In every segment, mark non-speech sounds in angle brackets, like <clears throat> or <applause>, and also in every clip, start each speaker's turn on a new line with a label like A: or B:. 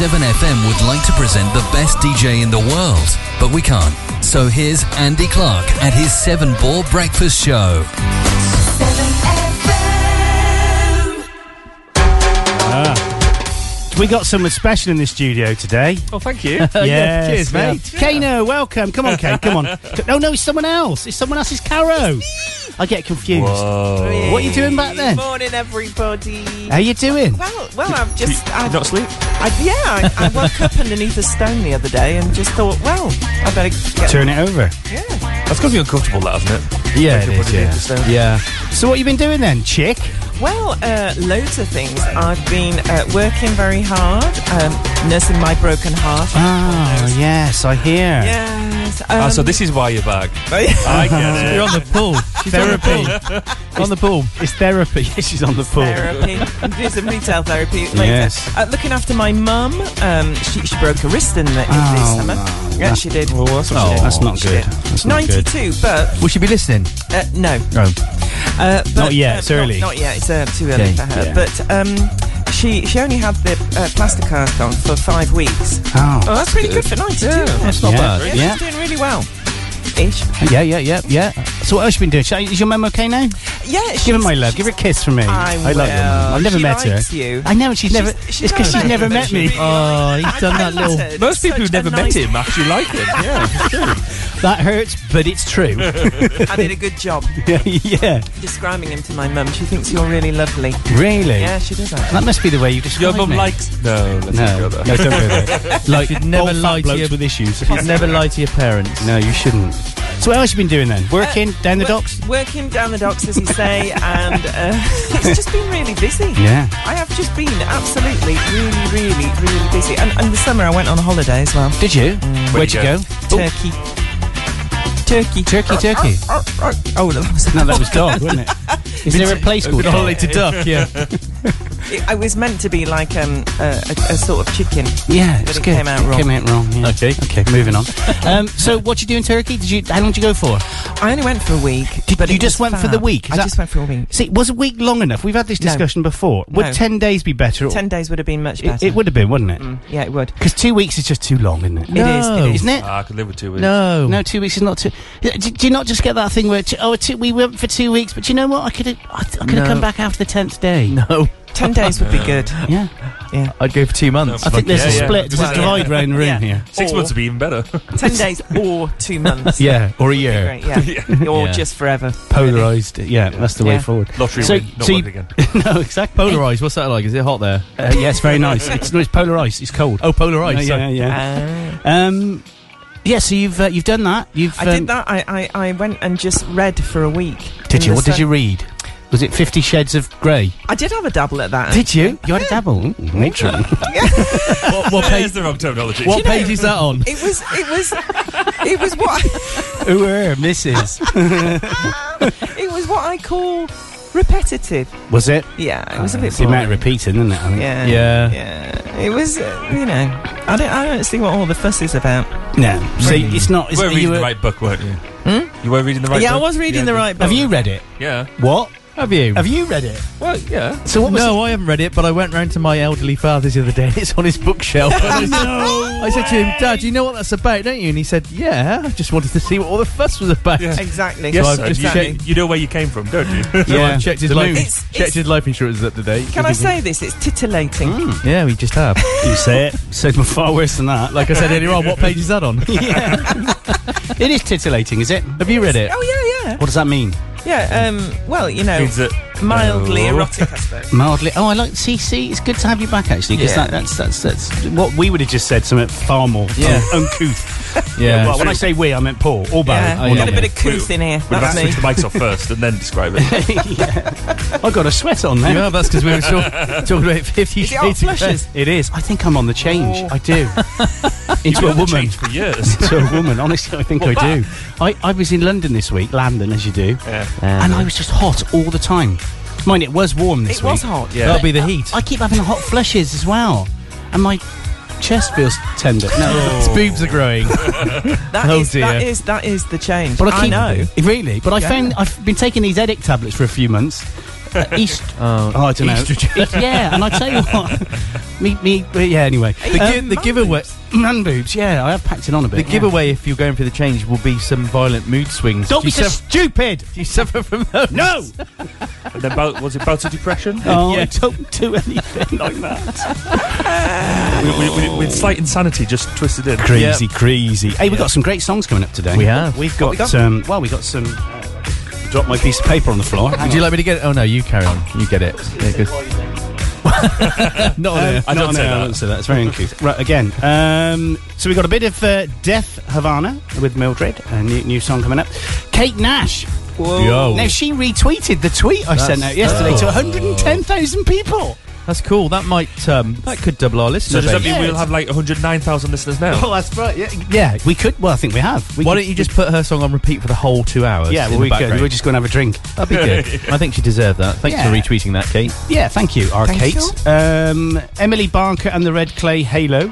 A: 7FM would like to present the best DJ in the world, but we can't. So here's Andy Clark at his 7 Ball Breakfast Show.
B: 7FM.
C: We got someone special in the studio today.
D: Oh,
C: <laughs>
D: thank you.
C: Yes,
D: Cheers,
C: yeah.
D: mate.
C: Kano, welcome. Come on, Kane. Come on. No, no, it's someone else. It's someone else. It's Caro. I get confused.
D: Whoa.
C: What are you doing back
E: Good
C: then?
E: morning, everybody.
C: How you doing?
E: Well, well, I've just,
D: Did
E: I,
D: you not sleep?
E: I, yeah, I, I woke up underneath a stone the other day and just thought, well, I better get.
C: Turn it over.
E: Yeah.
D: That's got to be uncomfortable, that, hasn't it?
C: Yeah,
D: it is, yeah.
C: yeah. So what you been doing then, chick?
E: Well, uh, loads of things. I've been uh, working very hard, um, nursing my broken heart.
C: Oh, yes, I hear.
E: Yes. Um, oh,
D: ah, so this is why you're back.
E: yeah.
C: Ah.
D: I get
C: You're on the pool. <laughs> therapy.
D: on the pool.
C: it's therapy. <laughs> She's on the pool.
E: Therapy. Do some retail therapy later.
C: Yes.
E: Uh, looking after my mum. Um, she, she broke her wrist in the, in
C: Oh,
E: the summer.
C: no.
E: Yeah, she did.
D: that's
E: She did.
C: that's not
E: She
C: good.
E: did.
C: That's not good.
E: 92, but
D: Will she be listening?
E: Uh, no.
D: No.
E: Uh, but,
C: Not yet,
E: uh,
C: it's early.
E: Not, not yet. It's uh, too early
C: Okay,
E: for her.
C: yeah.
E: But um, she she only had the uh, plaster cast on for five weeks. Oh,
C: Oh.
E: that's really good for 92. Yeah,
C: That's not
D: Yeah.
C: bad.
E: yeah,
C: Yeah.
E: she's doing really well. Ish.
C: Yeah, yeah, yeah, yeah. So what else you been doing? Sh- Is your mum okay now?
E: Yeah,
C: Give her
E: she's-
C: my love. Give her a kiss from me.
E: I
C: love you. mum.
E: will.
C: I've never
E: She
C: met
E: likes
C: her.
E: you.
C: I know. She's, never.
E: she's
C: it's because she's
E: not
C: never
E: me,
C: met
E: but
C: me.
E: she really likes-
C: he's Oh, done
E: I
C: that little-
E: flattered.
D: Most people
E: Such
D: who've never
E: a
D: met
E: nice-
D: him actually like him. Yeah.
C: That hurts, but it's
E: <laughs>
C: true. <laughs>
E: I did a good job
C: yeah.
E: describing him to my mum. She thinks you're really lovely.
C: Really.
E: Yeah, she does. actually.
C: That must be the way you describe
D: Your mum
C: me.
D: likes. No, let's not
C: No, no,
D: go
C: don't
D: there.
C: go there.
F: <laughs>
C: like you'd
F: never lie to your-
C: with issues.
F: You'd never lie to your parents.
C: no, you shouldn't. So what else you been doing then? Working down the
E: Uh, Work-
C: docks?
E: Working down the docks, as
C: <laughs>
E: you say, and uh, it's just been really busy.
C: Yeah.
E: I have just been absolutely, really, really, really busy. And, and the summer I went on a holiday as well.
C: Did you? Where'd you
D: you
C: go? Oh,
D: go?
E: Turkey. Turkey.
C: Turkey, Turkey.
E: Oh, oh, that was,
C: No, that was dog, wasn't
F: <laughs>
C: it? Is there a place called
F: Been a holiday
C: dog?
F: to duck, yeah.
E: it, it was meant to be like um, a, a, a sort of chicken.
C: Yeah,
E: But
C: it's
E: it
C: good.
E: came out wrong.
C: Came out wrong. yeah.
F: Okay.
C: Okay, moving on. Um, so, what you do in Turkey? Did you? How long did you go for?
E: I only went for a week.
C: Did-
E: but
C: you
E: it
C: just
E: was
C: went for
E: fab.
C: the week, is
E: I
C: that-
E: just went for a week.
C: See, was a week long enough? We've had this
E: No.
C: discussion before. Would
E: No.
C: ten days be better? or-
E: Ten days would have been much
C: It,
E: better.
C: it would have been, wouldn't it?
E: Yeah, it would.
C: Because two weeks is just too long, isn't it?
E: It is, it
F: No.
E: is.
C: Isn't it?
D: Ah, I could live with two weeks.
F: No.
C: No, two weeks is not too. Do, do you not just get that thing where t- oh, two, we went for two weeks, but you know what? I could have I, I could have
F: No.
C: come back after the tenth <laughs> day.
F: No.
E: Ten days
D: Uh,
E: would be good.
C: Yeah,
F: I'd go for two months.
C: I think there's
D: Yeah,
C: a
D: yeah.
C: split. There's
E: Well,
C: a
E: yeah.
C: divide round the room
E: Yeah.
C: here.
D: Six
E: Or-
D: months would be even better.
E: Ten
D: <laughs>
E: days or two months.
C: Yeah, or a
E: Great, yeah.
C: <laughs>
E: Or
C: Yeah.
E: just forever.
C: Polarized. Yeah, that's the way
E: Yeah.
C: forward.
D: Lottery
C: So-
D: win.
C: so
D: Not so
C: you- <laughs>
D: again.
C: no, exactly.
F: Polarized. What's that like? Is it hot there?
C: Uh, yeah, it's very <laughs> nice. It's, no, it's polarized. It's cold.
F: Oh, polarized.
C: yeah, yeah, yeah.
E: Ah.
C: Um, yeah, so you've uh, you've done that. You've
E: I
C: um,
E: did that. I, I, I went and just read for a week.
C: Did
E: in
C: you?
E: the
C: What did
E: sun.
C: you read? Was it Fifty Shades of Grey?
E: I did have a dabble at that.
C: Did you? You had a dabble. Mm, Matron.
D: What, what page? the wrong terminology.
F: What page is that on?
E: It was. It was. it was what.
C: Ooh, er, Mrs.
E: It was what I call repetitive.
C: <laughs> Was it?
E: Yeah, it was a
C: Uh,
E: bit.
C: it's the amount of
E: boring.
C: repeating, isn't it? I think.
E: Yeah.
F: Yeah.
E: Yeah. It was. Uh, you know. I don't. I don't see what all the fuss is about.
C: No. So it's not. It's,
D: You were reading
C: you
D: the
C: were-
D: right book, weren't you? You were reading the right
E: yeah,
D: book?
E: I was reading
D: Yeah,
E: the
D: good.
E: right book.
C: Have you read it?
D: Yeah.
C: What?
F: Have you?
C: Have you read it?
D: Well, yeah.
C: So what was?
F: no, I haven't read it, but I went round to my elderly father's the other day and it's on his bookshelf. <laughs> I said to him, Dad, you know what that's about, don't you? And he said, Yeah, I just wanted to see what all the fuss was about.
D: Yeah.
E: Exactly.
D: Yes,
F: So
D: sir,
F: I've just
D: you,
F: checked-
D: you know where you came from, don't
C: <laughs>
F: So
D: you?
C: Yeah.
F: I've checked his
C: The
F: life.
C: moon.
E: It's-
F: checked
E: it's-
F: his life insurance is up to date.
E: Can I say this? It's titillating.
C: Mm.
F: Yeah, we just <laughs> have.
C: You say it. So it's far worse than that. <laughs> Like
F: Like I said earlier on, what page is that <laughs> on?
C: <laughs> it is titillating, is it?
F: Have you read it?
E: Oh yeah,
C: What does that mean?
E: yeah, yeah. Um. Well, you know,
D: Means that
E: mildly
D: No.
C: <laughs>
E: erotic, I suppose.
C: Mildly. Oh, I like CC. It's good to have you back actually, because
E: Yeah.
C: that, that's that's that's what we would have just said. Something far more
F: Yeah.
C: un- uncouth. <laughs>
F: Yeah.
C: well, when I say we, I meant Paul or
E: Yeah.
C: Barry.
F: Oh,
E: We've
F: yeah.
E: got a bit of couth in here.
D: We'd have
E: That's
D: to
E: me.
D: switch the mics off first and then describe
F: <laughs>
D: it.
C: I got a sweat on there.
F: Yeah, that's because we
C: <laughs>
F: were talk- talking about 50
E: Is it hot
F: Shades of Grey. Oh.
E: flushes?
C: It is. I think I'm on the change. I
F: <laughs>
C: do. Into a
D: You've
C: woman.
D: changed for
C: <laughs>
D: years.
C: to a woman. Honestly, I think
D: What
C: I do. I, I was in London this week, London as you do,
D: Yeah.
C: and
F: Um,
C: I was just hot all the time. Mind it was warm this
E: It
C: week.
E: was hot.
D: Yeah.
F: That'll be the heat.
C: I keep having hot flushes as well, and my chest feels tender. No,
F: His <laughs> boobs are growing.
E: That
F: Oh,
E: is- that
F: dear.
E: is that is the change.
C: But I, keep,
E: know.
C: Really? But I
E: Yeah.
C: found I've been taking these Edic tablets for a few months, Uh,
F: <laughs>
C: East.
F: Oh,
C: Oh, I don't know.
F: estrogen.
C: yeah, and I tell you what, <laughs> me, me, but yeah. Anyway,
F: The, gi- the giveaway,
C: man boobs. Yeah, I have packed it on a bit.
F: the
C: yeah.
F: giveaway, if you're going for the change, will be some violent mood swings.
C: Don't
F: do
C: be
F: you
C: so
F: suffer,
C: stupid.
F: do you suffer from those?
C: No.
D: And then Bal- was it Baltic depression?
C: Oh,
F: Yeah.
C: don't do
F: <laughs>
C: anything like that.
D: we, we, we, with slight insanity just twisted in.
C: Crazy, crazy. Hey, we've got some great songs coming up today.
F: We have.
C: We've got.
D: we got?
C: Um, well, we got some. Uh, drop my piece of paper on the floor.
F: Would you like me to get it? Oh no, you carry on. You get it. Yeah, good. <laughs> Um, Not on air.
D: I
C: No, no,
D: don't say
C: I
D: that.
C: don't say that. It's very uncouth. <laughs> Right, again. Um, so we got a bit of uh, Death Havana with Mildred, a new, new song coming up. Kate Nash.
F: Yo.
C: Now, she retweeted the tweet I sent out yesterday to 110,000 people.
F: That's cool. That might um, that could double our
D: So
F: listener
D: does that
F: base.
D: mean we'll have like 109,000 listeners now?
C: that's right. Yeah, yeah, we could. Well, I think we have. We
F: Why
C: could-
F: don't you just put her song on repeat for the whole two hours?
C: Yeah,
F: in
C: well,
F: the
C: we could.
F: background?
C: We're just going to have a drink.
F: That'd be good. I think she deserved that. Thanks
C: Yeah.
F: for retweeting that, Kate.
C: Yeah, thank you, our
E: Thank
C: Kate.
E: you.
C: Um, Emily Barker and the Red Clay Halo.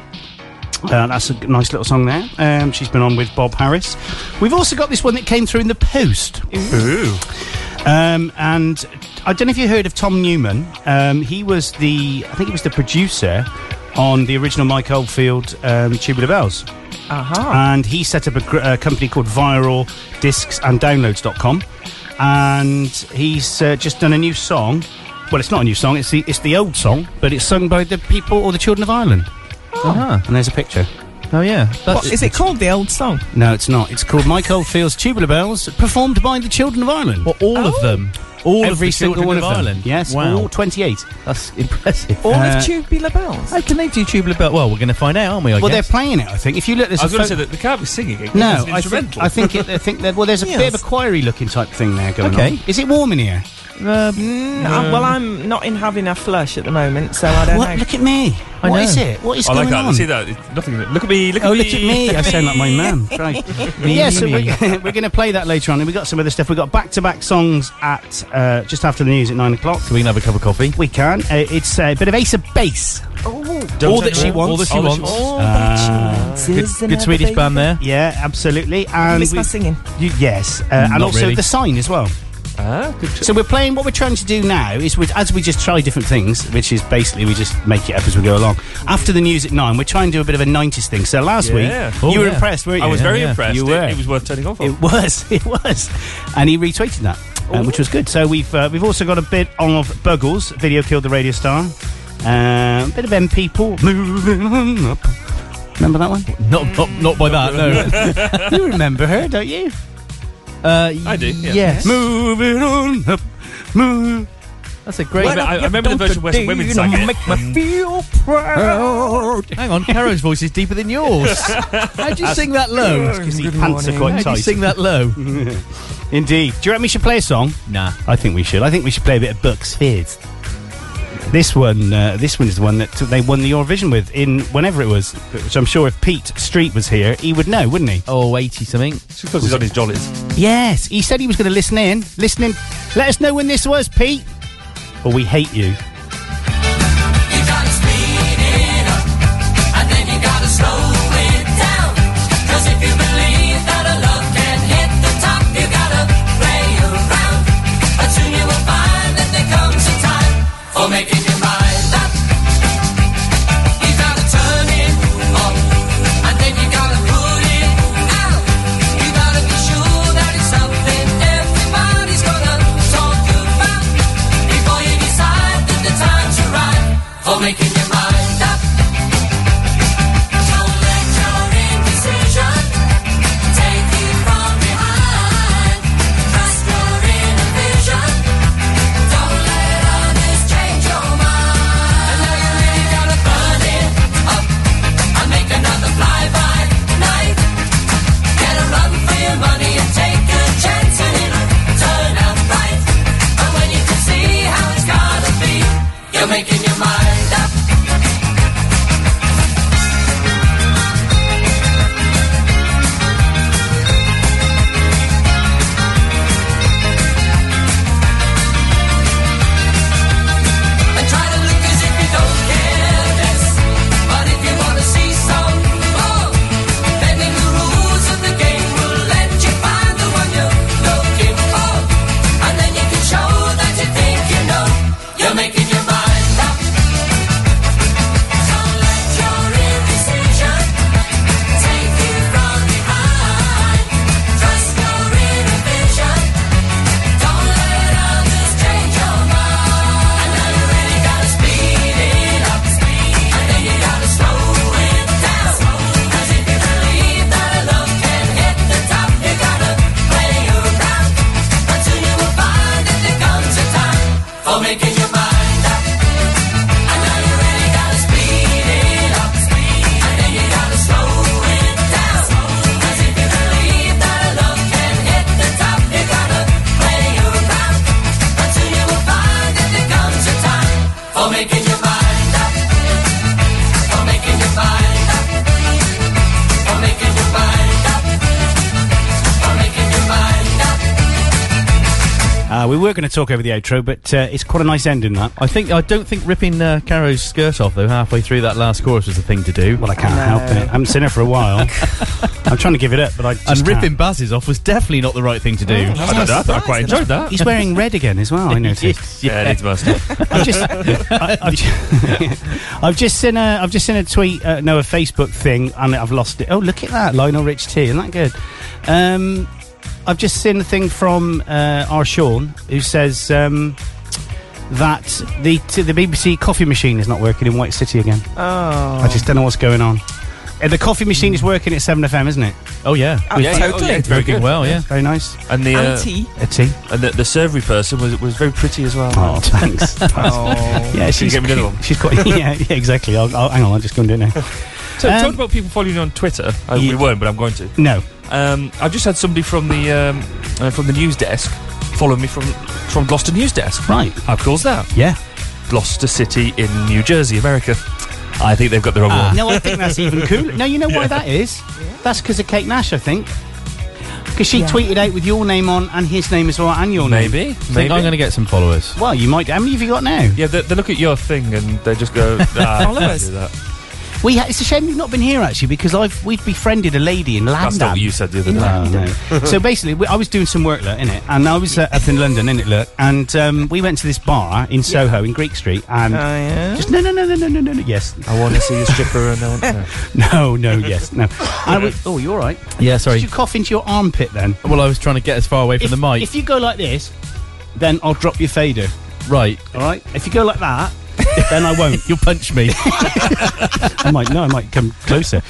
C: Uh, that's a g- nice little song there. Um, she's been on with Bob Harris. We've also got this one that came through in the post.
D: Ooh.
C: Um, and I don't know if you heard of Tom Newman. Um, he was the, I think he was the producer on the original Mike Oldfield um, Tubular Bells.
E: Aha.
C: And he set up a, gr- a company called Viral Discs and Downloads.com. And he's uh, just done a new song. Well, it's not a new song, it's the, it's the old song, but it's sung by the people or the children of Ireland.
F: Uh-huh.
C: And there's a picture.
F: Oh yeah. That's,
E: What, is it called the old song?
C: No, it's not. It's called Mike Oldfield's Tubular Bells, performed by the children of Ireland.
F: Well, all of them. All of
C: Every
F: the
C: single
F: children
C: one
F: of,
C: of them.
F: Ireland.
C: Yes,
F: Wow.
C: all 28.
F: That's impressive.
E: All
C: Uh,
E: of Tubular Bells.
F: How can they do tubular bell? Well, we're going to find out, aren't we? I
C: Well,
F: guess?
C: they're playing it. I think if you look, there's
D: I was
C: a
D: going to
C: photo-
D: say that they can't be singing it.
C: no.
D: it's
C: I think
D: instrumental.
C: I think it, I think that well, there's a bit
E: Yes.
C: of a choiry looking type thing there going on.
F: Okay.
C: Is it warm in here?
F: Um,
E: Mm, I- well, I'm not in having a flush at the moment, so I don't
C: What?
E: know.
C: Look at me.
F: I
C: What
F: know.
C: is it? What is
D: I
C: going
D: like that.
C: on?
D: See that? It's nothing. Look at me. Look at
C: Oh,
D: me.
C: look at me! I sound <laughs>
D: <laughs>
C: like my mum. Right. yeah, so we're, we're going to play that later on, and we got some other stuff. We got back-to-back songs at uh, just after the news at nine o'clock.
F: so we can have a cup of coffee.
C: We can. Uh, it's a bit of Ace of Base.
D: Don't
F: all
D: take
F: that she
D: it away.
F: wants.
D: All that she
F: All that
D: wants.
F: she
E: All that she wants
F: Good,
E: is
F: good
E: another
F: Swedish
E: baby.
F: band there.
C: Yeah, absolutely.
E: I
C: And
E: miss
C: we-
E: my singing.
C: you- yes, uh, and
F: Mm, Not
C: also
F: really.
C: the sign as well.
D: Ah, good.
C: So we're playing. What we're trying to do now is, we, as we just try different things, which is basically we just make it up as we go along. After the news at nine, we're trying to do a bit of a '90s thing. So last
D: Yeah.
C: week,
F: Oh,
C: you were
F: yeah.
C: impressed, weren't you?
D: I was very
F: yeah.
D: impressed.
C: You
D: It-
C: were.
D: It, was worth turning off.
C: It was, <laughs> it was, and he retweeted that, uh, which was good. So we've uh, we've also got a bit of Buggles, video killed the radio star, uh, a bit of M people moving on up. Remember that one?
F: Not, not, not by that. No.
C: you remember her, don't you?
F: uh,
D: I do, yeah.
F: Yes.
C: Moving on up, move.
F: That's a great.
D: I, mean, I, I remember the version where some women sang it. and
E: feel
F: <laughs>
E: proud.
F: Hang on, Caro's voice is deeper than yours. How do you sing that low?
C: Because
E: Good
C: pants are
E: morning.
C: quite
F: How do you
C: tight.
F: sing that low?
C: Indeed. Do you reckon we should play a song?
F: Nah.
C: I think we should. I think we should play a bit of Bucks Fizz. This one, uh, this one is the one that they won the Eurovision with in whenever it was. Which I'm sure if Pete Street was here, he would know, wouldn't he?
F: Oh, 80 something.
D: It's because he's on his jollies.
C: Yes, he said he was going to listen in. Listening. Let us know when this was, Pete. Or we hate you.
B: You gotta speed it up, and then you gotta slow it down. 'Cause if you believe that a love can hit the top, you gotta play around. And soon you will find that there comes a time for making your mind up. You gotta turn it on, Oh, and then you gotta put it out. You gotta be sure that it's something everybody's gonna talk about before you decide that the
C: Uh, we were going to talk over the outro, but uh, it's quite a nice ending that.
F: I think I don't think ripping uh, Caro's skirt off though halfway through that last chorus was the thing to do.
C: Well, I can't help it. I haven't seen her for a <laughs> while. I'm trying to give it up, but I just
F: and
C: can't.
F: ripping Baz's off was definitely not the right thing to do.
D: I don't know. I thought I quite enjoyed that.
C: He's wearing red again as <laughs> well. I noticed.
D: <laughs> Yeah, it needs must.
C: I've just, I, I've, just, <laughs> I've just seen a, I've just seen a tweet, uh, no, a Facebook thing, and I've lost it. Oh, look at that, Lionel Rich T. Isn't that good? Um, I've just seen a thing from uh, our Sean who says um, that the t- the BBC coffee machine is not working in White City again.
E: Oh.
C: I just don't know what's going on. Uh, the coffee machine is working at Seven FM, isn't it?
F: Oh yeah,
E: Oh,
D: Yeah, yeah, oh,
E: totally.
D: yeah, it's very good.
F: well yeah.
C: Very nice.
D: And the uh,
E: Auntie.
C: A tea.
D: and the, the servery person was was very pretty as well.
C: Oh, thanks.
E: Oh.
C: <laughs> yeah,
D: Can you
C: she's
D: get me another one?
C: she's quite. <laughs> Yeah, yeah exactly. I'll, I'll, hang on, I'll just go and do it now.
D: So
C: Um,
D: talk about people following you on Twitter. Uh,
C: Yeah.
D: We won't, but I'm going to.
C: No,
D: Um, I've just had somebody from the um, uh, from the news desk follow me from from Gloucester news desk.
C: right.
D: How cool's that?
C: Yeah.
D: Gloucester City in New Jersey, America. I think they've got the wrong
F: Ah.
D: one.
C: No, I think that's even cooler. No, you know why that is? That's because of Kate Nash, I think. Because she
E: Yeah.
C: tweeted out with your name on and his name as well and your name.
D: Maybe.
F: I
D: Maybe.
F: think I'm going to get some followers.
C: Well, you might. How many have you got now?
D: yeah, they, they look at your thing and they just
F: <laughs>
D: go. Ah,
E: Follow
D: can't
E: us.
D: do that.
C: We. Ha- it's a shame you've not been here actually, because I've we've befriended a lady in London.
D: That's not what you said the other day. <laughs>
C: Oh, no. so basically, we, I was doing some work, look, innit? And I was uh, up in London, innit, look? And um, we went to this bar in Soho, in Greek Street, and
D: Uh.
E: Oh, yeah.
C: just no, no, no, no, no, no, no, no, yes. <laughs>
D: I want to see a stripper and
F: <laughs>
D: I want to.
C: No, no, yes,
D: <laughs>
C: no. I was, oh, you're all right.
F: Yeah,
C: Did you cough into your armpit then?
F: Well, I was trying to get as far away from
C: if,
F: the mic.
C: If you go like this, then I'll drop your fader.
F: right,
C: All right. If you go like that, then I won't.
F: <laughs> you'll punch me.
C: <laughs> I might no. I might come closer.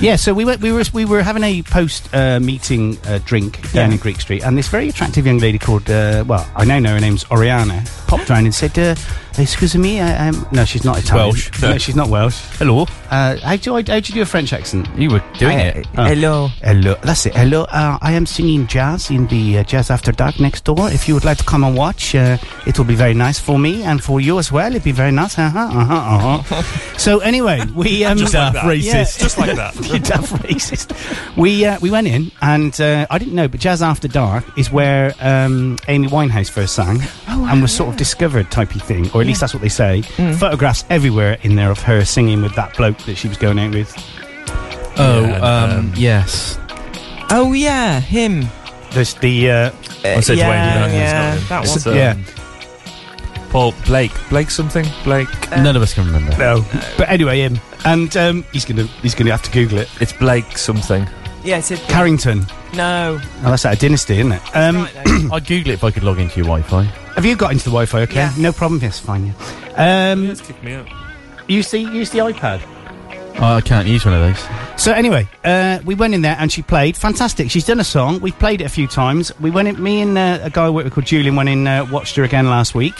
C: yeah. So we went. We were we were having a post uh, meeting uh, drink down in Greek Street, and this very attractive young lady called uh, well, I now know her name's Oriana, popped round and said, uh, "Excuse me, I, um, no, she's not Italian.
F: Welsh.
C: No, she's not Welsh.
F: Hello,
C: Uh, how do I? How do you do a French accent?
F: you were doing
C: I-
D: Eh,
F: it.
C: Oh.
E: Hello.
C: Hello, that's it. Hello, uh, I am singing jazz in the uh, Jazz After Dark next door. If you would like to come and watch, uh, it will be very nice for me and for you as well. It'd be very nice. Uh huh. Uh huh. Uh
D: <laughs>
C: huh. so anyway, we um,
D: Just like that.
C: racist.
D: Just like
C: <laughs>
D: that.
C: you daft racist. We uh, we went in and uh, I didn't know, but Jazz After Dark is where um, Amy Winehouse first sang
D: Oh,
C: and was sort of discovered typey thing, or at least that's what they say.
D: Mm.
C: Photographs everywhere in there of her singing with that bloke that she was going out with.
F: Oh,
D: Yeah,
F: um,
D: um,
F: yes.
E: Oh, yeah, him.
C: There's the uh,
D: I said
E: yeah,
D: Dwayne. You know,
E: yeah,
D: it's
E: that
D: not him. It's,
E: one.
D: um,
C: Yeah.
D: Paul Blake. Blake something. Blake.
F: None of us can remember.
C: No. But anyway, him and um, he's gonna he's gonna have to Google it.
D: It's Blake something.
E: Yeah, it's a,
C: Carrington.
E: no.
C: Oh, that's out of dynasty, isn't it? Um,
E: Right, though. <coughs>
F: I'd Google it if I could log into your Wi-Fi.
C: Have you got into the Wi-Fi? Okay,
E: Yeah.
C: no problem. Yes, fine. Yeah. Um,
D: Just kick me out.
C: use the use the iPad.
F: Oh, I can't use one of those.
C: So anyway, uh, we went in there and she played. Fantastic. She's done a song. We've played it a few times. We went in. Me and uh, a guy I work with called Julian went in. Uh, watched her again last week,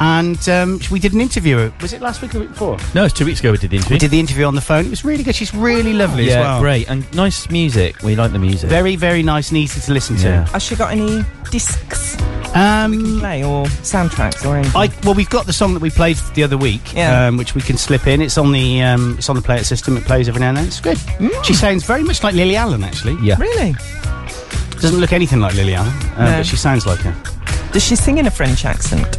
C: and um, we did an interview. Was it last week or the week before?
F: No, it's two weeks ago we did the interview.
C: We did the interview on the phone. It was really good. She's really lovely
F: yeah,
C: as well.
F: great and nice music. We like the music.
C: Very, very nice and easy to listen
F: Yeah.
E: Has she got any discs
C: to. Um,
E: we can play or soundtracks or anything?
C: I well, we've got the song that we played the other week,
E: Yeah.
C: um, which we can slip in. It's on the um, it's on the player system. It plays every now and then. It's good.
E: Mm.
C: She sounds very much like Lily Allen, actually.
F: Yeah.
E: Really?
C: Doesn't look anything like Lily Allen, uh,
E: No.
C: but she sounds like her.
E: Does she sing in a French accent?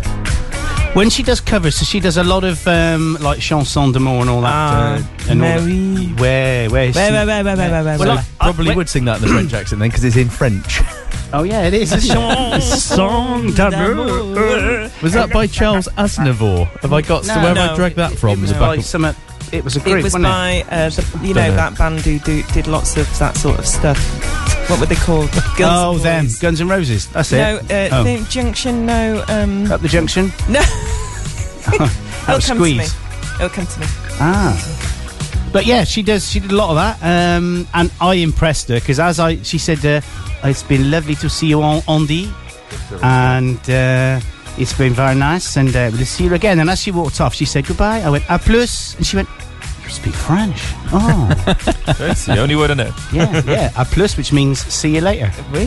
C: When she does covers, so she does a lot of um, like chanson d'amour and all that. uh, and all the-
E: Ah, Mary.
C: where where is
E: Where,
C: she-
E: where, where, where, where, where, where?
C: Well,
E: where?
C: I-
F: Probably
C: I-
F: would sing that in the <clears throat> French accent then, because it's in French.
C: Oh yeah, it is.
E: <laughs>
C: isn't it?
D: Song
E: d'amour.
F: Was that by Charles Aznavour? Have I got? so
C: No,
F: where have
E: no,
F: I dragged that from?
C: It was
F: the back
C: by
F: of-
C: some. uh, It was a group,
E: It was
C: wasn't it?
E: by, uh, the, you know,
D: Dunno.
E: that band who do, did lots of that sort of stuff. What were they called? Guns N'
C: oh, them
E: Boys.
C: Guns and Roses. That's
E: No,
C: it.
E: uh,
C: Oh.
E: the Junction, no. Um,
C: Up the junction.
E: No.
C: That was
E: it'll come
C: squeeze.
E: to me. It'll come to me.
C: Ah. But yeah, she does. She did a lot of that, um, and I impressed her because as I, she said, uh, "It's been lovely to see you on Andy, and uh, it's been very nice, and uh, we'll see you again." And as she walked off, she said goodbye. I went "A plus," and she went, "You speak French? Oh,
D: That's the only word I know.
C: yeah, yeah, A plus, which means see you later."
E: We?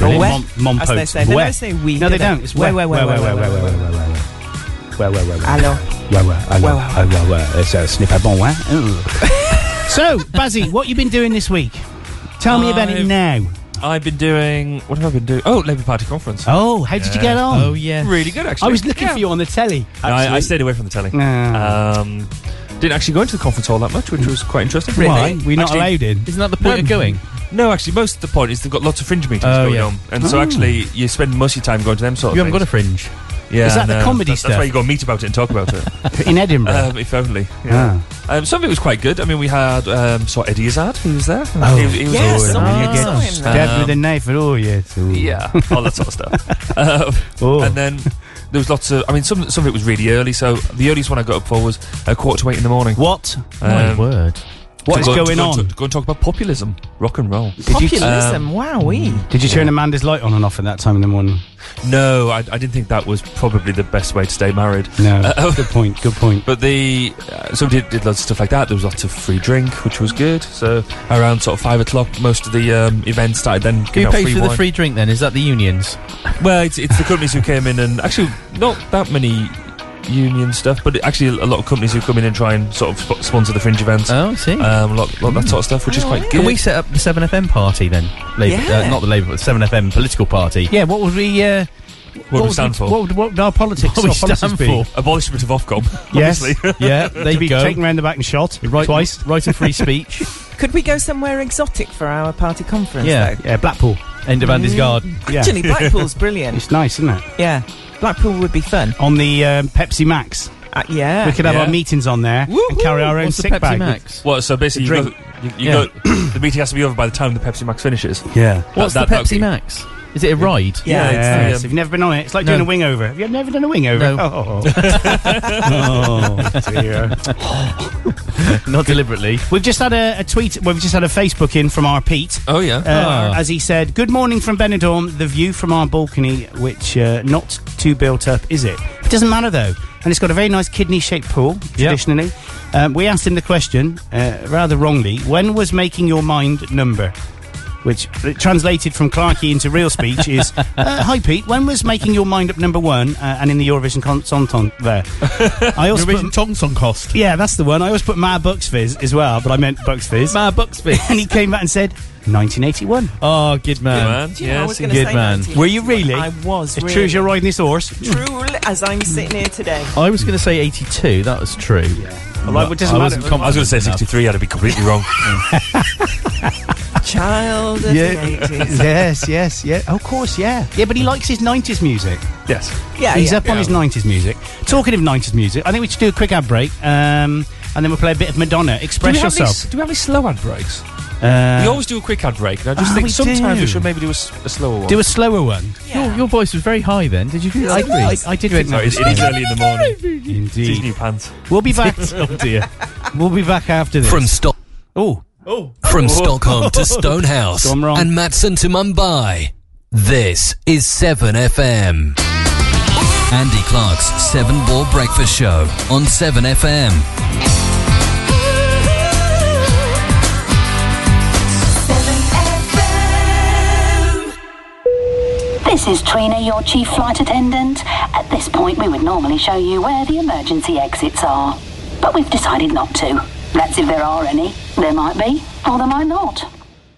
C: Or
E: where,
C: Mon- mon
E: as they
C: pote.
E: say. eh? They
C: Where.
E: never say we.
C: No,
E: do
C: they don't. It's
E: where,
C: where,
E: where, where, where, where, where, where.
C: where, where. Where, where, where, where.
E: Alors.
C: Ouais, ouais, ah,
E: Ouais,
C: ouais,
E: ouais,
C: ah, ouais, ouais, euh, ça, ce n'est pas bon,
E: eh?
C: hein? <laughs> Ooh. so, Bazzy, what you been doing this week? Tell me about it
D: I've-
C: now.
D: I've been doing. What have I been doing? Oh, Labour Party conference.
C: Oh, how did you
D: Yeah.
C: get on?
F: Oh yeah.
D: Really good, actually.
C: I was looking
D: Yeah.
C: for you on the telly.
D: No, I, I
C: actually.
D: stayed away from the telly.
C: Ah.
D: Um, didn't actually go into the conference hall that much, which was quite interesting.
C: Why? We're not
D: Actually,
C: allowed in.
F: Isn't that the point
D: No.
F: of going?
D: No, actually, most of the point is they've got lots of fringe meetings
F: Oh,
D: going
F: yeah.
D: on, and so actually you spend most of your time going to them sort
F: You
D: of
F: haven't got a
D: things.
F: fringe.
D: yeah,
C: Is that the
D: no,
C: comedy
D: that's, That's
C: stuff?
D: why you go and meet about it and talk about it.
C: In Edinburgh.
D: um, if only.
C: Ah.
D: Um, some of it was quite good. I mean, we had um, saw Eddie Izzard. He was there.
C: Oh.
D: he, he was
E: Yes,
D: always-
E: I
D: yeah,
E: saw
D: yeah.
E: him there.
C: Dad
D: Um,
C: with a knife at all, yeah. too.
D: yeah, all that sort of stuff.
C: <laughs>
D: Um,
C: Oh.
D: And then there was lots of. I mean, some some of it was really early. So the earliest one I got up for was a quarter to eight in the morning.
C: what?
F: My
D: Um,
F: word.
C: What is
D: Go-
C: going
D: go
C: on?
D: and talk- go and talk about populism, rock and roll.
C: uh,
E: Populism, wowee.
C: Did you turn Amanda's light on and off at that time in the morning?
D: No, I, I didn't think that was probably the best way to stay married.
C: No.
D: Uh, <laughs>
C: good point. Good point.
D: But the uh, so we did, did loads of stuff like that. There was lots of free drink, which was good. So around sort of five o'clock, most of the um, events started. Then
F: Who
D: giving out
F: pays
D: free
F: for
D: wine.
F: the free drink then? Is that the unions?
D: Well, it's, it's the companies who came in and actually not that many union stuff, but actually a lot of companies who come in and try and sort of sp- sponsor the fringe events.
F: Oh, I see.
D: Um, a lot, lot of that sort of stuff, which is
E: Oh,
D: quite
E: yeah.
D: good.
F: Can we set up the 7FM party then? Labour, uh,
E: Yeah.
F: not the Labour, but 7FM political party.
C: Yeah, what would we. Uh,
D: what
C: would
D: we stand
C: we-
D: for?
C: What would, what would our politics,
F: What would we
C: our policies <laughs>
F: stand
C: be?
F: for?
D: Abolishment of Ofcom.
C: Yes.
D: obviously.
F: Yeah, they
C: to be
F: go.
C: taken round the back and shot
F: <laughs> Right,
C: twice.
F: Right to free speech.
E: Could we go somewhere exotic for our party conference,
F: Yeah.
E: though?
C: Yeah, Blackpool.
F: End of Andy's
E: Mm.
F: garden.
C: Yeah. <laughs>
E: Actually, Blackpool's brilliant.
C: It's nice, isn't it?
E: Yeah. Blackpool would be fun.
C: On the um, Pepsi Max,
E: Uh, yeah.
C: we could have
D: Yeah.
C: our meetings on there and carry our own
F: What's
C: sick
F: the Pepsi
C: bag.
F: Max?
D: Well, so basically, you,
C: Drink.
D: go- you, you
F: Yeah.
D: go, <coughs> the meeting has to be over by the time the Pepsi Max finishes.
C: Yeah.
F: What's
D: that-
F: the
D: that-
F: Pepsi Max? Is it a ride?
E: Yeah.
C: Yes,
D: it's the, um,
C: if you've never been on it, it's like doing
F: No.
C: a wing over. Have you never done a wing over?
F: No.
C: Oh, <laughs> oh. oh dear.
F: <laughs> Not deliberately.
C: We've just had a, a tweet. We've just had a Facebook in from our Pete.
D: Oh yeah.
C: Uh,
F: Ah.
C: As he said, "Good morning from Benidorm. The view from our balcony, which uh, not too built up, is it? It doesn't matter though, and it's got a very nice kidney-shaped pool. Traditionally, um, we asked him the question uh, rather wrongly. When was making your mind number?" Which uh, translated from Clarkey into real speech <laughs> is, uh, "Hi Pete, when was making your mind up number one uh, and in the Eurovision con- song ton- <laughs> there?" I also put,
F: Tongson cost.
C: yeah, that's the one. I always put Ma Bucks Fizz as well, but I meant Bucks Fizz.
F: Man, Buxby.
C: <laughs> and he came back and said, 1981.
F: Oh, good
D: Good
F: man.
D: man.
E: Do you know, I
D: Yes,
E: was gonna
F: good
E: say
F: man.
E: 1981.
C: Were you really?
E: I was
C: It's
E: really.
C: true as you're riding this horse.
E: True as I'm sitting here
C: <laughs>
E: today.
F: I was going to say 82. That was true.
C: Well, it doesn't
F: I
C: matter.
F: wasn't
D: I was going to say 63. I'd be completely wrong.
E: Child of
C: Yeah.
E: the
C: <laughs>
E: 80s.
C: yes, yes, yeah. Of course, yeah. Yeah, but he likes his 90s music.
D: yes.
E: Yeah,
C: He's
E: Uh, yeah.
C: up on his 90s music. Talking of 90s music, I think we should do a quick ad break. Um, and then we'll play a bit of Madonna. Express yourself.
D: do we have any slow ad breaks?
C: Uh,
D: we always do a quick ad break, and I just
C: Oh,
D: think
C: we
D: sometimes
C: do.
D: we should maybe do a, s- a slower one.
C: do a slower one.
E: Yeah.
F: Your, your voice was very high then. Did you do
C: I,
F: that?
C: I, I did think that
D: Sorry, it
C: was
D: it is <laughs> early in the morning. It's his
C: Indeed.
D: new pants.
C: We'll be back. oh dear. We'll be back after this.
A: From Stock.
C: oh,
A: From Stockholm
C: <laughs>
A: to Stonehouse
C: Gone wrong.
A: and Matson to Mumbai. This is 7FM. Andy Clark's 7 Ball Breakfast Show on 7FM.
G: This is Trina, your chief flight attendant. At this point, we would normally show you where the emergency exits are. But we've decided not to. That's if there are any. There might be, or there might not.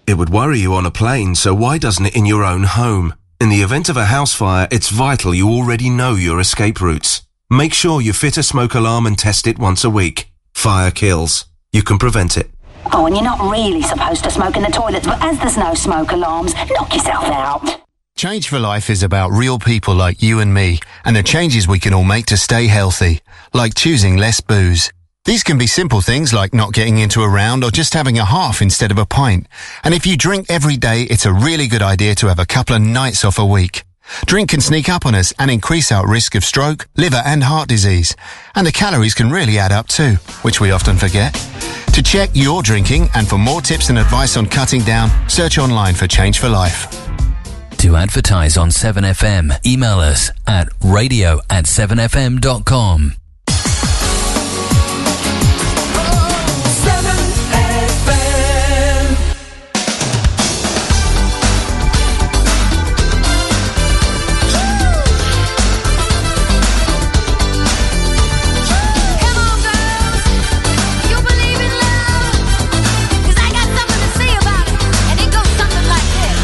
H: It would worry you on a plane, so why doesn't it in your own home? In the event of a house fire, it's vital you already know your escape routes. Make sure you fit a smoke alarm and test it once a week. Fire kills. You can prevent it.
G: Oh, and you're not really supposed to smoke in the toilets, but as there's no smoke alarms, knock yourself out.
I: Change for Life is about real people like you and me and the changes we can all make to stay healthy, like choosing less booze. These can be simple things like not getting into a round or just having a half instead of a pint. And if you drink every day, it's a really good idea to have a couple of nights off a week. Drink can sneak up on us and increase our risk of stroke, liver and heart disease. And the calories can really add up too, which we often forget. To check your drinking and for more tips and advice on cutting down, search online for Change for Life.
A: To advertise on 7FM, email us at radio at 7FM.com.
B: 7FM.
J: Come on, girls, you believe in love? 'Cause I got something to say about it, and it goes something like this.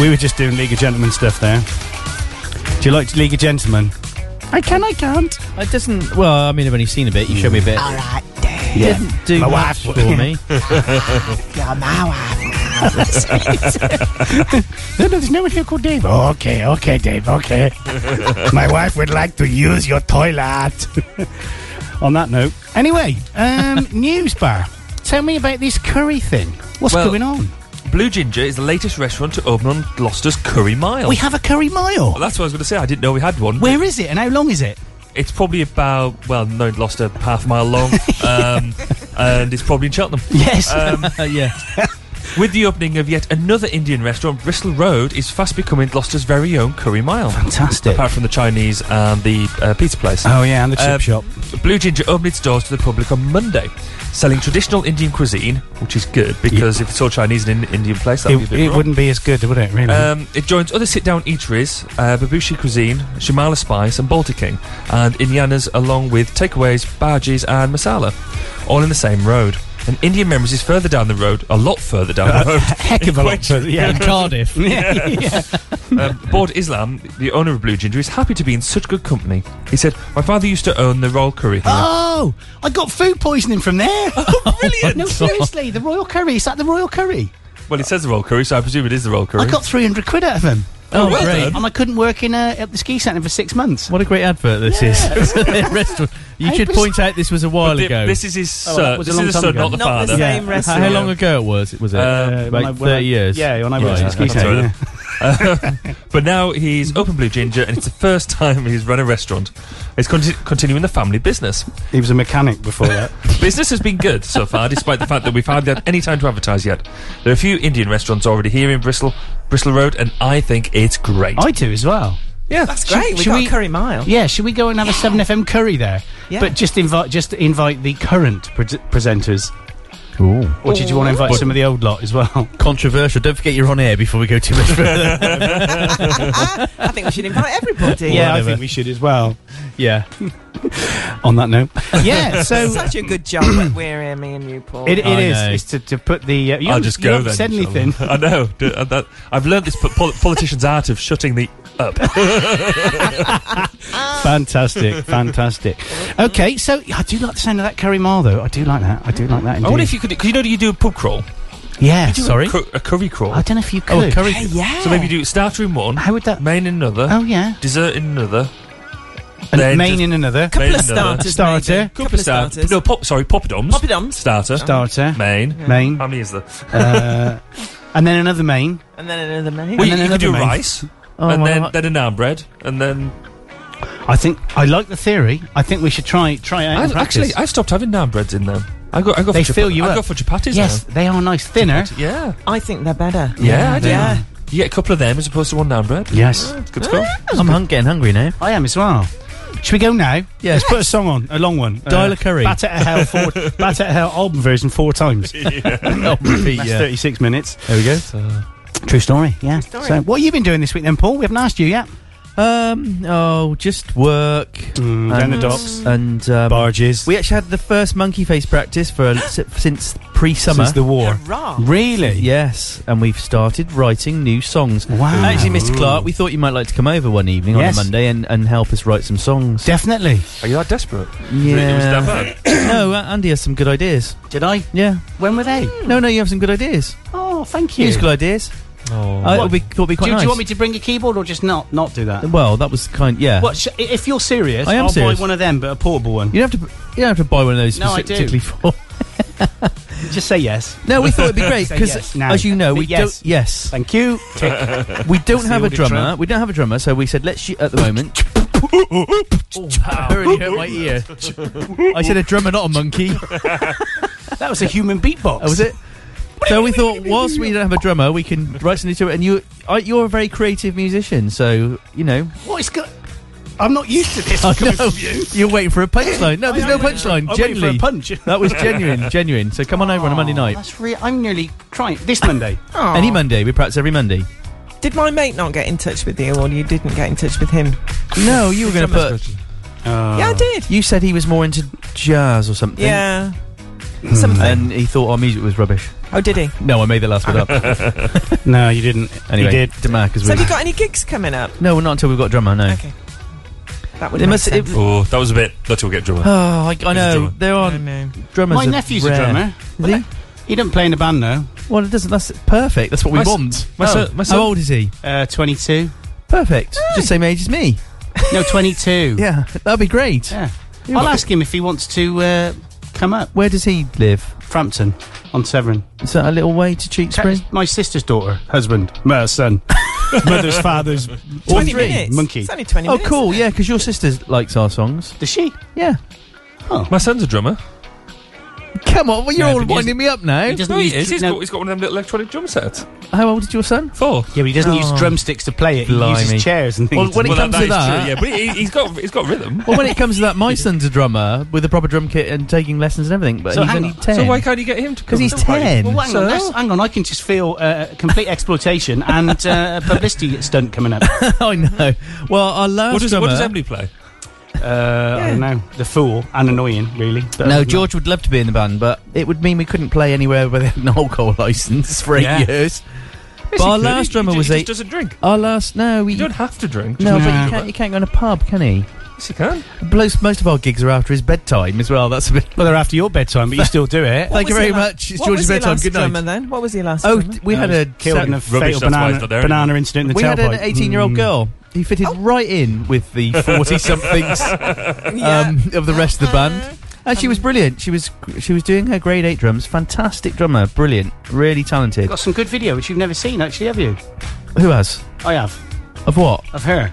C: We were just doing League of Gentlemen stuff there. Do you like League of Gentlemen? I can, I can't.
F: It doesn't. Well, I mean, I've only seen a bit. You showed me a bit. All
B: right,
F: It didn't do
C: My
F: much
C: wife-
F: for me.
B: You're my
C: No, no, there's no one here called Dave. Oh, okay, okay, Dave, okay. My wife would like to use your toilet. <laughs> On that note, anyway, um, news bar. Tell me about this curry thing. What's
D: Well-
C: going on?
D: Blue Ginger is the latest restaurant to open on Gloucester's Curry Mile.
C: We have a curry mile.
D: Well, that's what I was going to say. I didn't know we had one.
C: Where is it and how long is it?
D: It's probably about well, no, in Gloucester, half a
C: <laughs>
D: mile long, um, and it's probably in Cheltenham.
C: Yes. <laughs> Uh,
D: Um,
F: yeah.
D: with the opening of yet another Indian restaurant, Bristol Road is fast becoming Gloucester's very own Curry Mile.
C: Fantastic.
D: Apart from the Chinese and the uh, pizza place.
C: Oh, yeah, and the chip
D: Uh,
C: shop.
D: Blue Ginger opened its doors to the public on Monday, selling traditional Indian cuisine, which is good because if it's all Chinese in an Indian place, that
C: It,
D: would be a bit
C: it
D: wrong.
C: wouldn't be as good, would it, really? <laughs>
D: Um, it joins other sit-down eateries, uh, Babushi Cuisine, Shimala Spice, and Baltic King, and Indiana's, along with takeaways, bhajis, and masala, all in the same road. And Indian Memories is further down the road, a lot further down
C: <laughs>
D: the road.
C: Heck of a lot. to-
D: <laughs>
F: In
C: Yeah.
F: Cardiff.
C: yeah.
D: Um, Board Islam, the owner of Blue Ginger, is happy to be in such good company. He said, "My father used to own the royal curry here."
C: Oh, I got food poisoning from there. brilliant. No, seriously, the royal curry. Is that the royal curry?
D: well, it says the royal curry, so I presume it is the royal curry.
C: I got 300 quid out of them.
F: Oh,
D: well
F: great.
D: done.
C: And I couldn't work in uh, at the ski centre for six months.
F: What a great advert this <laughs> is. Restaurant. You
C: I
F: should
C: was-
F: point out this was a
D: But
F: while
D: thi-
F: ago.
D: This is his
C: Oh,
D: son.
C: that was a
D: this
C: long
D: is
C: time
D: his son,
C: ago.
D: not the
E: Not the
D: father.
E: same.
F: How-
E: restaurant.
F: How long ago it was? It was it
D: Um,
C: when I-
F: like
C: when I-
F: thirty years.
C: Yeah, when I worked
F: Yeah,
C: at the ski
F: that's
C: centre.
D: right.
C: yeah.
D: <laughs> But now he's opened Blue Ginger, and it's the first time he's run a restaurant. He's conti- continuing the family business.
C: He was a mechanic before that.
D: Business has been good so far, despite the fact that we've hardly had any time to advertise yet. There are a few Indian restaurants already here in Bristol, Bristol Road, and I think it's great.
C: <laughs> I do as well.
D: yeah,
E: That's great. we
C: should
E: got
C: we-
E: a curry mile.
C: Yeah, should we go and have a Seven FM curry there?
E: Yeah.
C: But just invite just invite the current pre- presenters.
F: Ooh.
C: Or did you want to invite some of the old lot as <laughs> well?
F: Controversial. Don't forget you're on air before we go too much further.
E: I think we
C: <laughs>
E: should invite everybody.
C: yeah, I
F: whatever.
C: think we should as well.
F: yeah.
C: <laughs> On that <laughs> note, yeah.
E: It's
C: So <laughs>
E: such a good job that we're here, me and you, Paul.
C: it, it
F: I
C: is.
F: know.
C: It's to, to put the. Uh, you
D: <laughs> I'll
C: haven't-
D: just
C: you
D: go
C: haven't
D: then.
C: Said
D: shall I?
C: anything?
D: I know. D- uh, that- I've learned this po- pol- politician's art of shutting the up. <laughs>
C: Fantastic, fantastic. Okay, so I do like the sound of that curry mile, though. I do like that. I do like that. Indeed.
D: I wonder if you could, because you know, you do a pub crawl,
C: Yeah,
F: Sorry.
D: Cur- a curry crawl.
C: I don't know if you
F: Oh,
C: could.
F: curry.
E: Hey, yeah.
D: So maybe you do starter in one,
C: How would that?
D: main in another,
C: Oh yeah,
D: dessert in another,
C: and
D: then
C: main
D: just-
C: in another
D: <laughs>
E: couple of
D: Made another.
E: starters.
C: Starter.
E: maybe.
D: couple of star-
E: starters.
D: No, pop. Sorry, poppadoms.
E: Poppadoms.
D: starter.
C: starter,
D: Main.
C: main,
D: How many is there?
C: uh, and then another main.
E: And then another main.
D: Well,
C: then
D: you, you could
C: another
D: do
C: main.
D: rice,
C: Oh,
D: and
C: well,
D: then,
C: I-
D: then an naan bread, and then
C: I think I like the theory. I think we should try try it out. in
D: I've,
C: practice.
D: actually I've stopped having naan breads in them. I go I go
C: They
D: for chapa-
C: fill you
D: I
C: up.
D: go for chapatis
C: yes, they are nice, thinner.
D: now. Yeah.
E: I think they're better.
D: Yeah, I do.
C: they are.
D: You get a couple of them as opposed to one naan bread.
C: Yes,
D: It's good to go.
F: I'm hung- getting hungry now.
C: I am as well. Should we go now?
F: Yeah.
C: Let's put a song on, a long one. Uh,
F: Dial a curry.
C: Bat at a hell four. bat at a hell album version four
D: <laughs>
C: times. <laughs>
F: I'll repeat,
C: That's
F: yeah.
C: thirty six minutes.
F: There we go.
C: True story. Yeah.
E: story.
C: So, what have you been doing this week then, Paul? We haven't asked you yet.
F: Um. Oh, just work
C: Mm, down the
F: And-
C: docks,
F: and um,
C: barges.
F: we actually had the first monkey face practice for uh, si- since pre-summer.
C: Since the war.
E: Hurrah.
C: Really?
F: Yes, and we've started writing new songs.
C: Wow.
F: Actually, Mr. Clark, we thought you might like to come over one evening
C: Yes.
F: on a Monday and, and help us write some songs.
C: Definitely.
D: Are you that desperate? It was that
F: yeah.
D: bad.
F: no, uh, Andy has some good ideas.
C: Did I?
F: Yeah.
C: When were they?
F: No, no, you have some good ideas.
C: Mm. Oh, thank you. Oh.
F: Musical ideas. Uh, it'll be, it'll be
C: do,
F: quite
C: you- do
F: nice.
C: you want me to bring a keyboard or just not not do that?
F: Well, that was kind. Yeah.
C: What, sh- i- if you're serious,
F: I am
C: will
F: serious.
C: buy one of them, but a portable one.
F: You don't have to. You don't have to buy one of those
C: No, I
F: specifically
C: <laughs>
F: for. <laughs>
C: Just say yes.
F: No, we
C: <laughs>
F: thought it'd be great
C: Say
F: because,
C: yes now.
F: as you know, we
C: Yes.
F: don't. Yes,
C: Thank you.
F: we don't have a
C: auditory.
F: drummer. We don't have a drummer, so we said let's shoot at the
C: <laughs>
F: moment. oh, <laughs> that really hurt my ear. I said a drummer, not a monkey.
C: that Oh, was a human beatbox.
F: That was it. So we thought, whilst we don't have a drummer, we can write something to it. And you, I, you're a very creative musician, so you know.
C: <laughs> What is good? I'm not used to this.
F: <laughs> I
C: coming
F: know.
C: from you.
F: You're waiting for a punchline. No, there's no
C: I'm
F: punchline.
C: waiting for a
F: Generally,
C: punch.
F: <laughs> that was
C: <laughs>
F: genuine, genuine. So come on over on a Monday night.
C: Oh, That's real. I'm nearly trying this <laughs> Monday.
E: Aw.
F: Any Monday, we practice every Monday.
E: Did my mate not get in touch with you, or you didn't get in touch with him?
F: No, you were going to
D: Drummer's
F: put.
C: Oh.
D: good.
E: Yeah, I did.
F: You said he was more into jazz or something.
E: Yeah.
C: Hmm.
E: Something.
F: And he thought our music was rubbish.
E: Oh, did he?
F: No, I made the last bit up.
C: No, you didn't.
F: Anyway,
C: you did.
F: Demarc is
E: So, have you
F: with
E: got any gigs coming up?
F: No, not until we've got a drummer, no.
E: Okay. That would
F: It
E: make
F: must-
E: sense.
F: it-
D: Oh, that was a bit. Not till we get drummer.
F: Oh, I, I know.
D: drummer.
F: There
E: I
F: are
E: don't know.
F: drummers.
C: My
F: are
C: nephew's
F: rare.
C: a drummer.
F: Is he?
C: He doesn't play in the band though.
F: Well, it doesn't. That's perfect. That's what we
D: My s-
F: want.
D: my
F: Oh.
D: son- my son-
F: How old is he?
C: Uh, 22.
F: Perfect. Just same age as me.
C: No, 22.
F: Yeah, that'd be great.
C: Yeah. I'll ask him if he wants to uh, come up.
F: Where does he live?
C: Frampton on Severn. Uh,
F: Is that a little way to Cheat Spring?
C: My sister's daughter, husband, uh,
D: <laughs>
C: son, mother's father's
E: 20
C: three.
E: minutes.
C: monkey.
E: It's only 20
F: Oh,
E: minutes.
F: cool. Yeah, because your sister likes our songs.
C: Does she? Oh.
F: Yeah.
D: My son's a drummer.
F: Come on, well, you're
D: Yeah,
F: all
D: but he
F: winding me up now.
C: He doesn't
D: No, he
C: use
D: is.
C: dr-
D: He's
C: no-
D: got, he's got one of them little electronic drum sets.
F: How old is your son?
D: Four.
C: yeah, but he doesn't use
F: Oh.
C: drumsticks to play it. He
F: Blimey.
C: uses chairs and
F: Well,
C: things.
F: when it
D: well,
F: comes to
D: that, that
F: that,
D: is true. Yeah, but he, he's got he's got rhythm.
F: well, when it comes to that,
D: <laughs>
F: my son's a drummer with a proper drum kit and taking lessons and everything, but
C: So
F: he's
C: hang
F: only
C: on.
F: ten.
D: So why can't you get him to?
F: Because
D: come
F: he's
D: and play?
F: ten.
C: well, hang,
D: So?
C: on, that's- hang on, I can just feel uh, complete exploitation and uh, publicity stunt coming up. Uh,
F: <laughs> I know. Well, our last
D: What does,
F: drummer.
D: what does Emily play?
C: Uh, I don't know. The fool and annoying, really. But
F: no,
C: other than
F: George would love to be in the band, but it would mean we couldn't play anywhere where they had an alcohol license for eight
D: Yeah.
F: years. But our
D: He
F: last
D: could.
F: drummer
D: he, ju-
F: was
D: he
F: eight.
D: just doesn't drink.
F: Our last no, we
D: You don't have to drink.
F: no, but
D: Just be a
F: you
D: drummer.
F: can't you can't go in a pub, can he?
D: Yes, you can.
F: Most most of our gigs are after his bedtime as well. That's a bit.
C: that. well, they're after your bedtime, but you still do it.
E: What
F: Thank you
E: was
F: very
E: your la-
F: much. It's
E: what
F: George's
E: was your
F: bedtime.
E: last
F: Good night.
E: drummer then? What was your last
F: Oh,
E: drummer?
F: d- we had a
C: killed in a
F: sa-
D: Rubbish,
C: fatal
D: that's why he's
C: banana,
D: not there anymore.
C: banana incident in the
F: we had an
C: tailpipe.
F: 18 year old
C: Mm.
F: girl. He fitted right in with <laughs> the 40 somethings
E: Yeah.
F: um, of the rest of the band. And she was brilliant. She was Uh-huh. she was doing her grade eight drums. Fantastic drummer, brilliant, really talented.
C: Got some good video which you've never seen, actually, have you?
F: Who has?
C: I have
F: Of what?
C: of
F: <laughs>
C: her.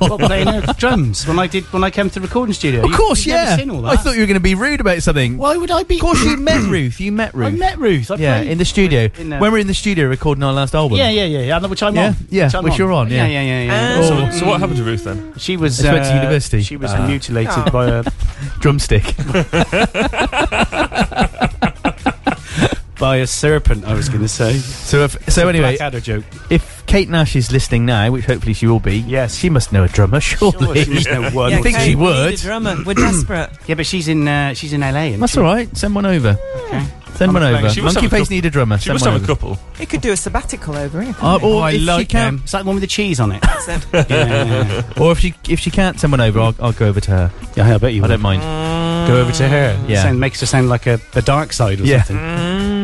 C: well, playing her drums when I did when I came to the recording studio.
F: Of course,
C: you, you've
F: yeah.
C: Never seen all that.
F: I thought you were going to be rude about something.
C: Why would I be?
F: Of course, you
C: <clears throat>
F: met Ruth. You met Ruth.
C: I met Ruth. I
F: yeah,
C: played
F: in the studio.
C: with- in the-
F: when we were in the studio recording our last album.
C: Yeah, yeah, yeah, yeah. Which I'm
F: Yeah,
C: on.
F: yeah,
C: which, I'm
F: which you're on, yeah.
C: yeah, yeah, yeah. yeah.
E: Um,
D: So, so what happened to Ruth then?
C: she was.
F: She went to
C: uh,
F: university.
C: She was
D: Ah.
C: mutilated
E: Oh.
C: by a <laughs>
F: Drumstick.
C: by a serpent. I was going to say.
F: <laughs> so if, so anyway,
C: Blackadder joke.
F: if Kate Nash is listening now, which hopefully she will be,
C: Yes.
F: she must know a drummer, <laughs>
C: Sure,
F: surely.
C: she was
F: <laughs>
C: no one.
E: Yeah,
F: I think
E: okay,
F: she
E: we need a
F: would.
E: drummer. We're desperate.
C: Yeah, but she's in. Uh, she's in LA. isn't
F: That's
C: she?
F: all right. Send one over.
C: Okay.
F: Send
C: I'm
F: one
C: not
F: over.
C: playing.
D: She must
F: Monkey
D: have a
F: Face
D: couple-
F: need a drummer.
D: She
F: Send
D: must
F: one
D: have a
F: over.
D: couple.
E: It could do a sabbatical over here.
F: Uh,
C: Oh,
F: or
C: I
F: if she
C: like them.
F: can,
C: It's like the one with the cheese on it. <laughs>
E: That's it.
C: yeah, yeah, yeah.
F: or if she if she can't send one over, I'll, I'll go over to her.
C: Yeah, I bet you.
F: I
C: would.
F: don't mind.
C: go over to her.
F: Yeah.
C: Sound, makes her sound like a, a dark side or
F: Yeah.
C: something.
E: "Hmm."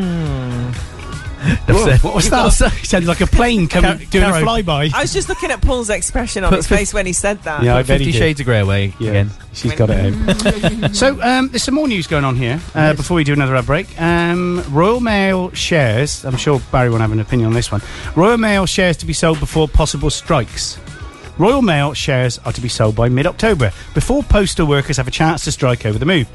F: Enough said.
C: What was that? <laughs> sounded like a plane coming doing a
F: Caro.
C: flyby.
E: I was just looking at Paul's expression on
F: Put
E: his
F: fif-
E: face when he said that.
C: Yeah, I bet
F: Fifty
C: he did.
F: Shades of Grey away
C: Yeah,
F: again.
C: she's got it out. <laughs> so um, there's some more news going on here uh, before we do another ad break. Um, Royal Mail shares. I'm sure Barry won't have an opinion on this one. Royal Mail shares to be sold before possible strikes. Royal Mail shares are to be sold by mid-October, before postal workers have a chance to strike over the move.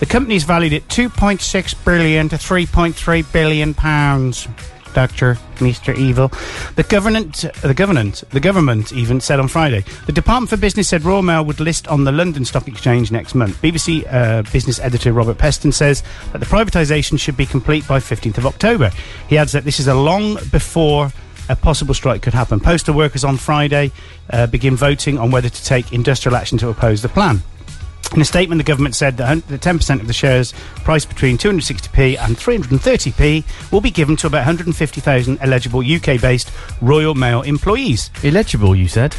C: The company is valued at 2.6 billion to 3.3 billion pounds. Doctor Mr. Evil. The government, the government, the government even said on Friday. The Department for Business said Royal Mail would list on the London Stock Exchange next month. BBC uh, business editor Robert Peston says that the privatisation should be complete by 15th of October. He adds that this is a long before a possible strike could happen. Postal workers on Friday uh, begin voting on whether to take industrial action to oppose the plan. In a statement, the government said that hun- that 10% of the shares priced between 260p and 330p will be given to about 150,000 eligible UK based Royal Mail
D: <laughs>
C: employees.
F: Illegible, you said.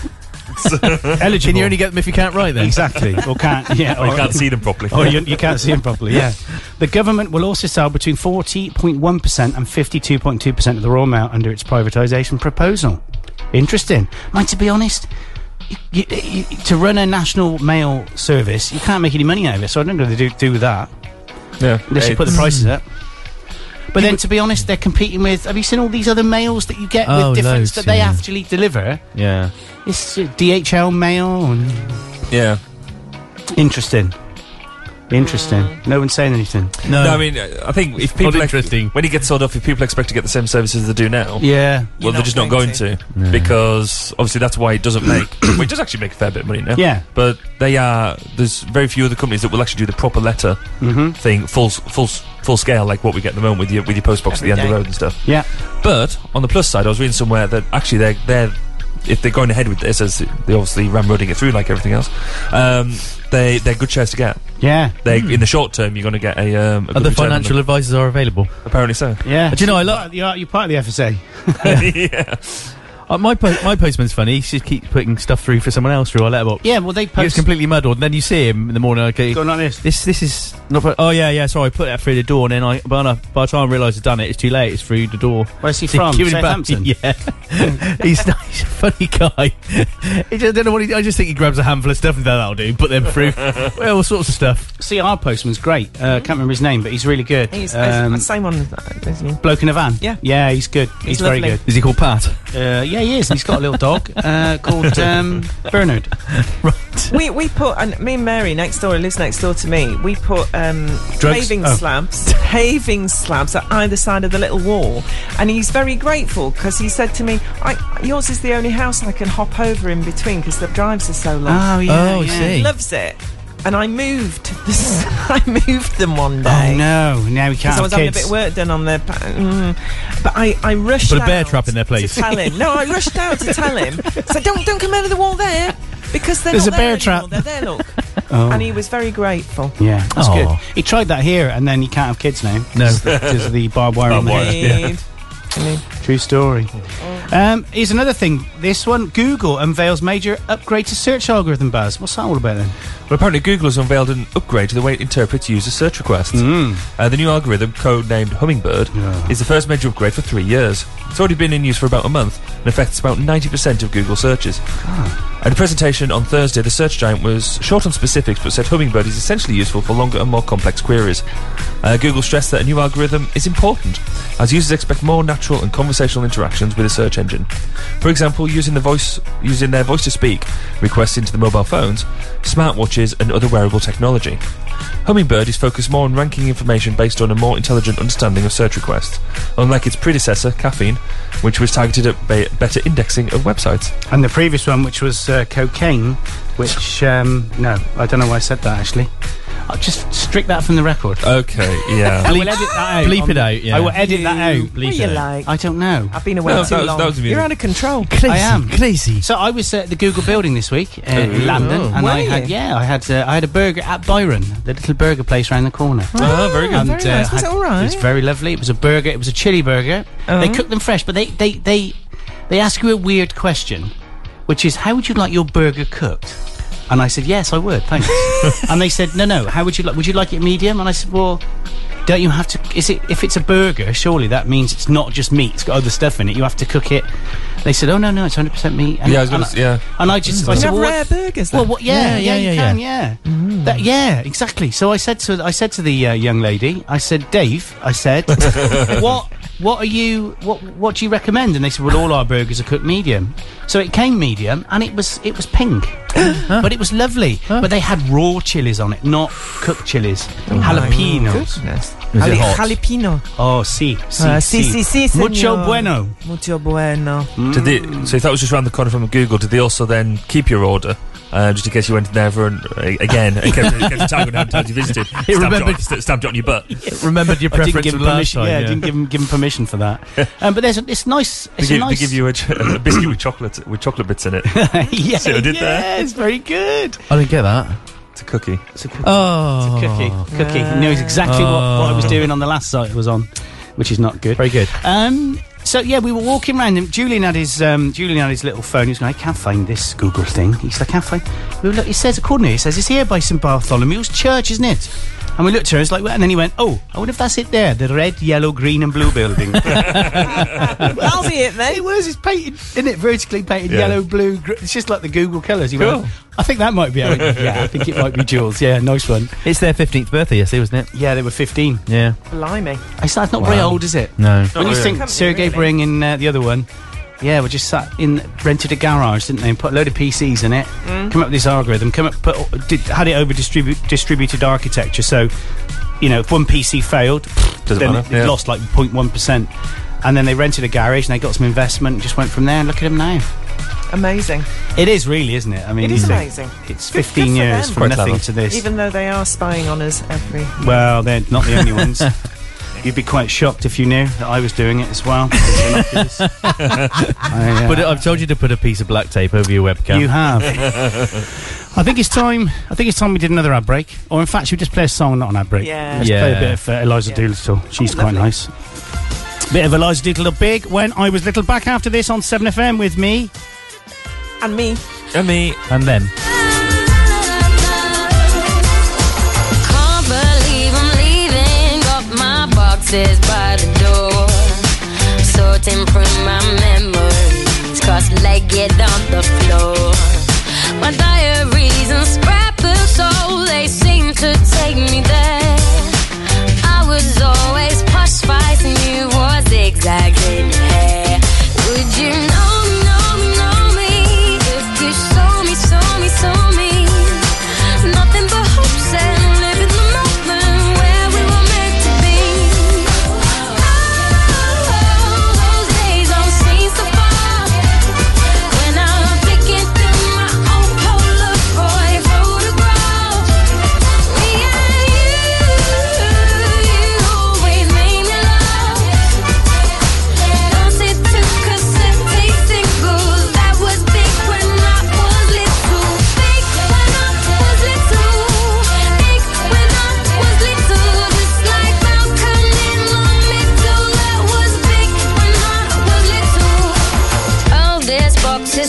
C: eligible.
F: Can you only get them if you can't write them?
C: Exactly. Or can't. Yeah.
D: <laughs> Oh, you
C: or-
D: can't see them properly.
C: <laughs> Oh, you, you can't see him properly. Yeah, <laughs> the government will also sell between forty point one percent and fifty two point two percent of the Royal Mail under its privatisation proposal. Interesting. Mind to be honest, you, you, you, to run a national mail service, you can't make any money out of it. So I don't know if they do do that
D: Yeah.
C: unless you
D: Hey,
C: put the prices <laughs> up. But then, to be honest, they're competing with. Have you seen all these other mails that you get
F: Oh,
C: with difference
F: loads,
C: that they
F: yeah.
C: actually deliver?
F: Yeah.
C: It's uh, DHL mail. And
D: Yeah.
C: interesting. Interesting. No one's saying anything.
F: No.
D: No, I mean, uh, I think if
F: Oh. not
D: people ex-
F: interesting.
D: when he gets sold off, if people expect to get the same services they do now,
C: Yeah.
E: You're
D: well, they're
E: not
D: just not
E: going
D: going to, because obviously that's why it doesn't make. well, it does actually make a fair bit of money now.
C: Yeah.
D: but they are. There's very few other companies that will actually do the proper letter
C: Mm-hmm.
D: thing, full s- full s- full scale, like what we get at the moment with your with your post box at the end of the road and stuff.
C: Yeah.
D: But on the plus side, I was reading somewhere that actually they're they're if they're going ahead with this as they obviously ramroding it through like everything else, um, they they're good shares to get
C: Yeah.
D: They, in the short term, you're going to get a. Um, a good
F: Hmm. Other
D: return on
F: financial
D: them.
F: advisors are available. <laughs>
D: Apparently so. <laughs>
C: Yeah.
F: Do you know, I lo-
C: You're, part- you're part of the FSA.
D: yeah.
F: Uh, my po- my postman's funny. He just keeps putting stuff through for someone else through our letterbox.
C: Yeah, well, they
F: He
C: <laughs>
F: gets
C: post.
F: completely muddled. And then you see him in the morning. Okay,
C: Going like <laughs> this.
F: this this is not. pro- Oh yeah, yeah. Sorry, I put that through the door, and then I by the, by the time I realise I've done it, it's too late. It's through the door.
C: Where's he
F: So
C: from?
F: give it back-
C: <laughs> Southampton.
F: <laughs> Yeah, he's, <laughs> not- he's a funny guy. he just, I don't know what he. I just think he grabs a handful of stuff and that'll do. Put them <laughs> through. well, all sorts of stuff.
C: See, our postman's great. Uh, can't remember his name, but he's really good.
E: He's
C: Um,
E: um, same one, uh, isn't he?
C: bloke in a van.
E: Yeah.
C: Yeah, he's good. He's, very
E: lovely.
C: good.
F: Is he called Pat?
C: Uh, yeah, he is. He's got a little dog
E: <laughs>
C: uh, called um, Bernard.
F: Right.
E: We, we put and me and Mary next door who lives next door to me. We put um,
C: Drugs?
E: paving
C: Oh.
E: slabs, <laughs> paving slabs at either side of the little wall, and he's very grateful because he said to me, I, "Yours is the only house I can hop over in between because the drives are so long."
F: yeah, Oh, I yeah. see.
E: He loves it, and I moved. <laughs> This, I moved them one
C: Oh
E: day.
C: no! Now we can't
F: Ah,
E: Because
C: have
E: I was having a
C: kids.
E: bit of work done on the. pa- Mm, but I, I rushed.
F: Put a bear
E: out
F: trap in their place.
E: To tell him. No, I rushed out to tell him.
F: <laughs>
E: So don't don't come over the wall there because they're
C: There's
E: not
C: a
E: there
C: bear trap.
E: anymore. They're
C: <laughs>
E: there. Look,
C: Oh.
E: and he was very grateful.
C: yeah, that's
F: Aw.
C: good. He tried that here, and then he can't have kids now.
F: No.
C: because of the barbed wire on the head.
E: Indeed. Indeed.
C: True story.
E: Mm.
C: Um, here's another thing. This one, Google unveils major upgrade to search algorithm. Buzz, what's that all about then?
D: Well, apparently, Google has unveiled an upgrade to the way it interprets user search requests.
F: Hmm.
D: Uh, the new algorithm, codenamed Hummingbird,
C: Yeah.
D: is the first major upgrade for three years. It's already been in use for about a month and affects about 90% of Google searches. At a presentation on Thursday, the search giant was short on specifics but said Hummingbird is essentially useful for longer and more complex queries. Uh, Google stressed that a new algorithm is important, as users expect more natural and conversational interactions with a search engine. For example, using the voice, using their voice to speak requests into the mobile phones, smartwatches, and other wearable technology. Hummingbird is focused more on ranking information based on a more intelligent understanding of search requests, unlike its predecessor, Caffeine, which was targeted at ba- better indexing of websites.
C: And the previous one, which was uh, cocaine, which um, no, I don't know why I said that actually. I'll just strike that from the record.
D: Okay, yeah.
C: I will edit that out.
F: Uh, bleep
C: on
F: it
C: the-
F: out, yeah.
C: I will edit that out.
E: What do you like?
C: I don't know.
E: I've been away
D: No,
E: too
D: that was-
E: long.
D: that was amusing.
E: You're out of
C: <laughs>
E: control.
F: Crazy,
C: I am.
F: crazy.
C: So I was at the Google building this week uh, in London, and
E: Were
C: I had
E: you?
C: yeah, I had uh, I had a burger at Byron, the little burger place round the corner. uh,
D: Ah, very good.
E: And, Oh, very nice. Was
C: had-
E: it all right? Uh-huh.
C: It was very lovely. It was a burger. It was a chili burger. They cooked them fresh, but they they they they ask you a weird question, which is how would you like your burger cooked? And I said yes, I would, thanks. and they said no, no. How would you like? Would you like it medium? And I said well. Don't you have to? Is it if it's a burger? Surely that means it's not just meat; it's got other stuff in it. You have to cook it. They said, "Oh no, no, it's hundred percent meat." And,
D: Yeah, I was gonna
C: and
D: s- yeah.
C: And I just, I
E: You
C: said,
E: have
C: well,
E: rare
C: what-
E: burgers. Then.
C: well, what, yeah, yeah,
F: Yeah, yeah,
C: you
F: yeah,
C: can, yeah. That- yeah, exactly. So I said to I said to the uh, young lady, I said, Dave, I said, what what are you what what do you recommend? And they said, well, all our burgers are cooked medium. So it came medium, and it was it was pink, but it was lovely. But they had raw chilies on it, not cooked chilies, jalapenos.
F: Is
E: Goodness.
F: it
E: Jali-
F: hot?
E: Jalapeno.
C: Oh, si, si,
E: Ah, si,
C: si,
E: si, si, señor.
C: mucho bueno.
E: Mucho bueno.
D: Did they, so if that was just around the corner from Google, did they also then keep your order? Uh, just in case you went in there for an, uh, again, in case, in case the tiger down times you visited, <laughs> stabbed you, on,
F: remembered-
D: st- stabbed you on
C: <laughs>
D: your butt.
F: Remembered your
C: I didn't
F: preference
C: give
F: from
C: him
F: last
C: permission.
F: time.
C: Yeah, I didn't give him, give him permission for that. Um, but there's a, it's nice.
D: They
C: It's
D: give,
C: a
D: they
C: nice.
D: give you a, ch- a biscuit with chocolate with chocolate bits <laughs> in it.
C: <laughs> yeah,
D: See what I did
C: yeah,
D: there?
C: it's very good.
F: I didn't get that.
D: It's a cookie.
C: It's a cookie.
F: Oh,
C: Cookie, cookie. He knows exactly what, what I was doing on the last site it was on, which is not good.
F: Very good.
C: Um, so yeah, we were walking round and Julian had his um, Julian had his little phone. He was going, I can't find this Google thing. He's like, I can't find. We were, look, it says according to it, it says it's here by St Bartholomew's Church, isn't it? And we looked at her, it's like, and then he went, oh, I wonder if that's it there, the red, yellow, green, and blue
F: <laughs>
C: building.
E: That'll be it then.
C: It was. It's painted, isn't it? Vertically painted,
D: Yeah.
C: yellow, blue. Gr- it's just like the Google colours. You
D: Cool.
C: went, I think that might be. how it- yeah, I think it might be Jules. Yeah, nice one.
F: It's their 15th birthday yesterday, wasn't it?
C: Yeah, they were fifteen.
F: Yeah.
E: Blimey.
C: It's that's not very old, is it?
F: No.
C: When you
D: really.
C: think
E: Company,
C: Sergey
E: really.
C: Brin in uh, the other one, yeah, we just sat in rented a garage, didn't they? And put a load of PCs in it.
E: Mm.
C: Come up with this algorithm. Come up, put did, had it over distribu- distributed architecture. So, you know, if one PC failed,
D: Doesn't
C: then
D: matter,
C: it, it
D: yeah.
C: lost like 0.1 percent. And then they rented a garage and they got some investment and just went from there. And look at them now.
E: Amazing.
C: It is really, isn't it? I mean,
E: It
C: you
E: is
C: think
E: amazing.
C: It's
E: Good-
C: 15
E: good
C: years
E: for them.
C: from
D: Quite
C: nothing
D: clever.
C: to this.
E: Even though they are spying on us every.
C: Well, they're not the only ones. You'd be quite shocked if you knew that I was doing it as well. uh, I, uh,
F: uh, But I've told you to put a piece of black tape over your webcam.
C: you have. I think it's time. I think it's time we did another ad break. Or in fact, should we just play a song, not an ad break?
E: Yeah.
C: Let's play a
F: Yeah.
C: bit of uh, Eliza
E: Yeah.
C: Doolittle. She's
E: Oh,
C: quite
E: lovely.
C: nice. Bit of Eliza Doolittle big when I was little. Back after this on Seven FM with me.
E: And me.
K: I mean,
F: And then.
B: Can't believe I'm leaving. Got my boxes by the door. Sorting through my memories. Cross-legged on the floor. My diaries and scrapbooks, oh, they seem to take me there. I was always posh spice and you was exactly there. Would you know, know, know me if you saw me, saw me, saw me? Nothing but hopes and living the moment where we were meant to be. Oh, those days don't seem so far. When I'm picking through my own Polaroid photograph, me and you Oh.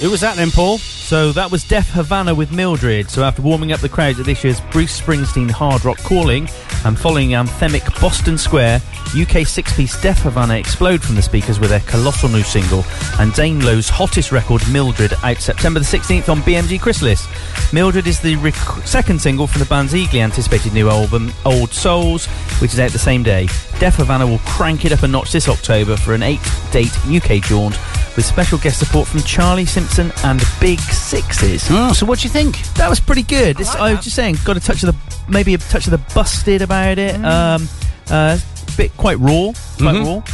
C: Who was that then, Paul?
F: So that was Def Havana with Mildred. So after warming up the crowds at this year's Bruce Springsteen Hard Rock Calling and following anthemic Boston Square, UK six-piece Def Havana explode from the speakers with their colossal new single and Dame Lowe's hottest record, Mildred, out September the 16th on BMG Chrysalis. Mildred is the rec- second single from the band's eagerly anticipated new album, Old Souls, which is out the same day. Def Havana will crank it up a notch this October for an eight-date UK jaunt with special guest support from Charlie Simpson and Big Sixes.
C: Oh, so what do you think?
F: That was pretty good. This, I, was just saying, got a touch of the maybe a touch of the busted about it. Um, uh, bit quite raw, quite raw.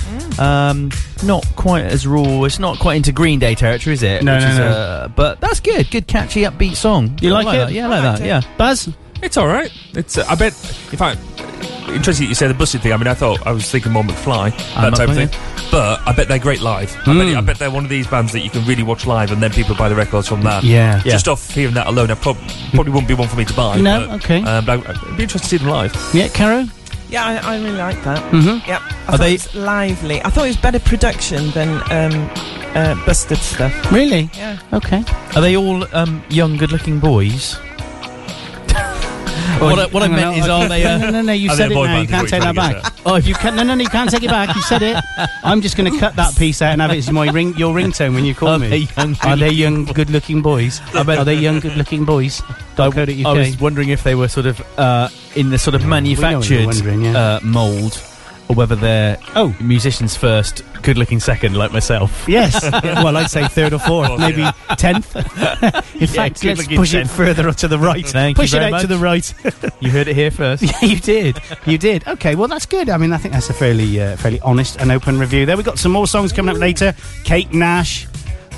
F: Um, not quite as raw. It's not quite into Green Day territory, is it?
C: No, no, no.
F: Uh, but that's good. Good, catchy, upbeat song.
C: You
F: I
C: like it?
F: that. Yeah, I like that. Yeah.
C: Buzz?
D: It's all right. It's. Uh, I bet. In fact, interesting that you say the busted thing. I mean, I thought I was thinking more McFly,
F: Ah,
D: that type of
F: McFly,
D: thing. But I bet they're great live. I,
C: Mm.
D: bet, I bet they're one of these bands that you can really watch live, and then people buy the records from that.
C: Yeah. Yeah.
D: Just off hearing that alone, I prob- probably wouldn't be one for me to buy.
C: No,
D: but,
C: okay.
D: Um, but I, would be interested to see them live.
C: Yeah, Caro?
E: Yeah, I, I really like that. Mm-hmm. Yep. I thought
F: they-
E: it was lively. I thought it was better production than um, uh, Busted stuff.
C: Really?
E: Yeah.
C: Okay.
F: Are they all um, young, good-looking boys? what I, what I
C: No,
F: meant
C: no,
F: is, are they?
C: no,
F: Uh, <laughs>
C: no, no, no, you
D: Are they
C: said
D: a
C: it
D: boy
C: now. You
D: band?
C: can't
D: Is what
C: take
D: you're
C: that
D: trying to
C: back. Oh, if you can, no, no, no, you can't take it back. You said it.
F: <laughs>
C: I'm just going to cut that piece out and have it as my ring, your ringtone when you call
F: Are
C: me.
F: they young-
C: Are they young, good-looking boys? Are they young, good-looking boys? Dakota UK.
F: I was wondering if they were sort of uh, in the sort of
C: you're
F: manufactured
C: wondering, yeah.
F: uh, mould, or whether they're oh musicians first, good looking second, like <laughs> myself.
C: Yes. well, I'd say third or fourth,
D: course,
C: maybe
F: <laughs>
C: tenth. In fact, let's
F: good-looking
C: push it
F: tenth.
C: further to the right.
F: Thank you
C: push
F: very
C: it out to the
F: much.
C: right.
F: You heard it here
C: <laughs>
F: first.
C: yeah, you did. You did. Okay. Well, that's good. I mean, I think that's a fairly, uh, fairly honest and open review. There, we got some more songs coming up later. Kate Nash.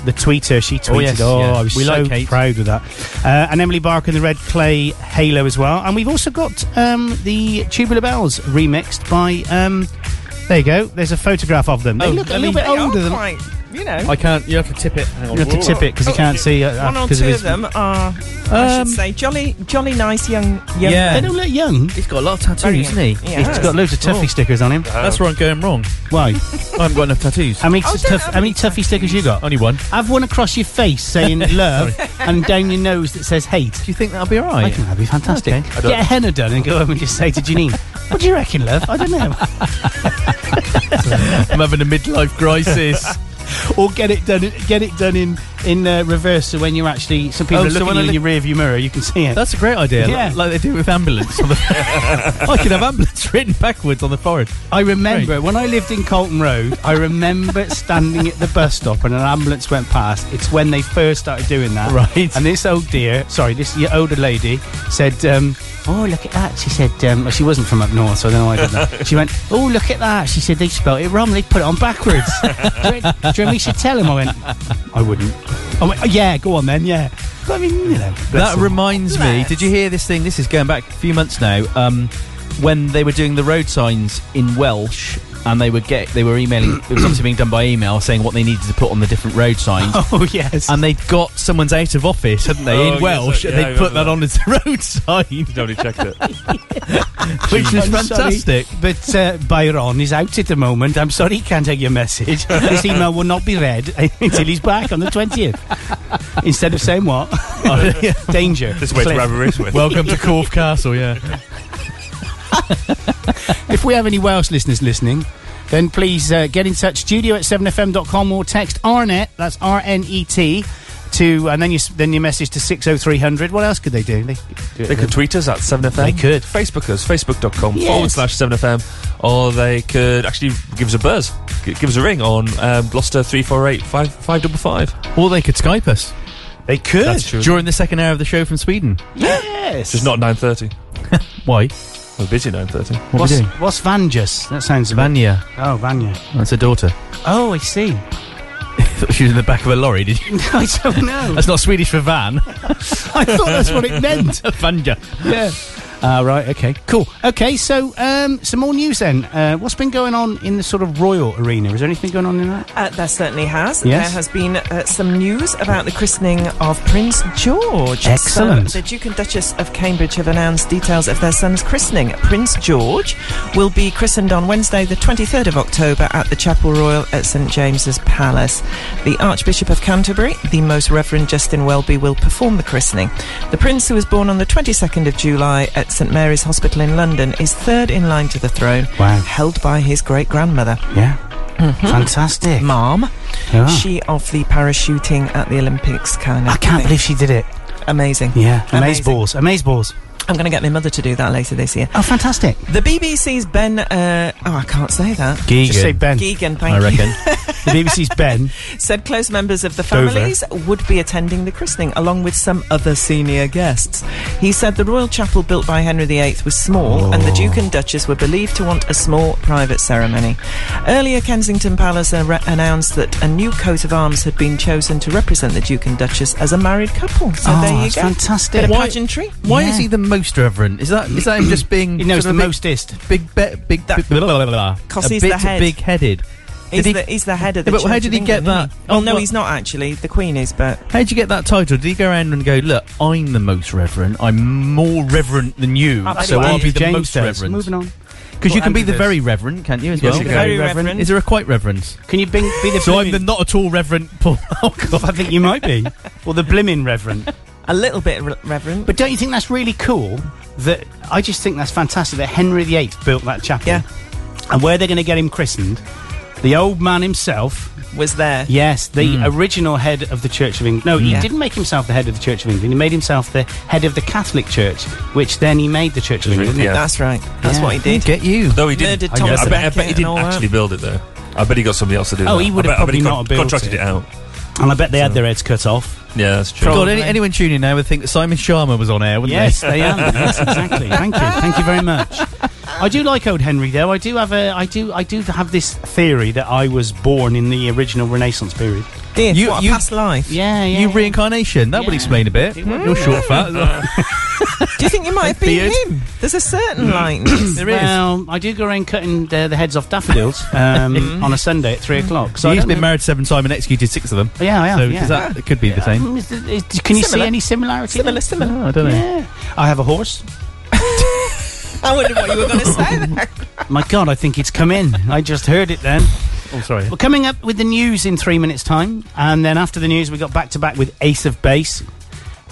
C: The tweeter she tweeted.
F: Oh, yes, yeah.
C: I was
F: We
C: so
F: like Kate.
C: proud of that. Uh, and Emily Barker and the Red Clay Halo as well. And we've also got um, the Tubular Bells remixed by. Um, there you go. There's a photograph of them. They
F: Oh,
C: look a
F: I
C: little
F: mean-
C: bit
E: They are
C: older than Oh,
E: quite, you know.
F: I can't. You have to tip it. Hang on.
C: You have to tip it because you can't see. Uh,
E: one or
C: because
E: two of,
C: his-
E: them are, I
F: Um,
E: should say, jolly, jolly nice young, young
F: Yeah.
C: They don't look young.
F: He's got a lot of
E: Very
F: tattoos,
E: young.
F: isn't he?
E: Yeah.
C: He's got loads of Tuffy
F: Oh.
C: stickers on him.
F: That's where I'm going wrong.
C: Why?
F: I haven't got enough tattoos.
C: How many,
E: Oh, don't
C: tuff,
E: have
C: how many
E: any
C: Tuffy stickers you got?
F: Only one. Do
C: I've one across your face
F: <laughs>
C: saying love and down your nose that says hate.
F: you think that'll be alright?
C: I think that'd be fantastic.
F: Okay.
C: Get a henna done and go home and just say to Janine, what do you reckon, love? I don't know.
F: <laughs> I'm having a midlife crisis.
C: <laughs> or get it done Get it done in, in uh, reverse so when you're actually, so people
F: Oh,
C: are
F: so
C: looking
F: when
C: at
F: I
C: you in your rearview mirror, you can see it.
F: That's a great idea.
C: Yeah.
F: Like, like they do with ambulance. on the- <laughs> I could have ambulance <laughs> written backwards on the forehead.
C: I remember when I lived in Colton Road, I
F: <laughs>
C: remember standing at the bus stop and an ambulance went past. It's when they first started doing that.
F: Right.
C: And this old dear, sorry, this y- older lady said, um, Oh, look at that. She said, um, well, She wasn't from up north, so I don't know why I did that. She went, Oh, look at that. She said, They spelt it wrong. They put it on
F: <laughs>
C: backwards. do, you, reckon- do you reckon we should tell them? I went, I wouldn't. I went, oh, Yeah, go on then, yeah. But I mean, you know.
F: That
C: that's-
F: reminds me. Did you hear this thing? This is going back a few months now. Um, when they were doing the road signs in Welsh, and they were get they were emailing. it was obviously being done by email, saying what they needed to put on the different road signs.
C: <laughs>
F: <laughs>
C: Oh, yes.
F: And they'd got someone's out of office, hadn't they,
D: Oh,
F: in
D: yes,
F: Welsh,
D: yeah,
F: and
D: I
F: they put
D: remember
F: that, on as a <laughs> road sign,
D: Nobody checked it.
F: <laughs> which was
C: I'm sorry,
F: fantastic.
C: but uh, Byron is out at the moment. I'm sorry he can't take your message. this email will not be read <laughs> until he's back on the 20th. Instead of saying what? <laughs> Danger.
D: This way to
C: Cliff.
D: River Ipswich.
F: Welcome to Corfe Castle, yeah.
C: If we have any Welsh listeners listening, then please uh, get in touch. Studio at 7fm.com or text RNET, that's R N E T. To, and then you s- then your message to 60300. What else could they do? They,
D: They could tweet us at 7FM.
C: They could.
D: Facebook us, facebook.com
C: Yes.
D: forward slash 7FM. Or they could actually give us a buzz, G- give us a ring on um, Gloucester 348 5555.
F: Or they could Skype us
C: they could.
D: That's true.
F: during the second hour of the show from
D: <gasps>
F: Sweden.
C: Yes.
D: Just not 9.30.
F: <laughs> Why?
D: We're busy 9.30.
F: What are we
C: what's,
F: doing?
C: what's Vanjus? That sounds
F: Vanya.
C: Oh, Vanya.
F: That's her daughter.
C: Oh, I see.
F: She was in the back of a lorry, did you?
C: <laughs> I
F: <laughs>
C: don't know. <laughs>
F: That's not Swedish for van. <laughs>
C: I thought that's what it meant.
F: Vanya.
C: Yeah. Uh, right, okay, cool. Okay, so um, some more news then. Uh, what's been going on in the sort of royal arena? Is there anything going on in that?
E: Uh, there certainly has.
C: Yes.
E: There has been uh, some news about the christening of Prince George. So
C: Excellent.
E: the Duke and Duchess of Cambridge have announced details of their son's christening. Prince George will be christened on Wednesday, the 23rd of October, at the Chapel Royal at St James's Palace. The Archbishop of Canterbury, the Most Reverend Justin Welby, will perform the christening. The Prince, who was born on the 22nd of July at St Mary's Hospital in London, is third in line to the throne,
C: Wow.
E: held by his great grandmother.
C: Yeah. Fantastic.
E: Mom,
C: Yeah.
E: Mm-hmm. she off the parachuting at the Olympics kind of.
C: Ah. I can't believe she did it.
E: amazing.
C: Yeah. Amaze
E: Amazing.
C: balls. Amaze balls.
E: I'm going to get my mother to do that later this year.
C: Oh, fantastic.
E: The BBC's Ben. Uh, oh, I can't say that.
F: Geegan,
C: Just say Ben.
E: Geegan, thank
F: I reckon.
C: The BBC's <laughs> Ben.
E: you. Said close members of the
C: Dover.
E: families would be attending the christening along with some other senior guests. He said the royal chapel built by Henry VIII was small and
F: Oh.
E: the Duke and Duchess were believed to want a small private ceremony. Earlier, Kensington Palace uh, re- announced that a new coat of arms had been chosen to represent the Duke and Duchess as a married couple. So
C: oh,
E: there you
C: that's
E: go.
C: fantastic.
E: Bit of
F: Why-
E: pageantry.
F: Why
C: Yeah.
F: is he the most reverend? Is that is that him just
C: <clears throat>
F: being
C: He knows
F: sort
C: the
F: of a
C: mostest.
F: big, big, be- big,
E: That-
F: big- blah, blah, blah, blah, blah.
E: 'Cause
F: a
E: he's
F: bit
E: the head.
F: big-headed?
E: He's,
F: Did he-
E: the, he's the head of the
F: Yeah, but
E: Church
F: how did
E: of
F: he get
E: England, isn't
F: that-
E: he? Oh, no,
F: what-
E: he's not actually. The Queen is, but
F: How did you get that title? Did he go around and go, look, I'm the most reverend. I'm more reverend than you, so
E: Absolutely.
F: I'll be the
C: Oh, James
F: most
C: says.
F: reverend.
C: Moving on.
F: Because you
E: Well,
F: can be
E: Andy
F: the
E: does.
F: very reverend, can't you, as well?
C: you
E: the
C: can.
E: very
C: Very
E: reverend.
F: Is there a quite reverend?
C: Can you bing, be the <laughs>
F: So I'm the
C: blimmin-
F: not at all reverend Paul. Oh, God.
C: I think you might be. Or the blimmin' reverend.
E: a little bit re- reverend.
C: But don't you think that's really cool? That I just think that's fantastic that Henry VIII built that chapel.
E: Yeah.
C: And where they're going to get him christened, the old man himself.
E: was there.
C: Yes, the original head of the Church of England. No, he
E: Yeah.
C: didn't make himself the head of the Church of England. He made himself the head of the Catholic Church, which then he made the Church of England.
D: Yeah.
E: That's right. That's
C: Yeah.
E: what he did.
F: Get you.
D: Though he didn't.
E: Murdered
D: I, bet-
E: Thomas
D: I bet, I
E: Becket
D: bet he
E: and all
D: didn't
E: that.
D: actually build it though. I bet he got somebody else to do
C: Oh,
D: that.
C: he would have
D: I bet, I bet he
C: probably
D: con-
C: not built
D: contracted
C: it.
D: it. out.
C: And I bet they had their heads cut off.
D: Yeah, that's true.
F: God, any, anyone tuning now would think that Simon Sharma was on air, wouldn't
C: Yes, they are. <laughs> yes, exactly. Thank you. Thank you very much. I do like old Henry though. I do have a I do I do have this theory that I was born in the original Renaissance period.
E: Dear,
F: You-
E: what a
F: you-
E: past life.
C: Yeah,
F: they?
C: yeah.
F: You reincarnation. That would
C: Yeah.
F: explain a bit.
C: It would,
F: You're
C: yeah.
F: short fat.
E: Do you think you might have been
F: Beard.
E: him? There's a certain
C: <coughs>
E: likeness.
F: there is.
C: well, I do go around cutting the, the heads off
F: <laughs>
C: daffodils um, on a Sunday at three o'clock. <laughs> So
F: so
C: I
F: he's
C: don't
F: been
C: know-
F: married seven times and executed six of them.
C: Yeah, I have.
F: so
C: yeah.
F: does that it could be the same?
C: Mm, is th- is- can you see
E: Similar.
C: any similarity?
E: similar,
C: there?
E: similar.
F: Oh, I don't know.
C: Yeah. I have a horse.
E: I wondered what you were going to say there.
C: My God, I think it's come
F: <laughs>
C: in. I just heard it then.
F: Oh, sorry.
C: We're coming up with the news in three minutes' time, and then after the news, we got back to back with Ace of Base.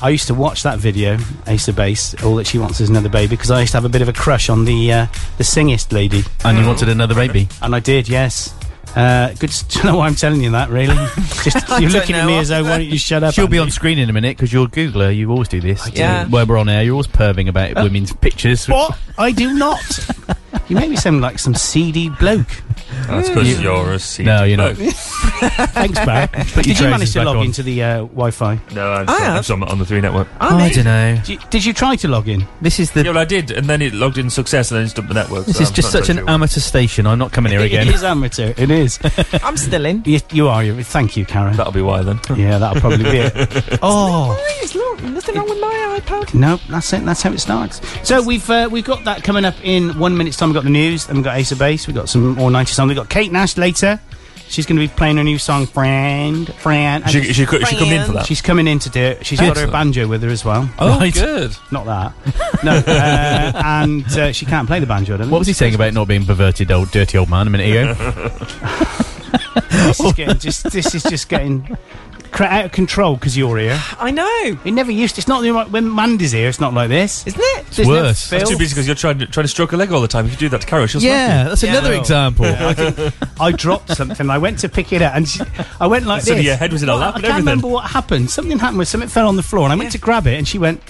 C: I used to watch that video, Ace of Base. All that she wants is another baby, because I used to have a bit of a crush on the uh, the singist lady,
F: And you wanted another baby.
C: and I did, yes. Uh, good. <laughs> s- do you know why I'm telling you that? <laughs> Really, just you're
E: don't
C: looking at
E: know.
C: me as though why don't you shut up?
F: She'll be
C: Andy?
F: on screen in a minute because you're a Googler. You always do this.
E: do. Yeah.
F: Where we're on air, you're always perving about women's pictures.
C: Uh. What? I do not. <laughs> you make me sound like some seedy bloke.
D: That's because you're a seed.
F: No, you're not.
C: Thanks, <laughs> Barry. did you
F: trousers
C: manage to
F: back
C: log
F: on.
C: into the uh, Wi-Fi?
D: No, I'm,
E: I
D: just,
E: have.
D: I'm just on, on the three network.
E: I'm
F: I
E: in.
F: don't know.
C: Did you, did you try to log in?
F: This is
D: Yeah,
F: the.
D: well, I did, and then it logged in success, and then it stopped the network.
F: This
D: so
F: is
D: I'm
F: just
D: not
F: such an
D: sure.
F: amateur station. I'm not coming here
C: it <laughs>
F: again.
C: is amateur. It <laughs> is.
E: I'm still in.
C: you, you are. you thank you, Karen.
D: That'll be why then.
C: Yeah, that'll probably be <laughs> it. Oh
E: Please, look, nothing wrong with my iPad.
C: no, that's it. That's how it starts. So we've uh, we've got that coming up in one minute's time. We've got the news. Then we've got Ace of Base. We've got some more 90s songs. We've got Kate Nash later. She's going to be playing her new song, Friend. Friend. And
D: She, she, could- she come in for that.
C: she's coming in to do it. She's got her
D: Excellent.
C: banjo with her as well.
D: oh,
F: Right.
D: good.
C: Not that.
D: <laughs>
C: No. Uh, and uh, she can't play the banjo, I don't
F: What was he saying about not being perverted, old dirty old man, a minute
C: <laughs>
F: ago?
C: This is, getting, just, this is just getting cra- out of control because you're here.
E: I know,
C: It never used It's not the right- when Mandy's here, it's not like this.
E: isn't it?
C: There's no
F: worse.
C: feel.
D: That's too busy because you're trying to, trying to stroke a leg all the time. If you do that to Carol, she'll
F: yeah, that's
E: Yeah.
F: another
E: Well,
C: <laughs>
F: example.
C: I dropped something. I went to pick it up, and she, I went like
D: smack you. So
C: this.
D: your head was in her
C: Well, I
D: lap
C: can't
D: and everything.
C: remember what happened. Something happened. where Something fell on the floor, and I went to grab it, and she went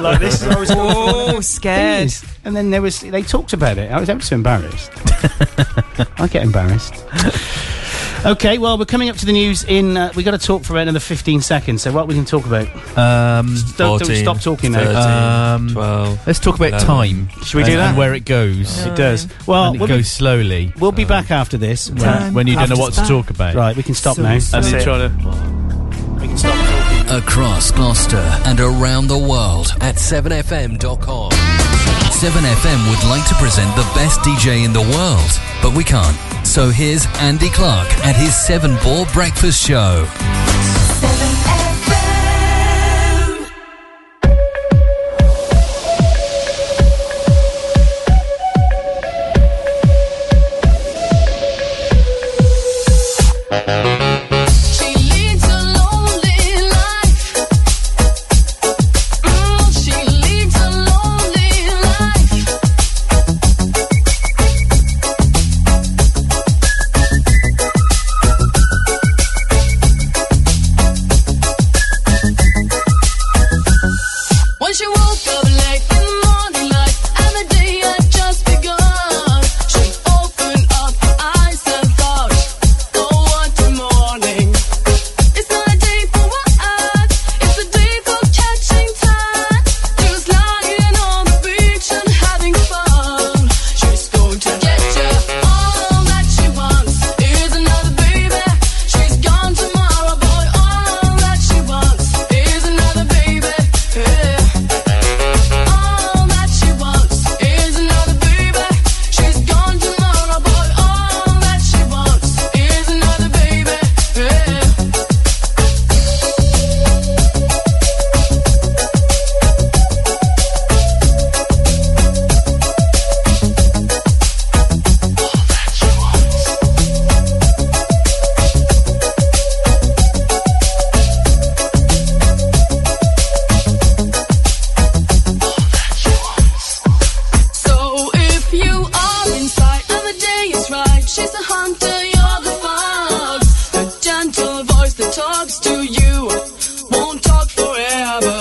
C: like this. and I was like,
E: Oh, scared.
C: "Yes." And then there was. They talked about it. I was ever so
D: <laughs>
C: embarrassed. I get embarrassed. Okay, well, we're coming up to the news in. Uh, we got to talk for about another 15 seconds, so what we can talk about.
F: Um,
C: Don't,
D: 14,
C: don't stop talking
D: 13,
C: now.
F: Um,
D: 12.
F: let's talk about
D: No.
F: time.
C: Should we
F: and,
C: do that?
F: And where it goes.
C: it does. Well,
F: and it
C: we'll,
F: goes
C: be,
F: slowly.
C: we'll be back after this.
F: When, when you don't know what to talk about.
C: Right, we can stop now.
F: And
C: That's
F: you're
C: it.
F: trying to.
C: We can stop talking.
A: Across Gloucester and around the world at 7fm.com. 7FM would like to present the best DJ in the world, but we can't. So here's Andy Clark at his 7 Ball Breakfast Show.
B: She leads a lonely life. She leads a lonely life. Once you woke up late in the morning light, and the day had just begun. She opened up her eyes and thought, Oh, what a morning! It's not a day for what? It's a day for catching tide. She was lying on the beach and having fun. She's going to get you all that she wants. Is another baby. She's gone tomorrow, boy. All that she wants is another baby. All that she wants is another baby. She's gone tomorrow, boy. All that she wants is another baby. So if you are inside and the day is right, she's the hunter, you're the fox. The gentle voice that talks to you won't talk forever.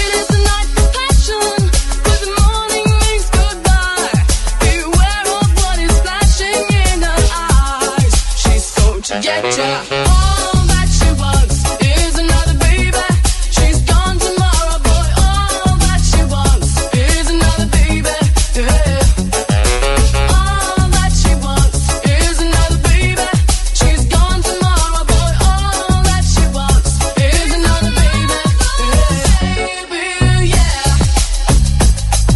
B: It is the night for passion, but the morning means goodbye. Beware of what is flashing in her eyes. She's so to get ya. All that she wants is another baby. She's gone tomorrow, boy. All that she wants is another baby. All that she wants is another baby. She's gone tomorrow, boy. All that she wants is another baby. Baby, yeah. All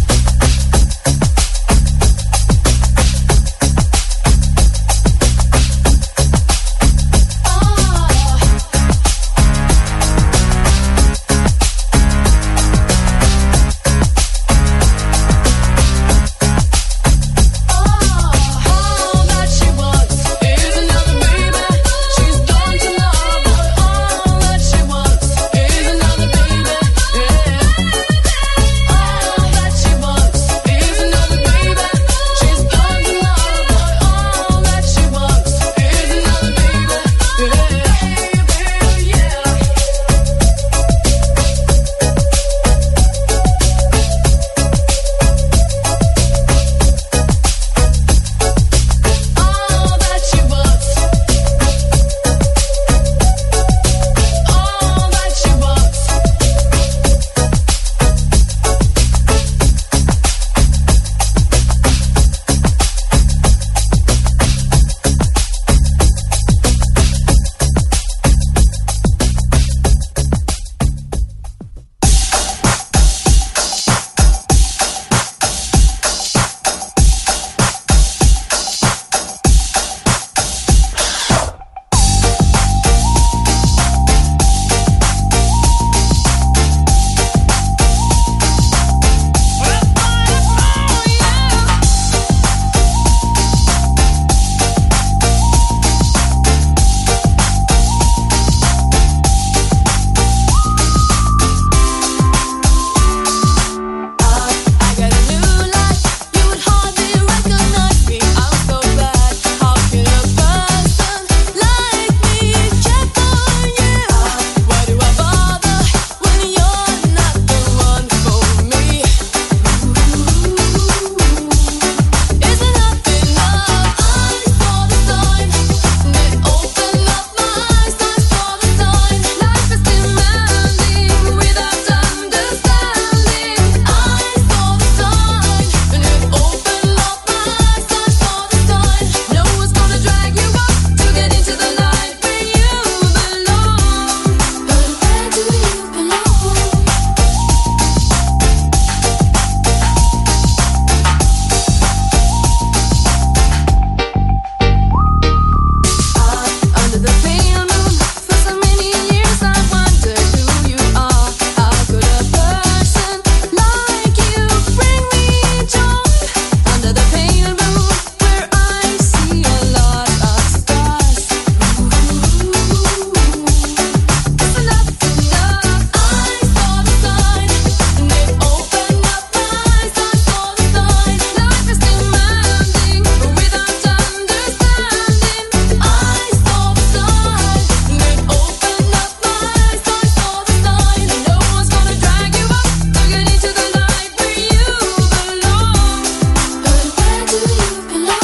B: Oh,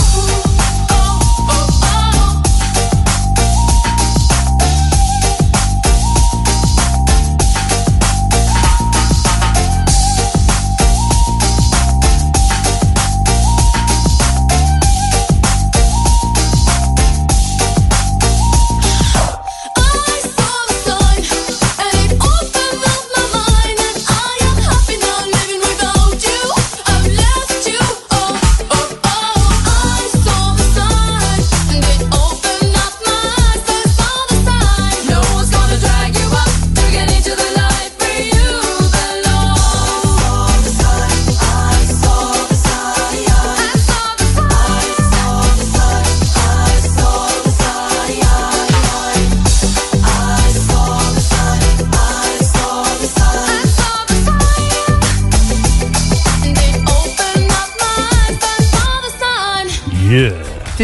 B: Oh,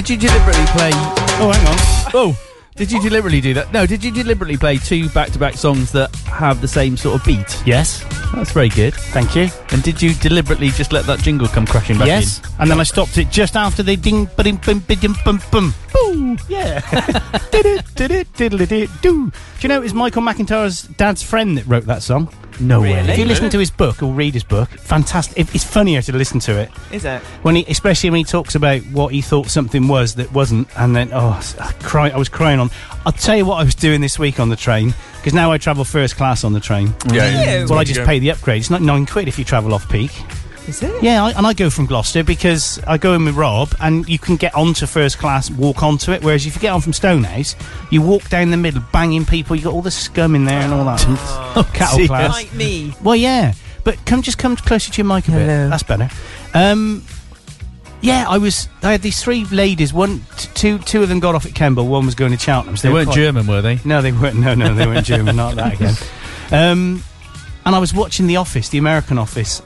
F: Did you deliberately play?
C: Oh, hang on.
F: Oh, did you deliberately do that? No, did you deliberately play two back-to-back songs that have the same sort of beat?
C: Yes.
F: That's very good.
C: Thank you.
F: And did you deliberately just let that jingle come crashing back
C: yes.
F: in?
C: And then I stopped it just after they ding bum bum bum bum bum. Boo! <laughs> Yeah. Did it, did it, diddle it, did do. Do you know it was Michael McIntyre's dad's friend that wrote that song?
F: No
C: If
F: way.
C: you listen to his book or read his book, fantastic. It- It's funnier to listen to it
E: Is it?
C: when he, especially when he talks about what he thought something was that wasn't, and then oh, s- I cry. I was crying on. I'll tell you what I was doing this week on the train because now I travel first class on the train.
D: Yeah.
C: Well, I just pay the upgrade. It's not nine quid if you travel off peak.
E: Is it?
C: Yeah, I, and I go from Gloucester because I go in with Rob, and you can get onto first class, walk onto it. Whereas if you get on from Stonehouse, you walk down the middle, banging people. You got all the scum in there and all
D: <laughs>
C: that. Cattle
F: dear.
C: class.
E: Like me.
C: Well, yeah, but come just come closer to your mic a bit.
E: Hello.
C: That's better. Um, yeah, I was. I had these three ladies. One, t- two, two of them got off at Kemble. One was going to Cheltenham. so
F: They weren't
C: quite-
F: German, were they?
C: No, they weren't. No, no, they weren't German. Not that again. Um, and I was watching The Office, the American Office,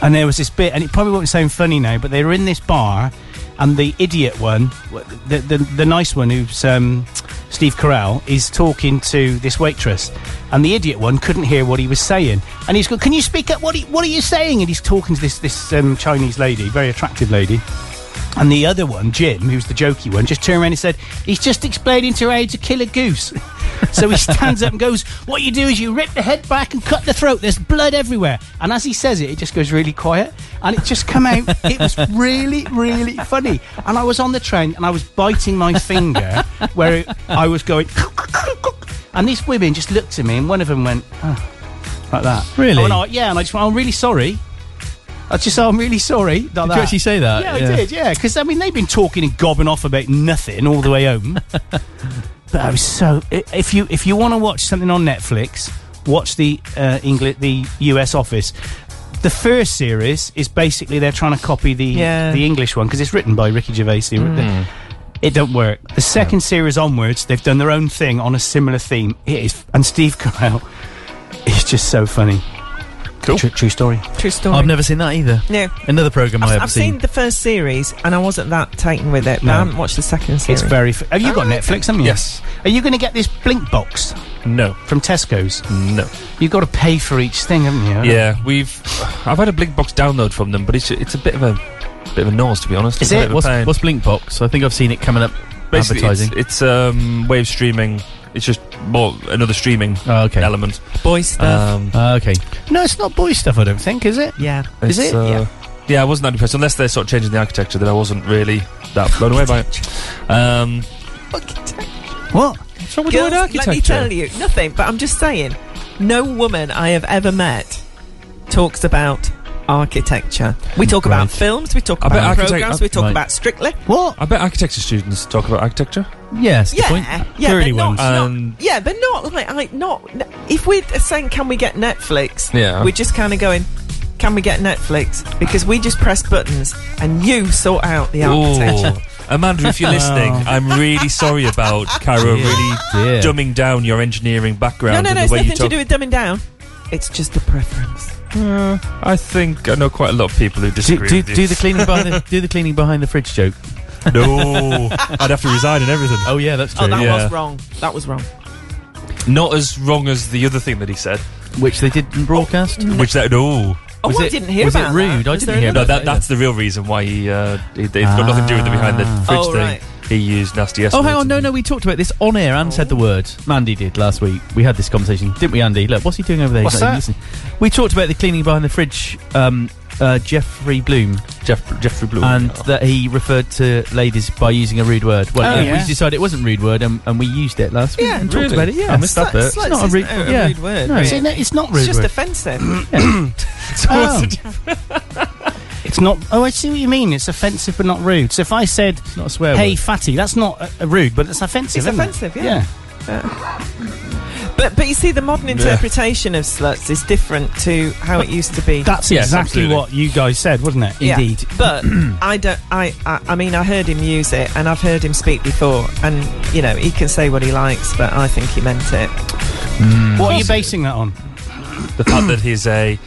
C: and there was this bit, and it probably won't sound funny now, but they were in this bar, and the idiot one, w- the the, the nice one who's um, Steve Carell, is talking to this waitress, and the idiot one couldn't hear what he was saying, and he's going, "Can you speak up? What are you, what are you saying?" And he's talking to this this um, Chinese lady, very attractive lady. And the other one, Jim, who's the jokey one, just turned around and said, He's just explaining to her how to kill a goose. <laughs> so he stands up and goes, What you do is you rip the head back and cut the throat. There's blood everywhere. And as he says it, it just goes really quiet. And it just come out. it was really, really funny. And I was on the train and I was biting my finger where it, I was going, <laughs> and these women just looked at me and one of them went, "Oh," like that.
F: Really?
C: Oh, and I- yeah, and I just went, I'm really sorry. I just said, I'm really sorry. Like
F: Did
C: that.
F: you actually say that?
C: Yeah, I did. Yeah, because I mean they've been talking and gobbing off about nothing all the way home. but I was so i- if you if you want to watch something on Netflix, watch the uh, English the US Office. The first series is basically they're trying to copy the
E: Yeah.
C: the English one because it's written by Ricky Gervais. who wrote the-
D: Hmm.
C: It don't work. The second series onwards, they've done their own thing on a similar theme. It is, and Steve Carell <laughs> is just so funny.
D: Cool.
C: True, true story.
E: True story.
F: I've never seen that either.
E: No.
F: Another program I've,
E: I've,
F: ever
E: I've seen the first series and I wasn't that taken with it, but
C: No.
E: I haven't watched the second series.
C: It's very. F- have you got Netflix? Haven't you?
D: Yes.
C: Are you going to get this Blink box?
D: No.
C: from Tesco's.
D: No.
C: You've got to pay for each thing, haven't you?
D: Yeah, we've. <sighs> I've had a Blink Box download from them, but it's it's a bit of a bit of a nose to be honest.
C: Is
D: it's
C: it?
D: A bit of
F: What's,
D: a pain.
F: what's Blinkbox? I think I've seen it coming up
D: Basically, it's,
F: advertising.
D: it's um wave streaming. It's just more another streaming
F: oh, okay.
D: element.
E: boy stuff.
D: Um,
F: Ah, okay.
C: No, it's not boy stuff, I don't think, is it?
E: yeah.
D: it's,
C: it?
D: uh,
E: Yeah.
D: yeah. I wasn't that impressed unless they're sort of changing the architecture. Then I wasn't really that blown away by it. Um,
C: What?
D: so
E: Girls, let me tell you, nothing, but I'm just saying, no woman I have ever met talks about architecture. We talk
F: Right.
E: about films, we talk
D: I bet
E: about
D: architect-
E: programs, we talk
F: right.
E: about Strictly.
C: What?
D: I bet architecture students talk about architecture.
F: Yes.
E: Yeah,
F: Good point.
E: yeah,
C: Girly
E: but not,
C: ones.
E: not-
D: And-
E: yeah, but not like I not. If we're saying, can we get Netflix?
D: Yeah.
E: we're just kind of going. Can we get Netflix? Because we just press buttons and you sort out the architecture.
D: Ooh. <laughs> Amanda, if you're
F: <laughs>
D: listening, I'm really sorry about Cairo really
F: Dear.
D: dumbing down your engineering
E: No,
D: background
E: no,
D: and
E: no,
D: the
E: it's
D: way you
E: nothing to
D: talk.
E: do with dumbing down. It's just a preference.
D: Uh, I think I know quite a lot of people who
F: Do,
D: disagree
F: do,
D: with you.
F: do the cleaning behind the do the cleaning behind the fridge joke. <laughs>
D: no, I'd have to resign and everything.
F: Oh yeah, that's true.
E: Oh, that
D: Yeah.
E: was wrong. That was wrong.
D: Not as wrong as the other thing that he said,
F: Which they didn't broadcast.
D: which that no,
E: Oh,
F: Was
E: I
F: it-
E: didn't hear
F: was it
E: about that.
F: rude? I
E: Was
F: didn't
E: there
F: hear
E: another-
D: no,
F: about
D: that Ah. that's the real reason why he uh, he- they've got nothing to do with the behind the fridge
E: Oh,
D: thing.
E: right.
D: He used nasty S.
F: Oh, hang
D: words
F: on. No,
D: and-
F: no, we talked about this on air. and said the word. Mandy did last week. We had this conversation, didn't we, Andy? Look, what's he doing over there? He's
C: What's
F: not even
C: that?
F: listening. We talked about the cleaning behind the fridge. Um, uh, Jeffrey Bloom,
D: Jeff, Jeffrey Blue.
F: and that he referred to ladies by using a rude word. Well,
C: Oh,
F: yeah,
C: yeah.
F: we decided it wasn't rude word, and, and we used it last week
E: Yeah,
F: and
D: really?
F: talked about it. Yeah,
D: I missed that
E: Sli-
D: bit.
E: slice
F: not a
E: is
F: rude- yeah. <laughs>
E: rude word.
F: No.
E: really.
C: See, no, it's not
E: It's
C: rude.
E: just
C: word.
E: offensive.
C: Oh. It's not. Oh, I see what you mean. It's offensive but not rude. So if I said,
F: It's not a swear
C: "Hey,
F: word.
C: fatty," that's not uh, uh, rude, but it's offensive.
E: It's
C: isn't it?
E: offensive, yeah. <laughs> But but you see, the modern interpretation of sluts is different to how it used to be.
C: That's
D: Yes,
C: exactly
D: absolutely.
C: what you guys said, wasn't it?
E: Yeah.
F: <clears throat>
E: But I don't. I, I I mean, I heard him use it, and I've heard him speak before, and you know, he can say what he likes, but I think he meant it.
C: What are you basing that on?
D: the fact that he's a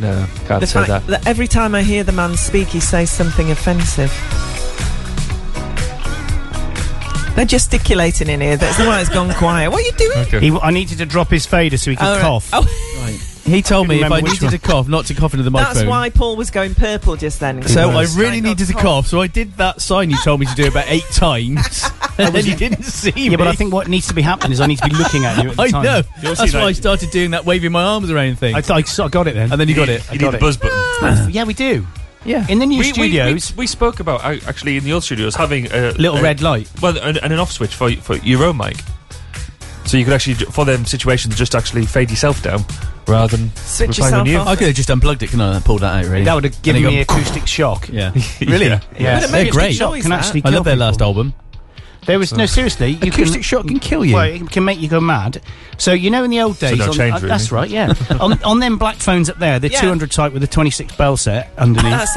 D: no, can't
E: The
D: say
E: fact
D: that.
E: that every time I hear the man speak, he says something offensive. They're gesticulating in here. That's why it's gone quiet. What are you
F: <laughs>
E: doing?
D: Okay.
C: He, I needed to drop his fader so he could
E: Oh, right.
C: cough.
E: Oh,
F: He told me if
C: Remember
F: I
C: which
F: needed
C: one.
F: to cough, not to cough into the microphone.
E: that's why Paul was going purple just then.
F: So
E: He
F: I
E: was
F: really
E: trying not
F: needed to cough. So I did that sign you told me to do about
C: <laughs>
F: eight times, and then you didn't see me.
C: Yeah, but I think what needs to be happening is I need to be looking at you <laughs> at the
F: <laughs> I
C: time.
F: know.
D: You'll see
F: That's why
D: that.
F: I started doing that, waving my arms around thing.
C: I, I sort of got it then.
F: and then you got it.
C: I
D: You
C: got
D: need the
C: it.
D: buzz button.
C: Uh, yeah, we do.
F: Yeah.
C: In the new
D: We- we-
C: studios,
D: We, we spoke about uh, actually in the old studios having a
C: little
D: a-
C: red light.
D: well, and, and an off switch for for your own mic, so you could actually ju- for them situations just actually fade yourself down rather than
E: Switch
D: relying on
E: yourself
D: you.
E: off.
F: I could have just unplugged it, couldn't I? and Pulled that out, really.
C: That would have given
F: And
C: me
F: it gone-
C: acoustic <laughs> shock.
F: <laughs> Yeah.
D: Really? Yeah.
C: Yeah.
E: But it
F: They're
E: made a
F: great.
E: shock,
C: Can
E: that.
C: actually
F: I
C: kill
F: love their
C: people.
F: last album.
C: There was no seriously. You
F: Acoustic
C: can,
F: shock can kill you.
C: Well, it can make you go mad. So you know, in the old days,
D: no
C: on,
D: change,
C: uh,
D: really.
C: that's right.
F: <laughs>
C: Yeah, on, on them black phones up there, the
E: Yeah.
C: 200 type with the 26 bell set underneath,
E: That's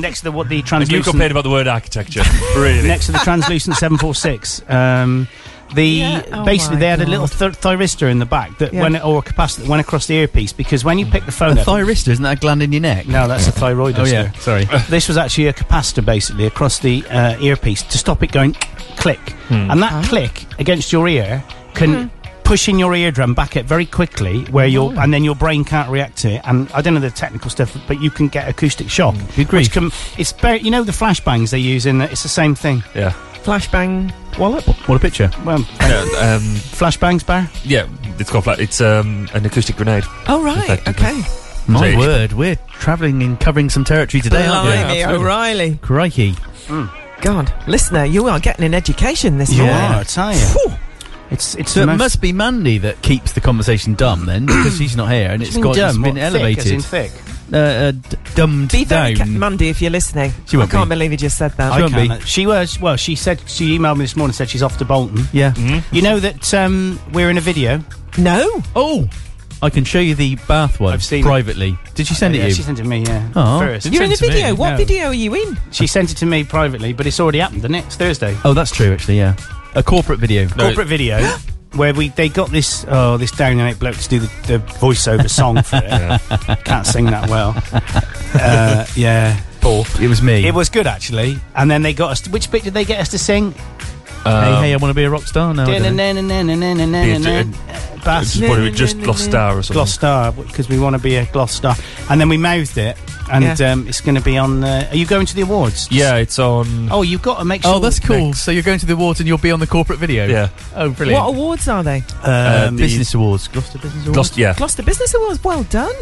C: <coughs> next to the what the
D: And you
C: translucent,
D: complained about the word architecture. <laughs> really?
C: next to the
F: <laughs>
C: translucent 746. Um, the
E: Yeah, oh
C: basically
E: my
C: they had a
E: God.
C: little th- thyristor in the back that
E: Yeah.
C: went or a capacitor that went across the earpiece because when you pick the
F: A
C: phone up,
F: thyristor, isn't that a gland in your neck?
C: no, that's a thyroid.
F: Oh yeah. Sorry.
C: this was actually a capacitor basically across the uh, earpiece to stop it going click
F: Hmm.
C: and that click against your ear can push in your eardrum back it very quickly where your and then your brain can't react to it and i don't know the technical stuff but you can get acoustic shock
F: Hmm. Good
C: which
F: grief.
C: can it's very you know the flashbangs they use in the, it's the same thing
D: Yeah.
E: Flashbang wallop.
F: What a picture.
C: well
D: No, um,
C: flashbangs bar
D: yeah. It's called flat. It's um, an acoustic grenade.
E: Oh right. Okay.
F: <laughs> My
D: Indeed.
F: word, we're travelling and covering some territory today, aren't we?
E: Blimey, O'Reilly.
F: Crikey.
E: God, listener, you are getting an education this
C: you
E: morning.
C: are Oh, i tell you
E: Phew.
C: it's it's
F: So
C: the
F: it
C: most-
F: must be Mandy that keeps the conversation dumb then, because she's not here and
C: it's
F: it's
C: been
F: got it's
C: dumb,
F: been
C: what,
F: elevated,
C: thick, as in thick.
F: uh, uh, d- dumbed
E: Be very ca-
F: down.
E: Mandy if you're listening.
F: She
E: I
F: won't
E: can't
F: be.
E: believe you just said that.
F: She
C: I
F: won't be.
C: can't. She was well. She said she emailed me this morning. and Said she's off to Bolton.
F: yeah.
C: You know that um, we're in a video.
E: no.
F: Oh, I can show you the bath one
C: I've seen it.
F: privately. Did she send
C: yeah,
F: it
C: She
F: you?
C: sent it to me, yeah.
F: Oh.
C: First.
E: You're in the
F: send it to me.
E: video. What
C: No.
E: video are you in?
C: She sent it to me privately, but it's already happened, isn't it? It's Thursday.
F: Oh, that's true actually. Yeah, a corporate video.
D: No,
C: Corporate video <gasps> where we they got this oh this down and out bloke to do the, the voiceover song for it. Can't sing that well. Uh, yeah. Poor.
F: It was me.
C: It was good actually. And then they got us which bit did they get us to sing?
F: hey,
D: Um,
F: hey, I want to be a rock star now. I don't know.
C: Dun-dun-dun-dun-dun-dun-dun-dun. Uh,
D: it's
C: Bass.
E: Ah,
D: just, what, just lost star or something.
C: Gloss Star because we want to be a Gloss Star, and then we mouthed it, and
E: Yeah.
C: um, it's going to be on. Uh, are you going to the awards?
D: Yeah, it's on.
C: Oh, you've got to make sure.
F: Oh, that's cool. So you're going to the awards and you'll be on the corporate video.
D: Yeah.
F: Oh, brilliant.
E: What awards are they?
C: Um,
D: Uh, the-
F: business awards, Gloucester Business Awards.
D: Lost, yeah.
E: Gloucester Business Awards. Well done.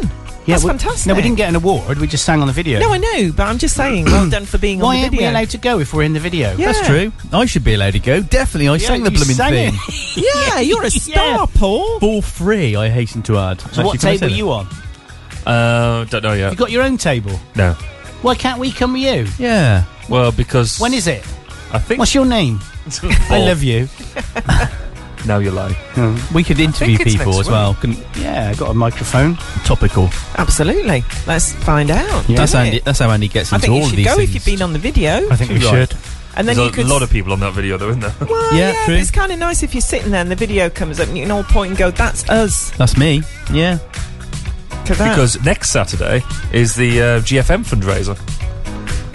C: Yeah,
E: That's
C: we-
E: fantastic.
C: No, we didn't get an award. We just sang on the video.
E: No, I know, but I'm just saying. well done for being
C: Why
E: on the
C: aren't
E: video.
C: we allowed to go if we're in the video?
E: Yeah.
F: That's true. I should be allowed to go. Definitely, I
C: Yeah,
F: sang the
C: you
F: blooming
C: sang
F: thing
C: it.
E: yeah, you're a
C: <laughs>
E: star,
C: Yeah.
E: Paul.
F: for free. I hasten to add.
C: So what table are you on?
D: Uh, don't know yet.
C: You got your own table.
D: No.
C: Why can't we come with you?
F: Yeah.
D: Well, because
C: When is it?
D: I think
C: What's your name? I love you.
D: Now you lie.
F: We could interview
E: it's
F: people
E: next
F: as well. Can,
C: Yeah, I got a microphone.
F: topical.
E: Absolutely. Let's find out.
C: Yeah.
F: That's,
E: don't
F: Andy,
E: it?
F: that's how Andy gets
E: I
F: into
E: think
F: all
E: you
F: of
E: should
F: these
E: go
F: things.
E: if you've been on the video,
C: I think we
F: Right.
C: should.
E: and then
D: There's
E: you could. Ah.
D: a lot of people on that video, though, isn't there?
E: well,
F: Yeah,
E: yeah,
F: true.
E: but it's kind of nice if you're sitting there and the video comes up and you can all point and go, "That's us."
F: That's me. Yeah.
E: To that.
D: Because next Saturday is the uh, GFM fundraiser.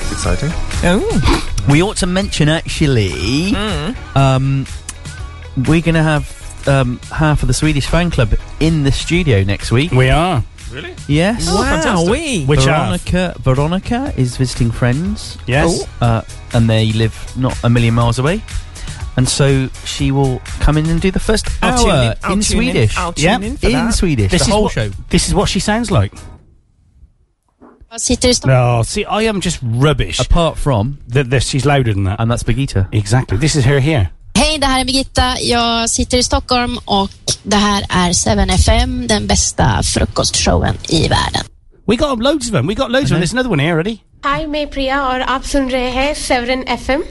D: It's exciting.
E: oh,
F: We ought to mention actually. Um, we're going to have um, half of the Swedish fan club in the studio next week.
C: We are.
D: Really?
F: Yes.
E: wow, we.
C: Which half?
F: Veronica, Veronica is visiting friends,
C: Yes.
F: uh, and they live not a million miles away, and so she will come in and do the 1st
E: I'll tune
F: hour
E: I'll
F: in
E: tune
F: Swedish.
E: In, I'll tune
C: Yeah,
E: in for
F: in
E: that.
F: Swedish,
C: This
F: the
C: is
F: whole
C: what-
F: show.
C: This is what she sounds like.
B: Jag sitter i Stockholm.
C: No, see, I am just rubbish.
F: Apart from,
C: That that she's louder than that.
F: and that's Birgitta.
C: Exactly. This is her here.
B: Hej, det här är Birgitta. Jag sitter i Stockholm och det här är 7FM, den bästa frukostshowen i världen.
C: We got loads of them. We got loads of them. There's another one here already.
L: हाय मैं प्रिया और आप सुन रहे हैं सेवरन FM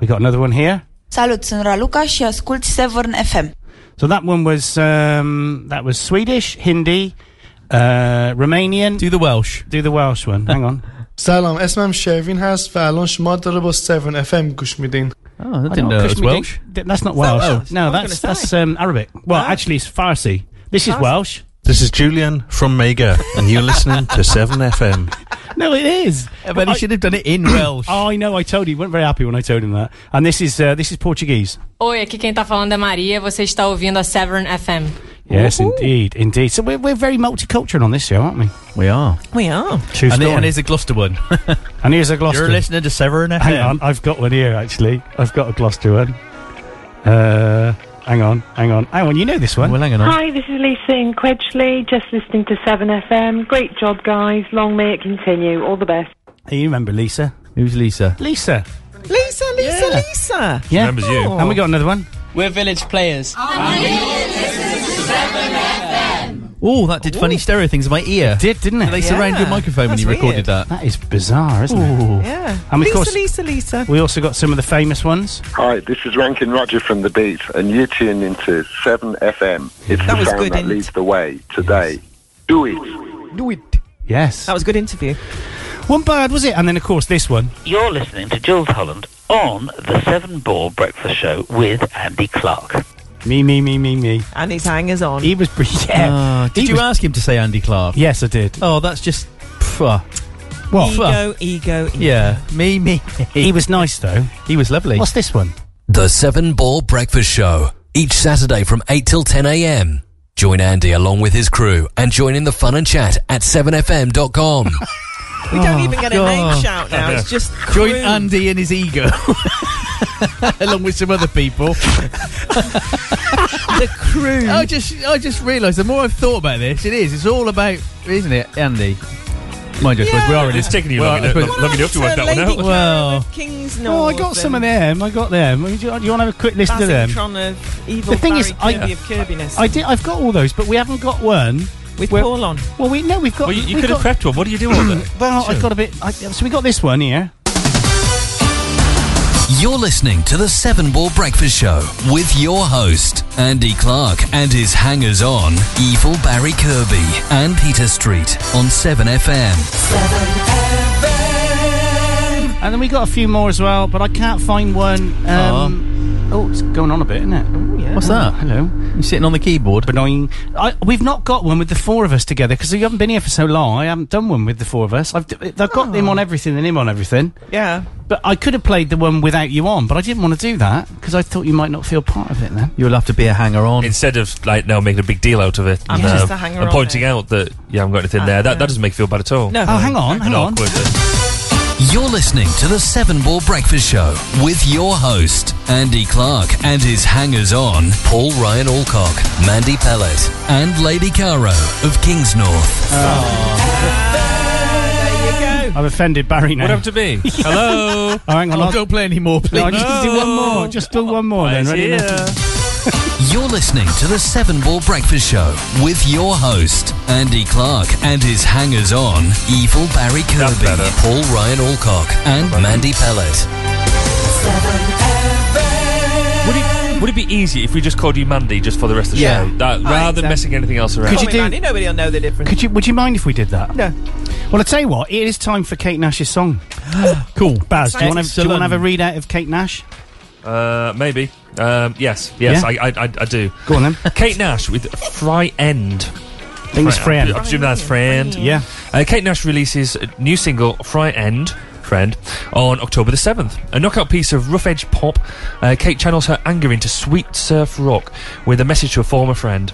C: We got another one here.
M: Salut, sunt Raluca și ascult Severn FM.
C: So that one was um, that was Swedish, Hindi, uh, Romanian.
F: Do the Welsh.
C: Do the Welsh one. Hang
F: <laughs>
C: on.
N: سلام اسمم شروین هست و الان شما داره با 7 FM گوش میدین
F: Oh, I didn't
C: Oh,
F: know it was
C: Kashmiri.
F: Welsh.
C: Th- That's not Welsh.
E: Welsh?
C: No,
E: I was
C: that's
E: gonna
C: that's um, Arabic. Well, actually, it's Farsi. This is Welsh.
N: This is Julian from Mega and you're listening to 7 FM.
C: No, it is.
F: But he should have done it in Welsh.
C: Oh, I know. I told you. He wasn't very happy when I told him that. And this is uh, this is Portuguese.
O: Oi, aqui quem tá falando é Maria, você está ouvindo a Severn FM.
C: Yes, indeed, indeed. So we're, we're very multicultural on this show, aren't we?
F: We are.
E: We are.
C: True
F: and,
C: story.
F: and here's a
C: <laughs>
F: Gloucester one.
C: And here's a Gloucester.
F: You're listening to Severn FM.
C: Hang on, I've got one here actually. I've got a Gloucester one. Uh, hang on, hang on, hang on. You know this one.
F: Well, hang on.
P: Hi, this is Lisa in Quedgeley, just listening to 7FM. Great job, guys. Long may it continue. All the best.
C: You remember Lisa?
F: Who's Lisa?
C: Lisa.
E: Lisa, Lisa, Lisa.
C: Yeah.
D: Remembers you.
C: And we got another one.
Q: We're village players.
F: Oh, that did funny stereo things in my ear.
C: Did didn't it?
F: They surround your microphone when
E: That's
F: you recorded
E: weird.
F: that.
C: That is bizarre, isn't it?
E: Yeah.
C: And of
E: Lisa,
C: course-
E: Lisa, Lisa.
C: We also got some of the famous ones.
R: Hi, this is Rankin Roger from The Beat, and you tune into 7FM. It's
E: That
R: the
E: was
R: sound
E: good,
R: that
E: isn't
R: leads the way today. Do it.
E: Do it.
C: Yes.
E: That
Q: Oh.
E: was a good interview.
C: One bad was it? And then of course this one.
Q: You're listening to Jules Holland on the Seven Ball Breakfast Show with Andy Clark.
C: Me, me, me, me, me.
E: And his hangers on.
C: He was pretty. <laughs> Yeah. Uh,
F: Ah, did
C: He
F: you
C: was-
F: ask him to say Andy Clark?
C: Yes, I did.
F: Oh, that's just. Pff,
C: What?
E: Ego, ego, ego.
F: yeah, me, me.
C: He was nice though.
F: He was lovely.
C: What's this one?
A: The Seven Ball Breakfast Show, each Saturday from 8 till 10 a.m. Join Andy along with his crew and join in the fun and chat at 7fm.com.
E: We don't even get a name
F: God.
E: shout now. It's just
F: Join
E: crew.
F: Andy and his ego, <laughs> along with some other people.
E: the crew.
C: Mm.
F: I just, I just realised. The more I've thought about this, it is. It's all about, isn't it, Andy? Mind you, I suppose we are in
D: It's taken you
F: well,
D: long,
F: I
D: enough,
F: suppose-
D: long, long enough to work that one out.
F: Well.
E: King's
C: Oh, I got some of them. I got them. Do you, do you want to have a quick listen to them?
E: of evil
C: The thing is,
E: Barry
C: I-
E: Kirby of Kirbiness.
C: I did. I've got all those, but we haven't got one.
E: with
C: we're-
E: Paul on.
C: Well, we no, we've got.
D: Well, you, you
C: we've
D: could have
C: got-
D: prepped one. What do you do on that?
C: Well, I've got a bit. I, so we got this one here.
A: You're listening to the Seven Ball Breakfast Show with your host, Andy Clark, and his hangers on, Evil Barry Kirby and Peter Street on 7FM.
C: And then we got a few more as well, but I can't find one. Um, oh. it's going on a bit, isn't it? Oh, yeah.
F: What's that?
C: Hello.
F: You're sitting on the keyboard.
C: Benoing. I, we've not got one with the four of us together because you haven't been here for so long. I haven't done one with the four of us. I've, d- I've got him
D: Oh.
C: on everything and him on everything.
E: Yeah.
C: But I could have played the one without you on, but I didn't want to do that because I thought you might not feel part of it then.
F: You'll have to be a hanger on.
D: Instead of like now making a big deal out of it
E: I'm
D: and,
E: just
D: uh,
E: a hanger
D: and
E: on
D: pointing
E: now.
D: out that you haven't got anything there, that, that doesn't make you feel bad at all.
E: No.
C: Oh, hang on, hang
D: And
C: on.
D: awkward.
A: You're listening to the Seven Ball Breakfast Show with your host, Andy Clark, and his hangers on, Paul Ryan Alcock, Mandy Pellet, and Lady Caro of Kingsnorth.
C: I've offended Barry now.
D: What happened
E: <laughs>
D: to me? Hello.
C: Oh, hang on.
F: Oh,
C: I'll,
F: don't play anymore, please.
C: no, I just do one more. Just
D: Oh,
C: do one more then.
D: It's
C: Ready?
D: here.
A: You're listening to the Seven Ball Breakfast Show with your host, Andy Clark, and his hangers on, Evil Barry
D: That's
A: Kirby,
D: better.
A: Paul Ryan Alcock, and Mandy Pellet.
D: Would it, would it be easy if we just called you Mandy just for the rest of the
F: Yeah.
D: show? That, rather than
E: exactly.
D: messing anything else around.
C: Could you
E: Tommy
C: do-
E: Mandy, nobody will know the difference.
C: Could you? Would you mind if we did that?
E: No.
C: Well, I tell you what. It is time for Kate Nash's song. cool, Baz. Do you want to? Do you want to have a readout of Kate Nash?
D: Uh, maybe. Um, yes, yes,
C: Yeah?
D: I, I, I, I do.
C: Go on then.
D: Kate Nash with Fry End.
C: I think it's Fran.
D: I presume that's Fry End.
C: Yeah.
D: Uh, Kate Nash releases a new single Fry End. Friend on October the 7th. A knockout piece of rough edge pop, uh, Kate channels her anger into sweet surf rock with a message to a former friend.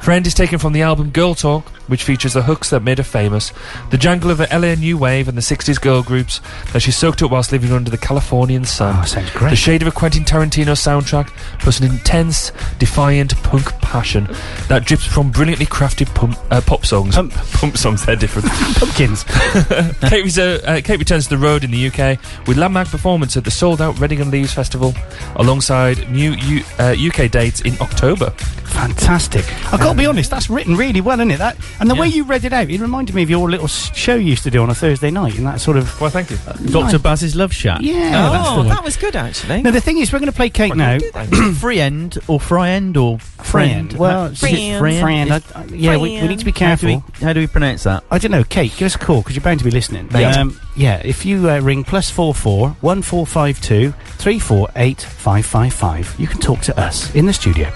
D: Friend is taken from the album Girl Talk, which features the hooks that made her famous, the jangle of the LA New Wave and the 60s girl groups that she soaked up whilst living under the Californian sun.
C: Oh, sounds great.
D: The shade of a Quentin Tarantino soundtrack, plus an intense, defiant punk passion that drips from brilliantly crafted pump, uh, pop songs.
C: Pump.
D: <laughs> pump songs, they're different.
C: Pumpkins.
D: <laughs> Kate, reser- uh, Kate returns to the road in the UK with landmark performance at the sold out Reading and Leeds Festival, alongside new U- uh, UK dates in October.
C: Fantastic. I've got to be honest. That's written really well, isn't it? That and the way you read it out, it reminded me of your little s- show you used to do on a Thursday night, and that sort of.
D: Well, thank you.
F: Dr. Baz's Love Shack.
C: Yeah. that's the
E: Oh,
C: one.
E: that was good actually.
C: Now the thing is, we're going to play Kate now.
F: <clears throat> free end or fry end or friend.
C: Well,
F: Is it friend?
C: Fran. I-
F: Is-
C: I- Yeah, we, we need to be
F: How do,
C: careful.
F: we, how do we pronounce that?
C: I don't know, Kate. Give us a call because you're bound to be listening.
F: Yeah.
C: Um, yeah. If you uh, ring plus four four one four five two three four eight five five five, you can talk to us in the studio.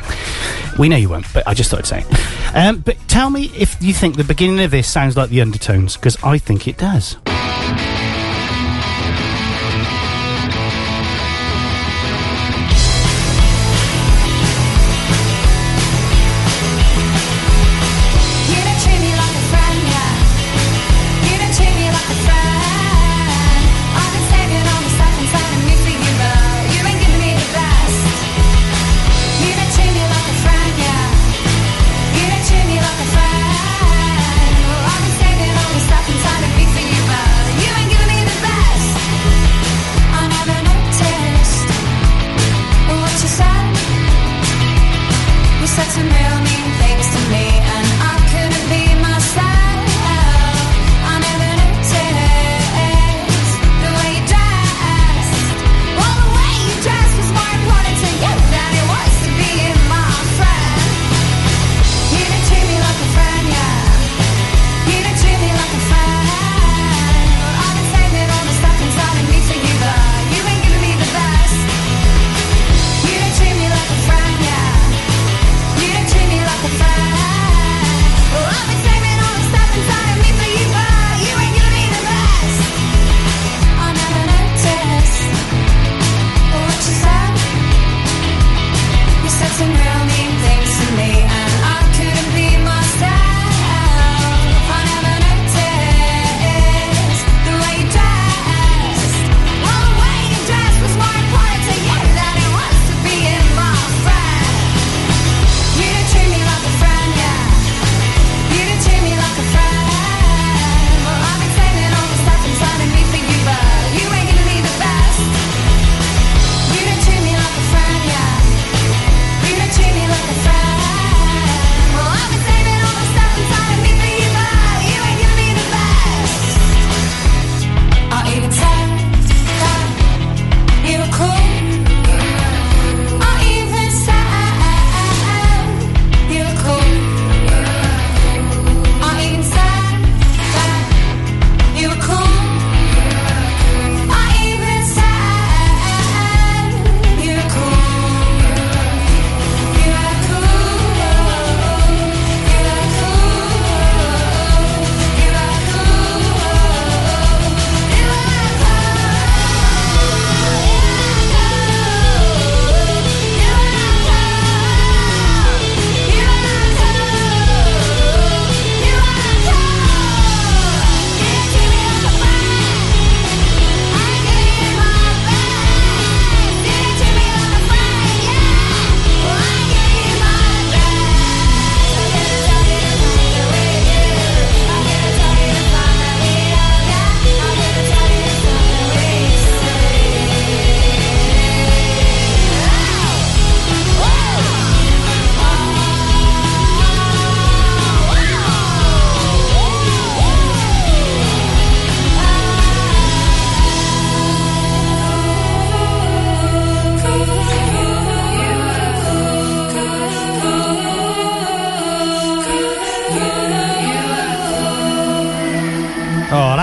C: We know you won't, but I just thought I'd say. it. Um, but tell me if you think the beginning of this sounds like the undertones because I think it does.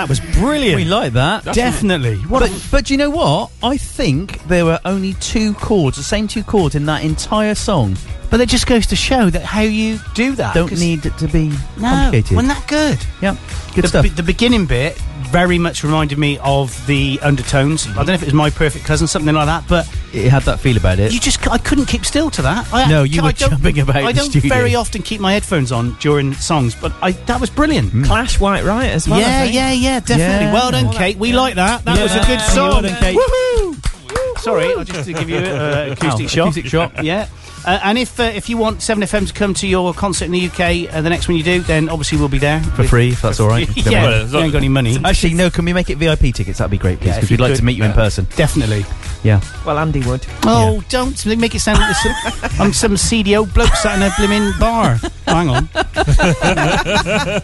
F: Oh,
C: brilliant.
F: We like that.
C: That's Definitely.
F: What but, but do you know what? I think there were only two chords, the same two chords in that entire song.
C: But it just goes to show that how you do that.
F: Don't
C: 'cause-
F: need it to be
C: No,
F: complicated.
C: wasn't that good?
F: Yeah, good
C: the,
F: stuff.
C: be- the beginning bit very much reminded me of the undertones. I don't know if it was my perfect cousin, something like that, but
F: it had that feel about it.
C: you just c- I couldn't keep still to that. I,
F: No, you
C: I
F: were
C: don't-
F: jumping about
C: I
F: the
C: don't
F: studio.
C: very often keep my headphones on during songs, but I that was brilliant.
E: Clash White Riot as well. I
C: yeah,
E: think.
C: yeah, yeah, definitely.
E: Yeah.
C: Well done,
E: Well,
C: Kate. We like that. That
E: Yeah.
C: was a good
E: Yeah.
C: song.
E: Well done, Kate.
C: Woohoo! Sorry, I just to give you an acoustic
F: Oh,
C: shot.
F: acoustic shot.
C: yeah. Uh, and if uh, if you want 7FM to come to your concert in the UK, uh, the next one you do, then obviously we'll be there.
F: <laughs> for free, if that's all <laughs> right.
C: Yeah.
F: Don't mind.
C: Well, as long- You ain't got any money.
F: Actually, no. Can we make it VIP tickets? That'd be great, please,
C: Yeah, if
F: because
C: you
F: we'd like
C: could,
F: to meet you in
C: uh,
F: person.
C: Definitely.
F: Yeah.
E: Well, Andy would.
C: Oh, don't make it sound like there's some, <laughs> I'm some seedy old bloke sat in a blimmin' bar. Hang on.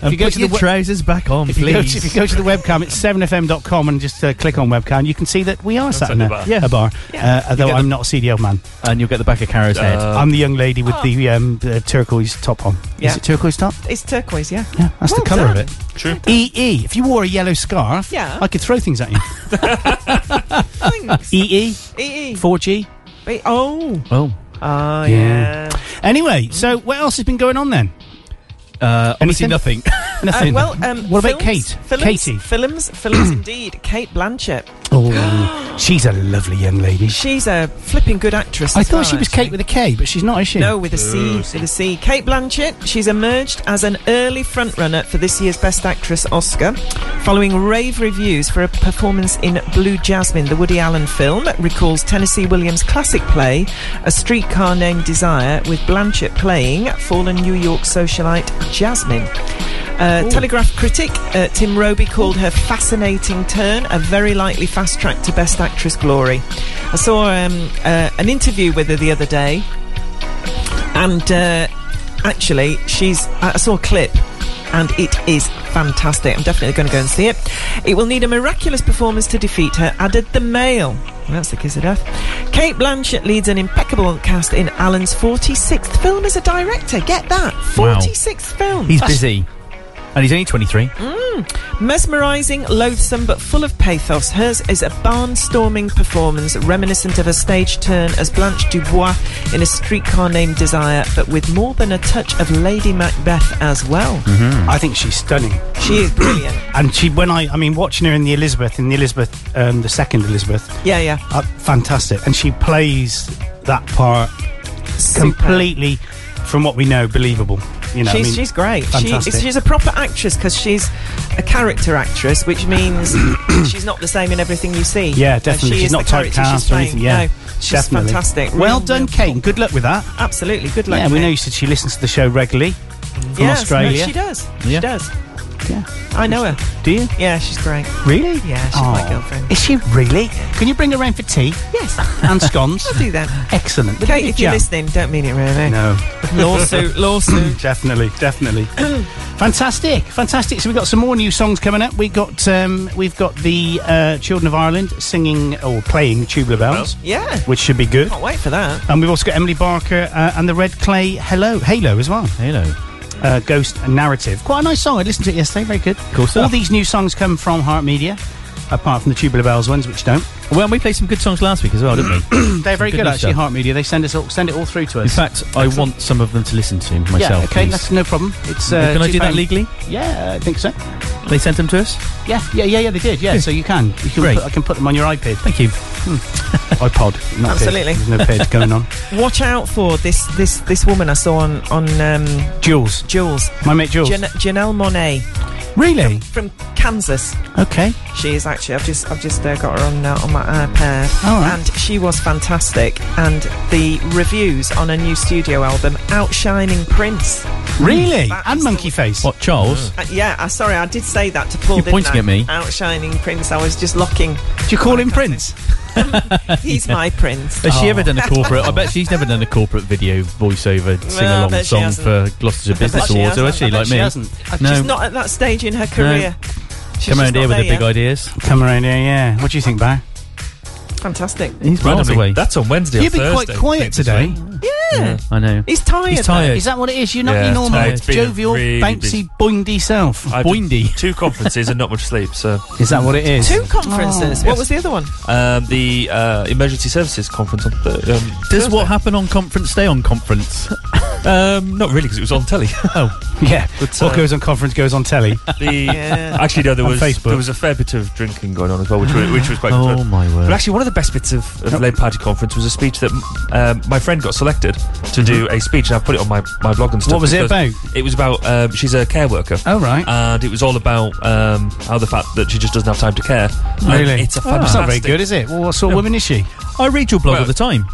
F: And
C: you go
F: put
C: to the
F: your
C: we-
F: trousers back on,
C: If you, go
F: please.
C: to, if you go to the webcam, it's 7fm.com and just uh, click on webcam. You can see that we are sat
F: at
C: in
F: the
C: a
F: bar.
C: bar, a bar uh, although
F: get
C: I'm not a CDL man.
F: and you'll get the back of Caro's head.
C: Uh, I'm the young lady with the um, uh, turquoise top on.
E: Oh. Yeah.
C: Is it turquoise top?
E: It's turquoise, yeah.
C: That's
E: Well
C: the colour of
E: done.
C: it. True. EE. If you wore a yellow scarf,
E: Yeah.
C: I could throw things at you. <laughs> E EE.
E: EE.
C: 4G.
E: Wait, E, oh.
F: Oh.
E: Oh,
C: Yeah.
E: yeah.
C: Anyway, so what else has been going on then?
F: Uh, obviously,
C: Anything?
F: nothing.
C: Nothing.
E: Uh, well, um,
C: what about
E: films-
C: Kate?
E: Films,
C: Katie.
E: Films,
C: <clears throat>
E: films indeed. Kate Blanchett.
C: Oh, she's a lovely young lady.
E: She's a flipping good actress.
C: I
E: as
C: thought
E: well,
C: she was
E: actually.
C: Kate with a K, but she's not, is she?
E: No, with a C, with a C. Kate Blanchett. She's emerged as an early frontrunner for this year's Best Actress Oscar, following rave reviews for a performance in Blue Jasmine, the Woody Allen film. that Recalls Tennessee Williams' classic play, A Streetcar Named Desire, with Blanchett playing fallen New York socialite Jasmine. Uh, Telegraph critic uh, Tim Roby called her fascinating turn a very likely fast track to Best Actress glory. I saw um, uh, an interview with her the other day, and uh, actually she's I I saw a clip and it is fantastic. I'm definitely going to go and see it. It will need a miraculous performance to defeat her, added the Mail. That's the kiss of death. Kate Blanchett leads an impeccable cast in Alan's 46th film as a director. Get that.
F: Wow.
E: 46th film.
F: he's busy, and he's only 23.
E: Mesmerising, loathsome, but full of pathos, hers is a barnstorming performance reminiscent of a stage turn as Blanche Dubois in a streetcar named Desire, but with more than a touch of Lady Macbeth as well.
C: I think she's stunning.
E: She is
C: <clears throat>
E: brilliant.
C: And she, when I, I mean, watching her in the Elizabeth, in the Elizabeth, um, the second Elizabeth,
E: Yeah, yeah.
C: uh, fantastic. And she plays that part completely, from what we know, believable. You know, I
E: she's,
C: mean,
E: she's great. She,
C: fantastic.
E: is- she's a proper actress because she's a character actress,
C: <clears throat>
E: which means she's not the same in everything you see.
C: yeah,
E: Uh,
C: definitely.
E: She
C: she's
E: is
C: not
E: the character she's
C: typecast or
E: playing.
C: anything. Yeah,
E: no, she's
C: definitely.
E: fantastic.
C: Well
E: Real,
C: done,
E: real-
C: Kate. and Good luck with that.
E: Absolutely. Good luck.
C: yeah, we
E: Kate.
C: know you said she listens to the show regularly from
E: yes,
C: Australia.
E: No, she does.
F: Yeah.
E: She does.
C: Yeah.
E: I know her.
C: Do you?
E: Yeah, she's great.
C: Really? Oh.
E: Yeah, she's my girlfriend.
C: Is she really? Can you bring her round for tea
E: Yes,
C: and scones?
E: <laughs> I'll do that.
C: Excellent.
E: Kate, if you're
C: Yeah.
E: listening, don't mean it really.
C: No.
E: <laughs> Lawsuit, lawsuit.
C: Definitely,
F: <clears throat>
C: definitely. fantastic, fantastic. So we've got some more new songs coming up. We got um, we've got the uh, Children of Ireland singing or playing Tubular Bells,
E: Yeah.
C: which should be good.
E: Can't wait for that.
C: And we've also got Emily Barker uh, and the Red Clay Hello Halo as well.
F: Hello.
C: Uh, Ghost Narrative, quite a nice song. I listened to it yesterday. Very good.
F: Cool stuff.
C: All these new songs come from Heart Media, apart from the Tubular Bells ones, which don't.
F: Well, and we played some good songs last week as well, didn't we?
C: They're very
F: Hmm, Good
C: good,
F: new
C: actually.
F: stuff.
C: Heart Media. They send us all, send it all through to us.
F: In fact, I want some of them to listen to myself.
C: yeah. Okay,
F: please.
C: that's no problem. It's uh,
F: Can I do that
C: £2.
F: legally?
C: Yeah, I think so.
F: They sent them to us.
C: Yeah, yeah, yeah, yeah. They did. Yeah, so you can. You can
F: Great.
C: put, I can put them on your iPad,
F: Thank
C: <laughs>
F: you.
C: iPod. Not
E: Absolutely.
C: Pid. There's no pid going <laughs> on.
E: Watch out for this this this woman I saw on on um,
C: Jules,
E: Jules.
C: my mate Jules.
E: Jan- Janelle Monet
C: really?
E: from Kansas.
C: Okay.
E: She is actually. I've just I've just uh, got her on uh, on my iPad,
C: All right.
E: and she was fantastic. And the reviews on her new studio album, Outshining Prince.
C: Really?
E: That
C: And
E: is
C: monkey face.
F: What, Charles?
E: Uh, yeah, uh, sorry, I did say that to Paul.
F: You're
E: didn't
F: pointing
E: I?
F: at me.
E: Outshining Prince. I was
F: <laughs>
E: just locking.
C: Do you call him Prince?
E: He's my prince.
F: Has she ever done a corporate? I bet she's never done a corporate video voiceover sing along
E: bet she
F: song
E: hasn't.
F: for Gloucestershire Business
E: she
F: Awards, or has
E: hasn't.
F: she?
E: I
F: Like me? No.
E: She's not at that stage in her career. She's
F: Come
E: just
F: around
E: not
F: here with
E: there
F: the big
E: yet.
F: ideas.
C: Come around here. Yeah. What do you think, Bar?
E: Fantastic.
F: He's
D: Right,
F: miles
D: I mean,
F: away.
D: That's on Wednesday.
C: You've
D: or
C: been quite
D: Thursday, I
C: quiet
D: think, this
C: today.
D: week.
E: Yeah.
F: I know.
E: He's tired.
F: Mm. He's tired.
C: Is that what it is? You're not
D: Yeah,
C: your normal
D: tired. It's been a
C: jovial,
D: really
C: bouncy,
D: busy-
C: boindy self.
D: I've been <laughs>
C: boindy.
D: Two conferences and not much sleep. So
C: Is that what it is?
E: Two conferences. What was the other one?
D: Um, the uh, emergency services conference on the. Um,
F: Does what happen on conference stay on conference?
D: um, not really, because it was on telly.
F: oh,
C: <laughs> yeah.
D: But,
C: what
D: uh,
C: goes on conference goes on telly.
D: The
C: uh, Yeah.
D: actually no, there
C: On
D: was
C: Facebook.
D: there was a fair bit of drinking going on as well, which was, which was quite
F: Oh,
D: good fun.
F: my word.
D: But actually, one of the best bits of, of Labour Party conference was a speech that um, my friend got selected to do a speech, and I put it on my, my blog and stuff.
C: What was it
D: because It was about um, she's a care worker.
C: <laughs> Oh right.
D: And it was all about um, how the fact that she just doesn't have time to care. And
C: Really?
D: it's a
C: Oh,
D: fantastic.
C: that's not very good, is it? Well, what sort of woman is she?
F: I read your blog all the time.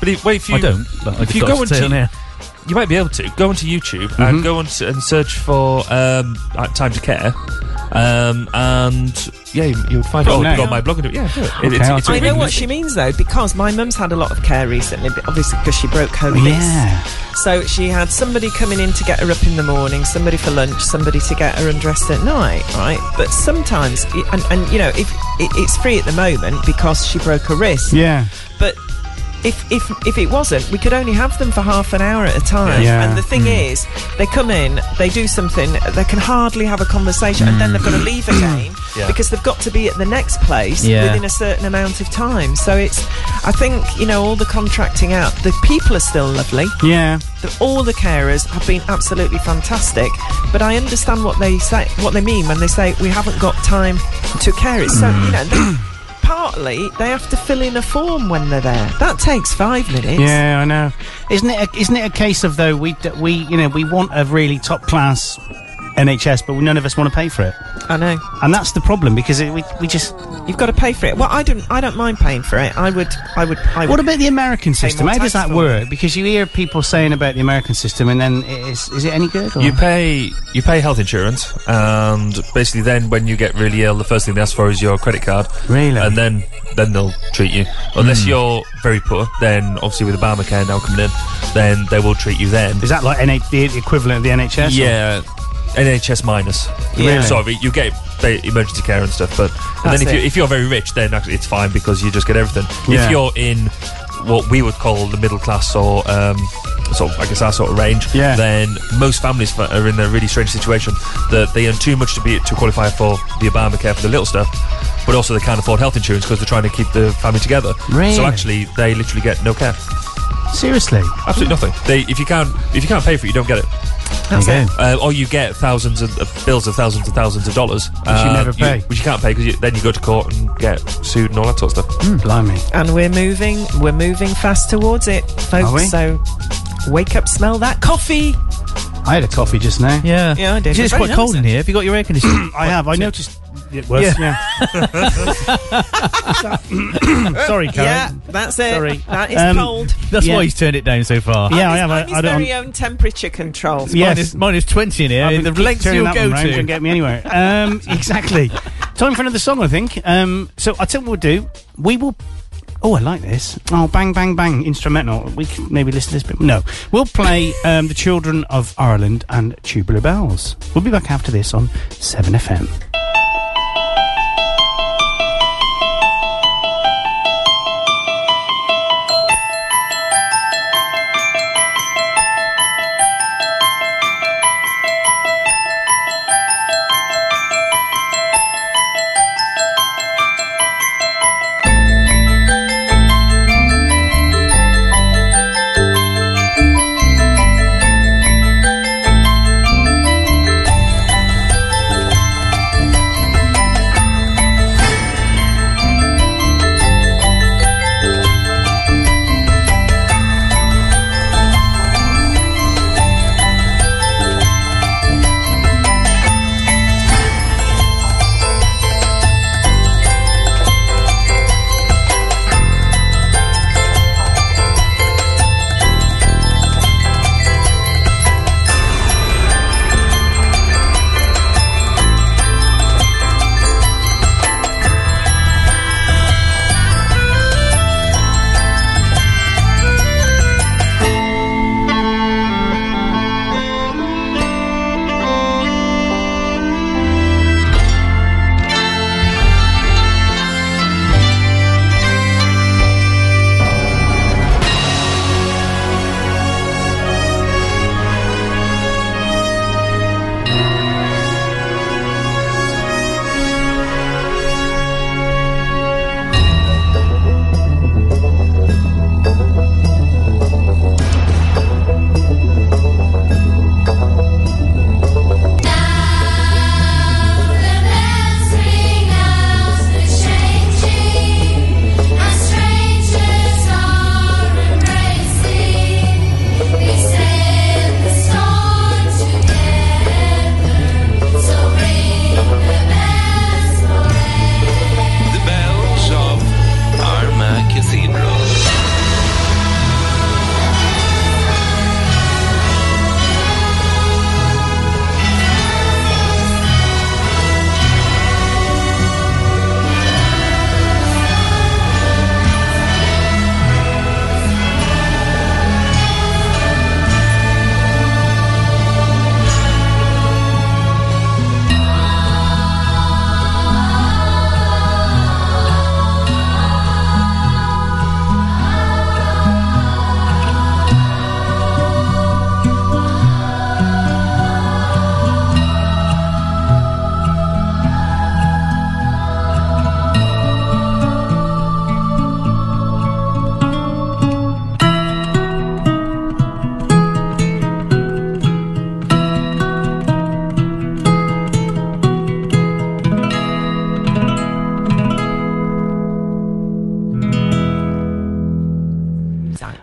D: But if, wait, if you
F: I don't, but I
D: if
F: just
D: you
F: got
D: go
F: to
D: onto,
F: say Mm-hmm. on air.
D: you might be able to go onto YouTube and go on to, and search for um, uh, time to care. Um, and yeah, you, you'll find it
C: Oh,
D: all
C: no.
D: on my blog. And, do- yeah, do it. It- it's, it's
E: I know
D: really
E: what she means though, because my mum's had a lot of care recently, but obviously because she broke her wrist.
C: Yeah.
E: So she had somebody coming in to get her up in the morning, somebody for lunch, somebody to get her undressed at night, right? But sometimes, i- and, and you know, if it, it's free at the moment because she broke her wrist.
C: Yeah.
E: But if, if, if it wasn't, we could only have them for half an hour at a time.
C: Yeah.
E: And the
B: Hmm.
E: thing is, they come in, they do something, they can hardly have a conversation, and then they've got to leave again
B: Hmm. <clears throat> Yeah.
E: because they've got to be at the next place
B: Yeah.
E: within a certain amount of time. So it's, I think, you know, all the contracting out, the people are still lovely.
C: Yeah.
E: The, all the carers have been absolutely fantastic, but I understand what they say, what they mean when they say we haven't got time to care. It's so you know.
C: <clears throat>
E: They, Partly, they have to fill in a form when they're there. That takes five minutes.
C: Yeah, I know. Isn't it? A, isn't it a case of though we d- we you know we want a really top class NHS, but none of us want to pay for it,
E: I know.
C: and that's the problem because it, we we just.
E: You've got to pay for it. Well, I don't. I don't mind paying for it. I would. I would. I would
C: What about the American system?
E: more
C: How does
E: tax
C: that
E: for it.
C: work? Because you hear people saying about the American system, and then it is is it any good? Or?
D: You pay you pay health insurance, and basically then when you get really ill, the first thing they ask for is your credit card.
C: Really?
D: And then then they'll treat you.
F: Hmm.
D: Unless you're very poor, then obviously with Obamacare now coming in, then they will treat you then.
C: is that like NH- the equivalent of the NHS? or-
D: Yeah, NHS minus.
C: Yeah. Really?
D: Sorry, you get ba- emergency care and stuff, but and
E: That's
D: then if you
E: it.
D: if you're very rich, then actually it's fine because you just get everything.
C: Yeah.
D: If you're in what we would call the middle class or um, sort of, I guess our sort of range,
C: Yeah.
D: then most families fa- are in a really strange situation that they earn too much to be to qualify for the Obamacare for the little stuff. But also, they can't afford health insurance because they're trying to keep the family together.
C: Really?
D: So actually, they literally get no care,
C: Seriously.
D: absolutely nothing. They, if you can't, if you can't pay for it, you don't get it.
E: That's
C: Okay.
E: it.
D: Uh, or you get thousands of of bills of thousands and thousands of dollars, which
C: you never pay.
D: which you can't pay because then you go to court and get sued and all that sort of stuff.
C: Oh, Blimey.
E: And we're moving. We're moving fast towards it, folks.
C: Are we?
E: So wake up, smell that coffee.
C: I had a coffee just now.
F: Yeah.
E: Yeah, I did.
F: It's just
E: It's very
F: quite cold
E: nice,
F: in here. Have you got your air conditioning?
C: <clears throat> I have. I noticed it was. Yeah. Sorry, Karen.
E: Yeah, that's it.
C: Sorry.
E: That is
C: Um,
E: cold.
F: That's
C: Yeah.
F: why he's turned it down so far.
C: Yeah, I
E: It's
C: have. I,
E: mine is
C: I don't.
E: very own temperature control.
C: Yes.
F: Minus, minus 20 in here.
C: I've
F: and the
C: been keep
F: lengths
C: turning
F: you'll
C: that
F: go
C: one round,
F: to.
C: Don't get me anywhere. Um, <laughs> exactly. Time for another song, I think. Um, so I tell you what we'll do. We will. Oh, I like this. Oh, bang, bang, bang, instrumental. We can maybe listen to this bit. No, we'll play um, the Children of Ireland and Tubular Bells. We'll be back after this on Seven FM.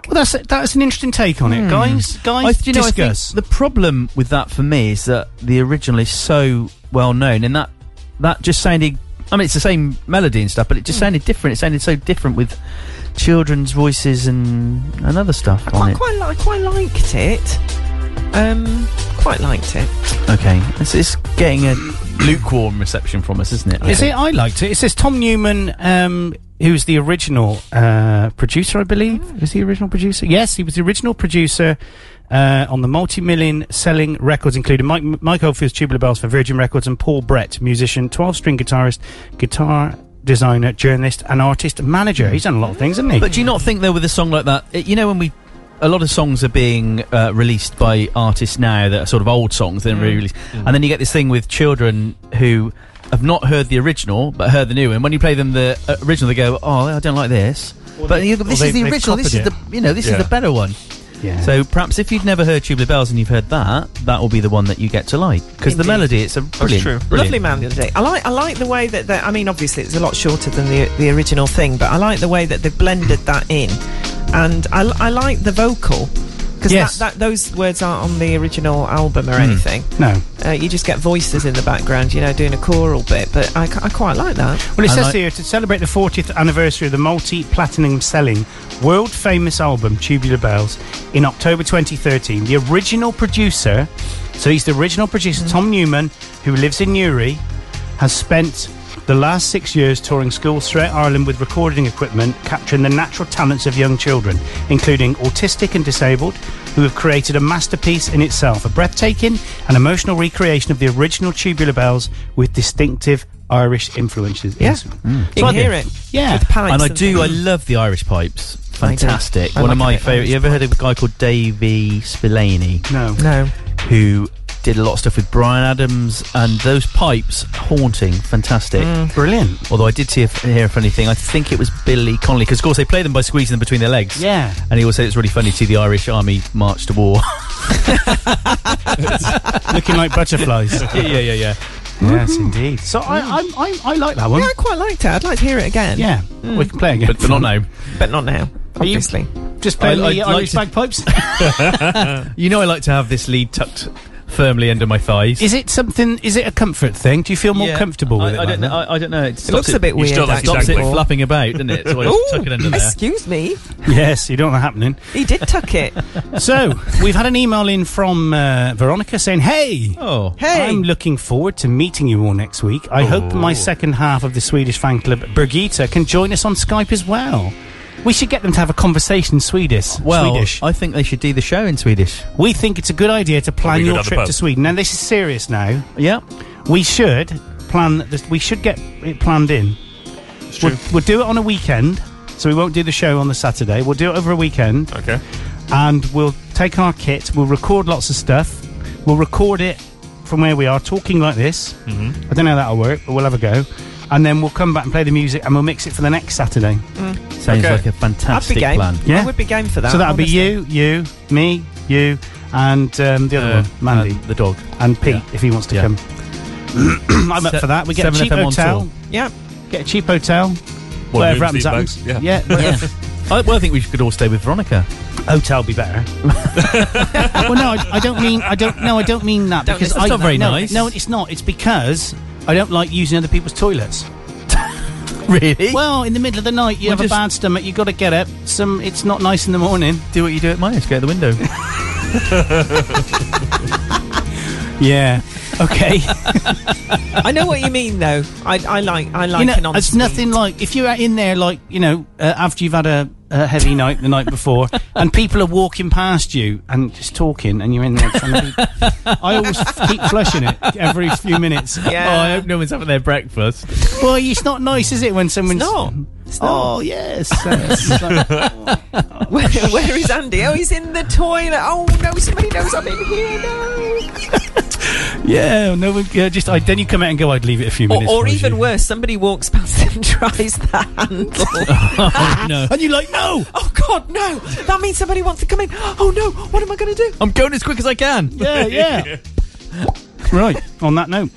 C: that's that's an interesting take on it,
F: Hmm.
C: guys. Guys,
F: I, do you know, I think
C: discuss.
F: the problem with that for me is that the original is so well known, and that that just sounded. I mean, it's the same melody and stuff, but it
C: Hmm.
F: just sounded different. It sounded so different with children's voices and and other stuff on
E: I
F: it.
E: quite, li- I quite liked it. Um, quite liked it.
F: Okay, it's, it's getting a lukewarm reception from us, isn't it?
C: Is it? I liked it. It says Tom Newman, um, who's the original uh, producer, I believe. Is he the original producer? Yes, he was the original producer uh, on the multi-million selling records, including Mike, Mike Oldfield's Tubular Bells for Virgin Records and Paul Brett, musician, 12-string guitarist, guitar designer, journalist, and artist manager. He's done a lot of things, hasn't he?
F: But do you not think though with a song like that, it- you know, when we a lot of songs are being uh, released by artists now that are sort of old songs,
E: Mm.
F: then re-released, and then you get this thing with children who have not heard the original but heard the new, and when you play them the uh, original, they go, "Oh, I don't like this." but you,
E: or
F: this
E: they-
F: is the
E: they've
F: original. This is
E: copied
F: the
E: it.
F: you know this
E: Yeah.
F: is the better one.
C: Yeah.
F: So perhaps if you've never heard Tubular Bells and you've heard that, that will be the one that you get to like because the
E: Indeed.
F: melody it's a brilliant, brilliant.
E: Lovely man the other day. I like I like the way that that I mean obviously it's a lot shorter than the the original thing, but I like the way that they've blended that in, and I, l- I like the vocal because
C: Yes.
E: that, that those words aren't on the original album or
C: Hmm.
E: anything.
C: No.
E: Uh, you just get voices in the background, you know, doing a choral bit, but I, ca- I quite like that.
C: Well, it says here to celebrate the 40th anniversary of the multi-platinum selling world famous album Tubular Bells in October 2013. The original producer, so he's the original producer, Tom Newman, who lives in Newry, has spent the last six years touring schools throughout Ireland with recording equipment, capturing the natural talents of young children, including autistic and disabled, who have created a masterpiece in itself, a breathtaking and emotional recreation of the original Tubular Bells with distinctive Irish influences.
E: Yeah.
C: So
E: You
C: I
E: can hear
C: did.
E: it.
C: Yeah.
E: With pipes
F: and I do. I
E: things.
F: love the Irish pipes.
E: I do.
F: Fantastic.
E: I
F: One
E: like
F: of my
E: a bit of
F: favourite.
E: Irish
F: You ever heard of a guy called Davey Spillane?
C: No.
E: No.
F: Who did a lot of stuff with Brian Adams and those pipes haunting, fantastic,
C: Mm. brilliant.
F: Although I did see a, hear a funny thing. I think it was Billy Connolly because, of course, they play them by squeezing them between their legs.
C: Yeah.
F: And he always said it's really funny to see the Irish army march to
E: <laughs>
F: war, <laughs>
C: looking like butterflies.
F: <laughs> yeah, yeah, yeah, yeah.
C: Yes, indeed. So I, I, I, I like that one.
E: Yeah, I quite liked it. I'd like to hear it again.
C: Yeah, we can play again. <laughs>
F: but, but not now.
E: but not now,
C: you-
E: obviously.
C: Just playing
F: I-
C: the
F: I'd like
C: Irish
F: to-
C: bagpipes.
F: You know, I like to have this lead tucked firmly under my thighs.
C: is it something? Is it a comfort thing? Do you feel more
F: Yeah.
C: comfortable
F: I,
C: with it?
F: I
C: like
F: don't
C: that?
F: know. I, I don't know. It, stops
E: looks a bit You weird, still like
F: stops
E: actually.
F: it flapping about, doesn't it? So I just tuck it under
E: Ooh,
F: there.
E: excuse me.
C: Yes, you don't know what's happening.
E: He did tuck it.
C: So we've had an email in from uh, Veronica saying, "Hey,
F: Oh,
E: Hey.
C: I'm looking forward to meeting you all next week. I hope my second half of the Swedish fan club, Birgitta, can join us on Skype as well. We should get them to have a conversation in Swedish.
F: well,
C: Swedish.
F: I think they should do the show in Swedish.
C: we think it's a good idea to plan
D: we go
C: your
D: down the
C: trip
D: pub.
C: to Sweden. Now this is serious. Now
F: Yeah.
C: we should plan. This, we should get it planned in.
D: true.
C: We'll, we'll do it on a weekend, so we won't do the show on the Saturday. We'll do it over a weekend.
D: Okay.
C: and we'll take our kit. We'll record lots of stuff. We'll record it from where we are, talking like this.
F: Mm-hmm.
C: I don't know how that'll work, but we'll have a go. And then we'll come back and play the music, and we'll mix it for the next Saturday.
F: Sounds
D: Okay.
F: like a
E: I'd be
F: fantastic
E: game.
F: plan.
C: Yeah.
E: I would be game for that.
C: so that'll be
E: honestly.
C: you, you, me, you, and um, the other
F: Uh,
C: one, Mandy,
F: and the dog.
C: and Pete,
F: yeah.
C: if he wants to
F: Yeah.
C: come. <clears throat> I'm up
F: Se-
C: for that. We get a
F: 7
C: cheap
F: FM on
C: hotel.
F: tour.
E: Yeah.
C: Get a cheap hotel.
D: What,
C: whatever
D: rooms
C: happens,
D: these
C: happens.
D: blokes?
C: yeah.
F: Yeah. I, well, I think we could all stay with Veronica.
C: <laughs> hotel be better. well, no, I, I don't mean I don't. No, I don't mean that
F: Don't-
C: because
F: that's
C: I,
F: not very
C: no,
F: nice.
C: No, it's not. It's because I don't like using other people's toilets.
F: <laughs> Really? Well,
C: Well, in the middle of the night, you
F: Well,
C: have
F: just-
C: a bad stomach. You got to get up. Some, it's not nice in the morning.
F: do what you do at mine. Just go out the window.
C: Yeah. Okay.
E: I know what you mean, though. I, I like I like
C: <laughs> you
E: an
C: know,
E: honest
C: it's nothing like if you're out in there, like you know, uh, after you've had a, a heavy night the night <laughs> before, and people are walking past you and just talking, and you're in there. Trying to be, <laughs> I always f- keep flushing it every few minutes.
E: Yeah.
F: <laughs> Oh, I hope no one's having their <laughs> breakfast.
C: Well, it's not nice, is it, when someone's
E: not.
C: Oh yes. It's like-
E: <laughs> Where, where is Andy? Oh, he's in the toilet. Oh no, somebody knows I'm in here. No.
C: Yeah, no, we- yeah, just I, then you come out and go. I'd leave it a few
E: Or,
C: minutes,
E: or
C: for
E: even
C: you.
E: worse, somebody walks past <laughs> and tries the handle.
F: Oh, <laughs> no.
C: And you're like, no,
E: oh God, no! That means somebody wants to come in. Oh no! What am I going to do?
F: <laughs> I'm going as quick as I can.
C: yeah, yeah. right. On that note,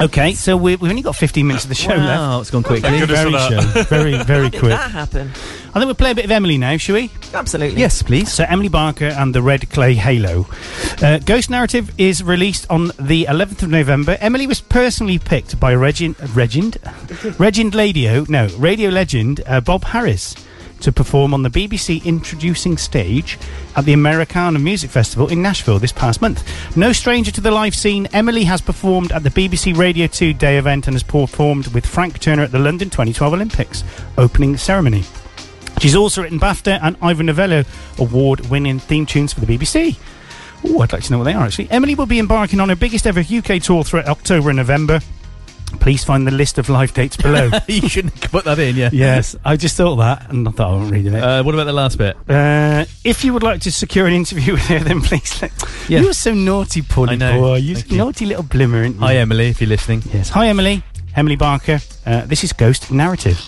C: Okay, so we, we've only got 15 minutes of the show left.
F: Wow, Ah, it's gone quickly. Thank
C: very
F: goodness for that.
C: show. very, very
E: Did
C: quick.
E: that happen?
C: I think we'll play a bit of Emily now, shall we?
E: Absolutely.
C: Yes, please. So, Emily Barker and the Red Clay Halo. Uh, Ghost Narrative is released on the 11th of November. Emily was personally picked by Regin, <laughs> Regend, Regend Radio, no, radio legend uh, Bob Harris to perform on the BBC introducing stage at the Americana Music Festival in Nashville this past month. No stranger to the live scene, Emily has performed at the BBC Radio 2 Day event and has performed with Frank Turner at the London 2012 Olympics opening ceremony. She's also written BAFTA and Ivor Novello award winning theme tunes for the BBC. Ooh, I'd like to know what they are actually. Emily will be embarking on her biggest ever UK tour throughout October and November. Please find the list of live dates
F: <laughs>
C: below.
F: <laughs> you shouldn't put that in, yeah.
C: yes, I just thought that and I thought I wasn't reading it.
F: Uh, what about the last bit?
C: Uh, if you would like to secure an interview <laughs> with her, then please let.
F: Yeah.
C: You're so naughty, Polly
F: I know.
C: boy. You
F: Thank you.
C: naughty little blimmer, aren't you?
F: Hi, Emily, if you're listening.
C: Yes. Hi, Emily. Emily Barker. Uh, this is Ghost Narrative.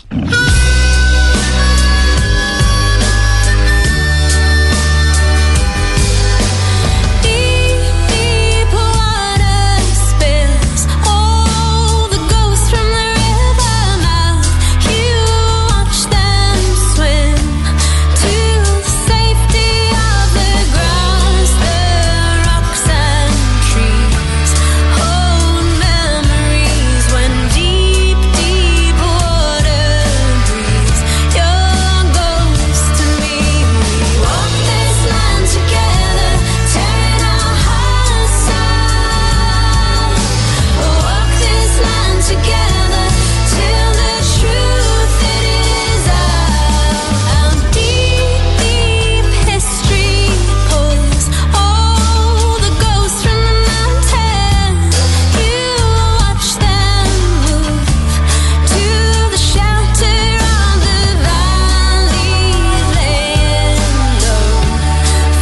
B: Deep water spills all the ghosts from the river mouth. You watch them swim to safety of the grounds, the rocks and trees. Old memories when deep, deep water breathes. Your ghost to me. We walk this land together, tearing our hearts out. Walk this land together till the truth it is out. Our deep, deep history holds all the ghosts from the mountain. You watch them move to the shelter of the valley Oh. laying low.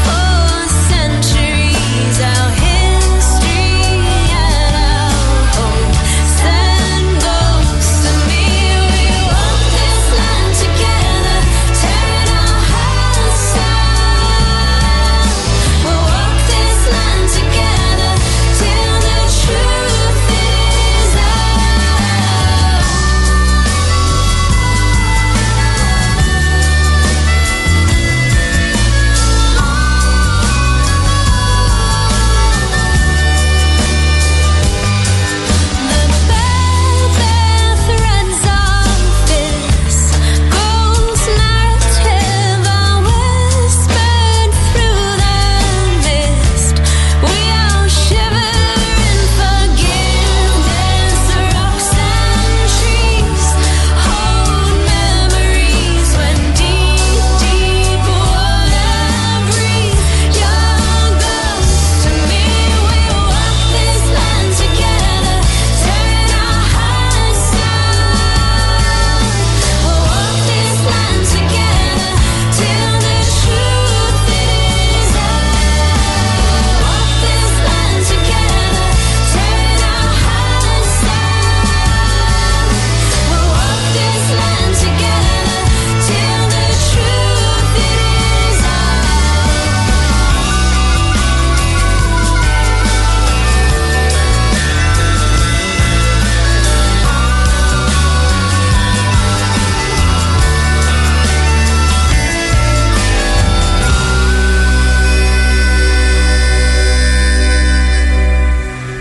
B: For centuries, our history and our hope send ghosts to me. We walk this land together, tearing our hearts out. We walk this land together till the truth is out.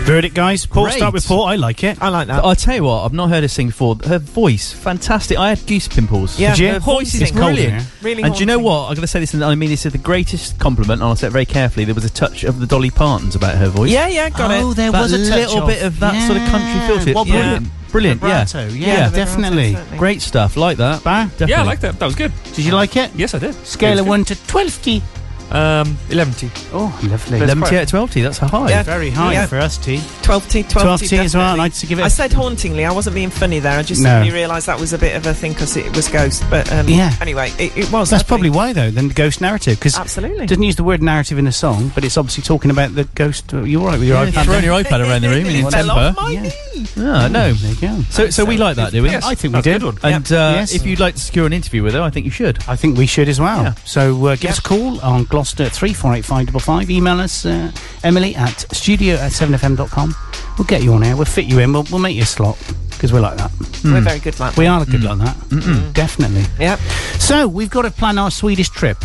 C: Verdict, guys. Paul,
F: Great.
C: start with Paul. I like it.
E: I like that.
F: I'll tell you what, I've not heard her sing before. Her voice, fantastic. I had goose pimples.
E: Yeah,
C: Did you?
E: her
F: voice is
E: haunting.
C: cold in
F: brilliant.
C: here.
E: Really
F: and do you know
E: haunting.
F: what? I'm going to say this, and I mean this is the greatest compliment, and I'll say it very carefully. There was a touch of the Dolly Partons about her voice.
E: Yeah, yeah, got it.
C: oh, there
F: that
C: was a touch
F: little bit of that sort of country feel to it.
C: Well,
F: Yeah.
C: brilliant.
F: Brilliant, yeah.
C: Vibrato,
F: Yeah.
C: yeah,
E: Yeah,
C: definitely.
E: certainly.
F: Great stuff. Like that.
C: Bah,
F: Definitely.
D: <laughs> Yeah, I like that. That was good.
C: did you like it?
D: Yes, I did.
C: Scale
D: It
C: of
D: was
C: 1 to 12 key.
D: good. Um, 11 T.
C: Oh, lovely.
F: 11
D: quite-
F: T out of 12 T. That's a high.
E: Yeah.
C: Very high
E: Yeah.
C: for us, T.
E: 12 T, 12,
C: 12
E: T,
C: T as well.
E: definitely.
C: I'd give it.
E: I said hauntingly. I wasn't being funny there. I just
C: No.
E: suddenly realised that was a bit of a thing because it was ghost. But um,
C: Yeah.
E: anyway, it, it was.
C: That's probably
E: lovely. <laughs>
C: why, though, than the ghost narrative, because
E: Absolutely.
C: doesn't use the word narrative in the song, but it's obviously talking about the ghost. You're right with your
F: You're
C: iPad.
F: throwing your iPad around the room in
E: It
F: your
E: fell
F: temper.
E: off my
C: Yeah.
E: knee.
F: Ah, no.
C: There you go.
F: So, so we like that, do we?
C: Yes, I think we
F: That's
C: did.
F: good one. And uh,
C: Yes.
F: if you'd like to secure an interview with her, I think you should.
C: I think we should as well. So uh, give us a call on Gloucester three four eight five double five. Email us uh, Emily at studio at seven fm.com. We'll get you on air. We'll fit you in. We'll, we'll make you a slot because we're like that.
E: We're very good like
C: We
E: that.
C: are good like that. Mm-mm. Definitely.
E: Yep.
C: So we've got to plan our Swedish trip.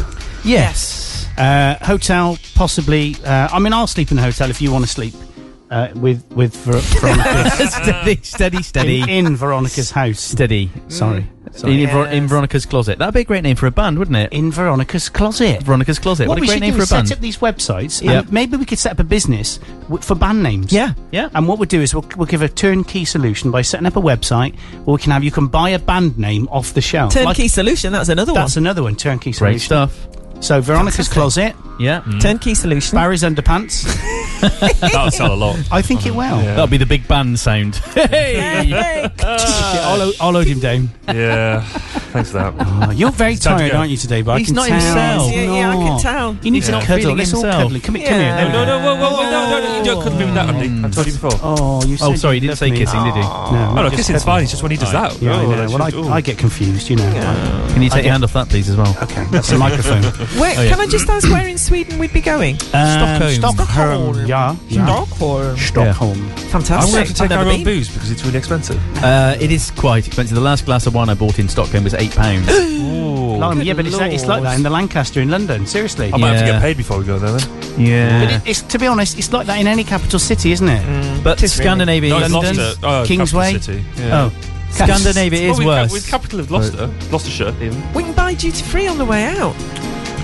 E: Yes.
C: Uh, hotel, possibly. Uh, I mean, I'll sleep in the hotel if you want to sleep uh, with with
F: <laughs>
C: Ver- <laughs> Veronica.
F: steady, steady, steady.
C: In, in Veronica's house.
F: Steady.
C: Sorry.
F: In,
C: Sorry.
F: Ver- in Veronica's closet. That'd be a great name for a band, wouldn't it?
C: In Veronica's closet.
F: Veronica's closet. What,
C: we
F: a great
C: should
F: name
C: do
F: for a
C: is
F: band.
C: set up these websites. and
F: Yep.
C: maybe we could set up a business w- for band names.
F: Yeah, yeah.
C: And what we'll do is we'll, we'll give a turnkey solution by setting up a website where we can have you can buy a band name off the shelf. Like-
E: Turnkey solution. That's another
C: that's
E: one.
C: another one. Turnkey solution.
F: Great stuff.
C: So Veronica's closet,
F: Yeah.
C: Mm.
E: Turnkey solution.
C: Barry's underpants.
D: <laughs>
F: <laughs>
D: That'll sell a <laughs> lot.
C: I think it will.
F: That'll be the big
C: <laughs>
F: band sound.
E: Hey.
C: I'll, o- I'll load him down.
D: Yeah. Thanks for that.
C: Oh, you're very
D: Time to
C: tired,
D: go.
C: aren't you, today, Bob?
F: He's
C: I can
F: not
C: tell.
F: himself.
E: Yeah, yeah, I can tell.
C: You need
F: He's
C: to
F: not
C: cuddle.
F: feeling
C: Let's all
F: himself.
C: cuddle. Come, here- come
E: Yeah.
C: here.
D: No, no, no, whoa, whoa, whoa, no, no, no, you don't couldn't move that on me. I told you before.
C: Oh, you said
F: oh, sorry, you didn't
C: loved
F: say
C: me.
F: kissing, did you?
C: No,
D: Oh, no,
C: just
D: kissing's
C: cuddling.
D: fine. It's just when he does that.
C: Yeah, I
D: Oh,
C: know.
D: that's
C: Well,
D: just- ooh.
C: I, I get confused, you know.
F: Can you take your hand off that, please, as well?
C: Okay, that's
D: <laughs>
C: the microphone.
E: Where,
F: Oh, yeah.
E: Can I just ask where in Sweden we'd be going?
C: Um,
E: Stockholm.
C: Yeah. yeah.
E: Stockholm.
C: Stockholm.
D: I'm going
E: Fantastic.
D: to have to
E: I've
D: take our
E: never been.
D: own booze because it's really expensive.
F: Uh, it is quite expensive. The last glass of wine I bought in Stockholm was £8.
C: <gasps>
F: pounds.
C: Blimey, yeah, but it's, like- it's like that in the Lancaster in London, seriously.
D: I might have to
F: Yeah.
D: get paid before we go there then.
C: But
F: yeah.
C: it, it's, to be honest, it's like that in any capital city, isn't it?
D: Mm.
F: But
E: It is really-
F: Scandinavia,
D: No, it's
F: London,
D: Gloucester. Oh,
C: Kingsway.
D: Capital City. Yeah.
C: Oh.
F: Scandinavia is
D: Well, we've
F: worse.
D: Cap- with capital of Gloucester, Gloucestershire, even.
E: We can buy duty free on the way out.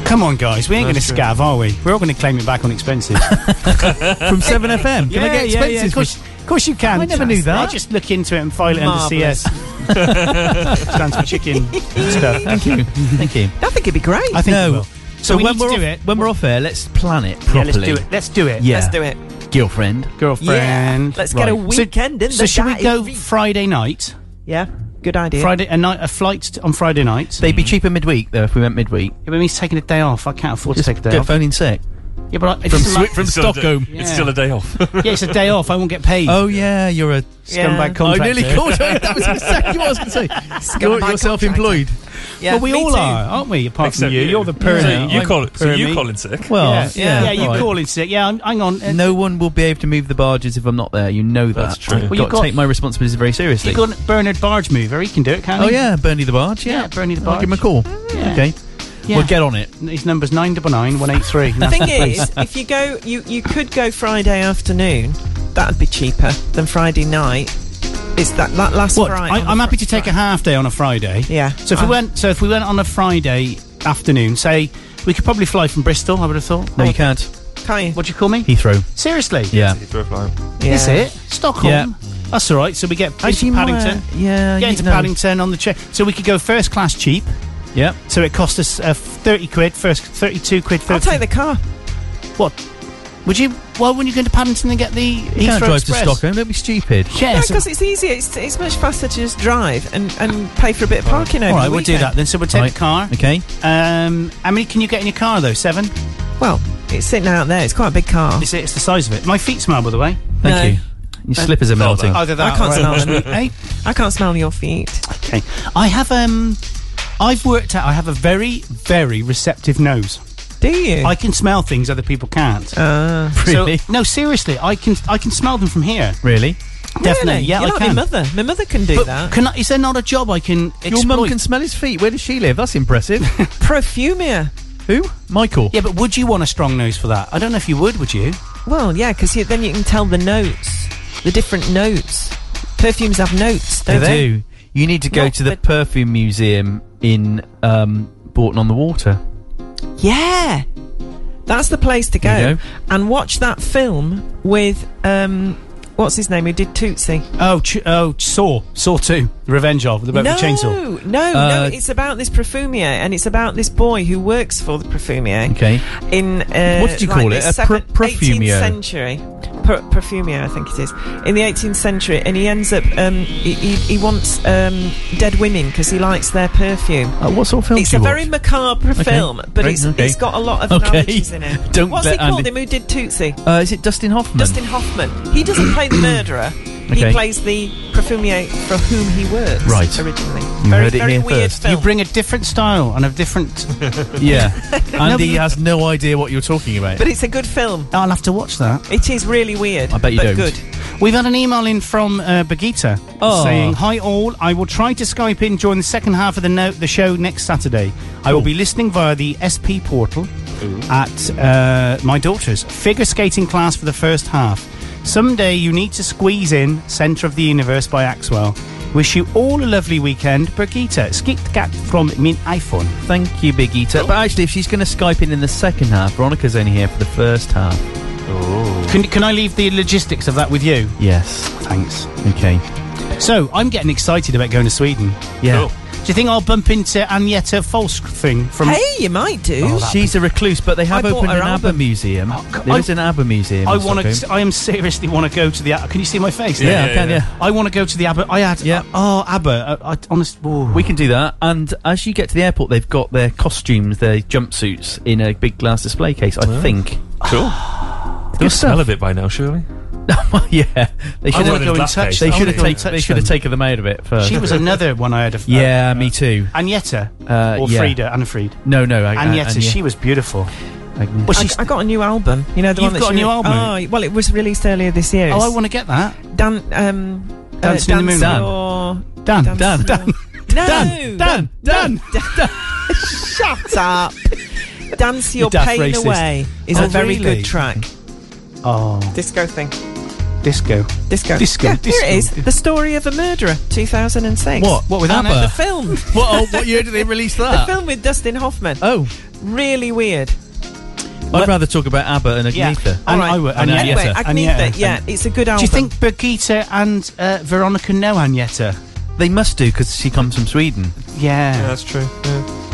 C: Come on, guys, we ain't going to
D: That's true.
C: scav, are we? We're all going to claim it back on expenses. <laughs>
F: From 7FM. Can I get expenses?
C: Of course, of course you can.
F: I never knew that.
C: I'll just look into it and file it under
E: Marvellous.
C: CS. Stands for chicken stuff. <laughs>
F: Thank you. Thank you.
E: I think it'd be great.
C: I think
F: No.
C: we will.
F: So,
C: we
F: when,
C: need
F: we're
C: to
F: off,
C: do it.
F: when we're off air, let's plan it
C: Yeah,
F: properly.
C: let's do it. Let's do it.
F: Yeah.
E: Let's do it.
F: Girlfriend.
C: Girlfriend.
E: Yeah. Let's get a weekend
C: so,
E: in
C: So
E: the
C: should we go
E: diary.
C: Friday night?
E: Yeah. Good idea.
C: Friday a night a flight t- on Friday night.
F: They'd be cheaper midweek, though, if we went midweek.
C: It means taking a day off. I can't afford
F: Just
C: to take a day
F: get
C: off.
F: phone in sick.
C: Yeah, but I, it
F: From
C: doesn't
F: Swi-
C: matter.
F: from
D: It's still a
F: Stockholm.
D: day-
C: Yeah.
D: It's still a day off.
C: yeah, it's a day off. I won't get paid.
F: Oh, yeah, you're a
E: yeah.
C: Scumbag contractor.
F: I nearly called you. <laughs> That was exactly what I was going to say. You're, you're
E: contractor.
F: self-employed.
E: Yeah,
C: but we
E: me
C: all
E: too.
C: are, aren't we? Apart
D: Except
C: from you,
D: you.
C: you're the perm.
D: So <laughs> you
F: I'm
D: call it. So you
F: permit.
D: call it sick.
F: Well,
C: yeah, yeah,
F: yeah,
C: you
F: right.
C: call it. Yeah, I'm- hang on. Uh,
F: No one will be able to move the barges if I'm not there. You know that.
D: That's true.
F: I've
D: Well,
C: you've
F: got
C: got-
F: to take my responsibilities very seriously.
C: You got Bernard Barge mover. He can do it, can't
F: oh
C: he?
F: yeah, Bernie the barge. Yeah,
C: Yeah, Bernie the
F: I'll give him a
C: Barge.
F: call.
C: Yeah.
F: Okay,
C: Yeah.
F: we'll get on it.
C: His number's nine double nine one eight three.
E: The
C: <laughs>
E: thing is, if you go, you you could go Friday afternoon. That'd be cheaper than Friday night. It's that that last
C: what?
E: Friday.
C: I, I'm happy to take a half day on a Friday.
E: Yeah.
C: So if we
E: Uh,
C: went, so if we went on a Friday afternoon, say we could probably fly from Bristol. I would have thought.
F: No,
C: Or-
F: you can't.
E: Can't you?
C: What do you call me?
F: Heathrow.
C: Seriously?
F: Yeah.
E: Yeah.
C: Is it Stockholm? That's all right. So we get into Paddington.
F: Yeah.
C: Get
F: you
C: into
F: know.
C: Paddington on the chair. So we could go first class cheap.
F: Yeah.
C: So it cost us uh, thirty quid. First thirty-two quid. 30.
E: I'll take the car.
C: what? Would you? Why wouldn't you go to Paddington and get the
F: You can't
C: Heathrow
F: drive
C: Express?
F: to Stockholm. Don't be stupid.
C: Yeah,
E: No,
C: so-
E: because it's easier. It's, it's much faster to just drive and, and pay for a bit of parking over
C: all right,
E: the
C: we'll do that
E: weekend.
C: then. So we'll take
F: Right.
C: the car.
F: Okay.
C: Um, how many can you get in your car though? Seven.
E: Well, it's sitting out there. It's quite a big car.
C: It's, it's the size of it. My feet smell, by the way.
F: Thank
E: No.
F: you. Your slippers are melting. <laughs>
C: Either that.
E: I can't
C: or
E: smell them.
C: Eight.
E: I can't smell your feet.
C: Okay. I have um, I've worked out. I have a very, very receptive nose.
E: Do you?
C: I can smell things other people can't.
E: Eh. uh,
C: So-
F: Really?
C: no, seriously, I can I can smell them from here.
F: Really?
C: Definitely,
E: Really?
C: yeah,
E: You're
C: I
E: like
C: can.
E: my mother. My mother can do
C: But
E: that.
C: can I, is there not a job I can
F: Your
C: exploit?
F: mum can smell his feet. Where does she live? That's <laughs> impressive.
E: Profumia.
F: Who? Michael.
C: yeah, but would you want a strong nose for that? I don't know if you would. Would you?
E: Well, yeah, because then you can tell the notes, the different notes. Perfumes have notes,
F: They
E: don't they?
F: do. You need to go
E: Not
F: to the
E: the-
F: perfume museum in um, Borton on the Water.
E: Yeah, that's the place to
F: There you go.
E: go. And watch that film with um, what's his name who did Tootsie?
C: Oh, ch- oh, Saw, Saw Two, The Revenge of the boat
E: no,
C: with chainsaw.
E: no, no.
F: Uh,
E: It's about this perfumier, and it's about this boy who works for the perfumier.
F: Okay.
E: In uh,
F: What did you
E: like
F: call
E: the
F: it? A
E: seven-
F: per-
E: 18th
F: perfumier?
E: century. Per- perfumier, I think it is. In the 18th century, and he ends up. Um, he, he, he wants um, dead women because he likes their perfume.
F: Uh, what sort of film
E: It's
F: do
E: a
F: you
E: very
F: watch?
E: macabre
F: Okay.
E: film, but
F: Right,
E: it's
F: okay.
E: it's got a lot of
F: Okay.
E: analogies in it.
F: Don't
E: What's
F: let
E: he called?
F: Andy- Hmm.
E: Him who did Tootsie?
F: Uh, is it Dustin Hoffman?
E: Dustin Hoffman. He doesn't play the murderer. He
F: Okay.
E: plays the perfumier for whom he works
F: Right.
E: originally.
F: You
E: very
F: heard it
E: very
F: here
E: weird
F: first.
E: film.
C: You bring a different style and a different.
F: <laughs> Yeah. Andy
E: <laughs> but-
F: has no idea what you're talking about.
E: But it's a good film.
C: I'll have to watch that.
E: It is really weird.
F: I bet you
E: but
F: don't.
E: good.
C: We've had an email in from uh, Begita
E: Oh.
C: saying, "Hi all, I will try to Skype in during the second half of the no- the show next Saturday. I will be listening via the SP portal at uh, my daughter's figure skating class for the first half. Someday you need to squeeze in Center of the Universe by Axwell. Wish you all a lovely weekend, Brigitte. Skit cat from min iPhone.
F: Thank you, Big Eater. But actually, if she's going to Skype in in the second half, Veronica's only here for the first half.
C: Can can I leave the logistics of that with you?
F: Yes.
C: Thanks.
F: Okay.
C: So I'm getting excited about going to Sweden.
F: Yeah.
C: Do you think I'll bump into Agneta Falsk thing from?
E: Hey, you might do.
C: Oh, that'd
F: She's a recluse, but they have
E: I bought
F: opened an
E: her
F: ABBA
E: album.
F: museum. There is
C: I-
F: an ABBA museum.
C: I
F: in
C: want to.
F: Stockholm.
C: I am seriously want to go to the. A- Can you see my face?
F: Yeah,
C: now?
F: I Yeah, can, yeah, yeah.
C: I want to go to the Abba. I had. Yeah. oh, Abba. I, I honest. oh.
F: We can do that. And as you get to the airport, they've got their costumes, their jumpsuits in a big glass display case, I
D: Oh.
F: think. <laughs>
D: Cool. You'll smell of it by now, surely.
F: yeah. They
D: I
F: should
D: wanna
F: have
D: go in touch
F: They
D: them.
F: should have
D: I wanna go in
F: taken. They
D: touch
F: should have
D: them.
F: taken them out of it first.
C: She was another one I had. Of,
F: Yeah, me too.
C: Agneta
F: Uh,
C: or
F: yeah. Uh,
C: Frida Anfried.
F: No, no. I,
C: Agneta. she was beautiful.
F: Well,
C: Well,
E: I,
C: she's.
E: I got a new album. You know the
C: You've
E: one that
C: got a
E: she-
C: new album?
E: Oh, well, it was released earlier this year.
C: oh, I want to get that.
E: Dan, um, uh,
C: Dancing in the Moonlight.
E: Dance Your-
C: Dan. Dan.
E: Dance
C: Dan.
E: Your- No,
C: Dan. Dan. Dan.
E: <laughs> shut up. Dance your
C: daft
E: pain
C: racist.
E: away is
C: Oh,
E: a very
C: really?
E: good track.
C: Oh,
E: Disco thing.
C: disco.
E: Disco.
C: Disco,
E: Yeah,
C: disco.
E: Here it is. The story of a murderer, 2006.
F: What? What with
E: Anna,
F: ABBA?
E: uh, The
F: <laughs>
E: film.
C: <laughs>
F: what, oh, what year did they release
E: the
F: that?
E: film with Dustin Hoffman.
C: Uh,
F: Oh,
E: Really weird.
F: I'd rather talk about ABBA and
C: Yeah.
F: Agnetha.
C: And
E: All right.
C: I would.
F: And
C: Agneta.
E: Anyway,
F: Agnetha.
E: Agnetha,
C: Agneta.
E: yeah, it's a good
C: Do
E: album.
C: you think Birgitta and uh, Veronica know Agneta?
F: They must do because she comes from Sweden.
C: Yeah.
D: that's true.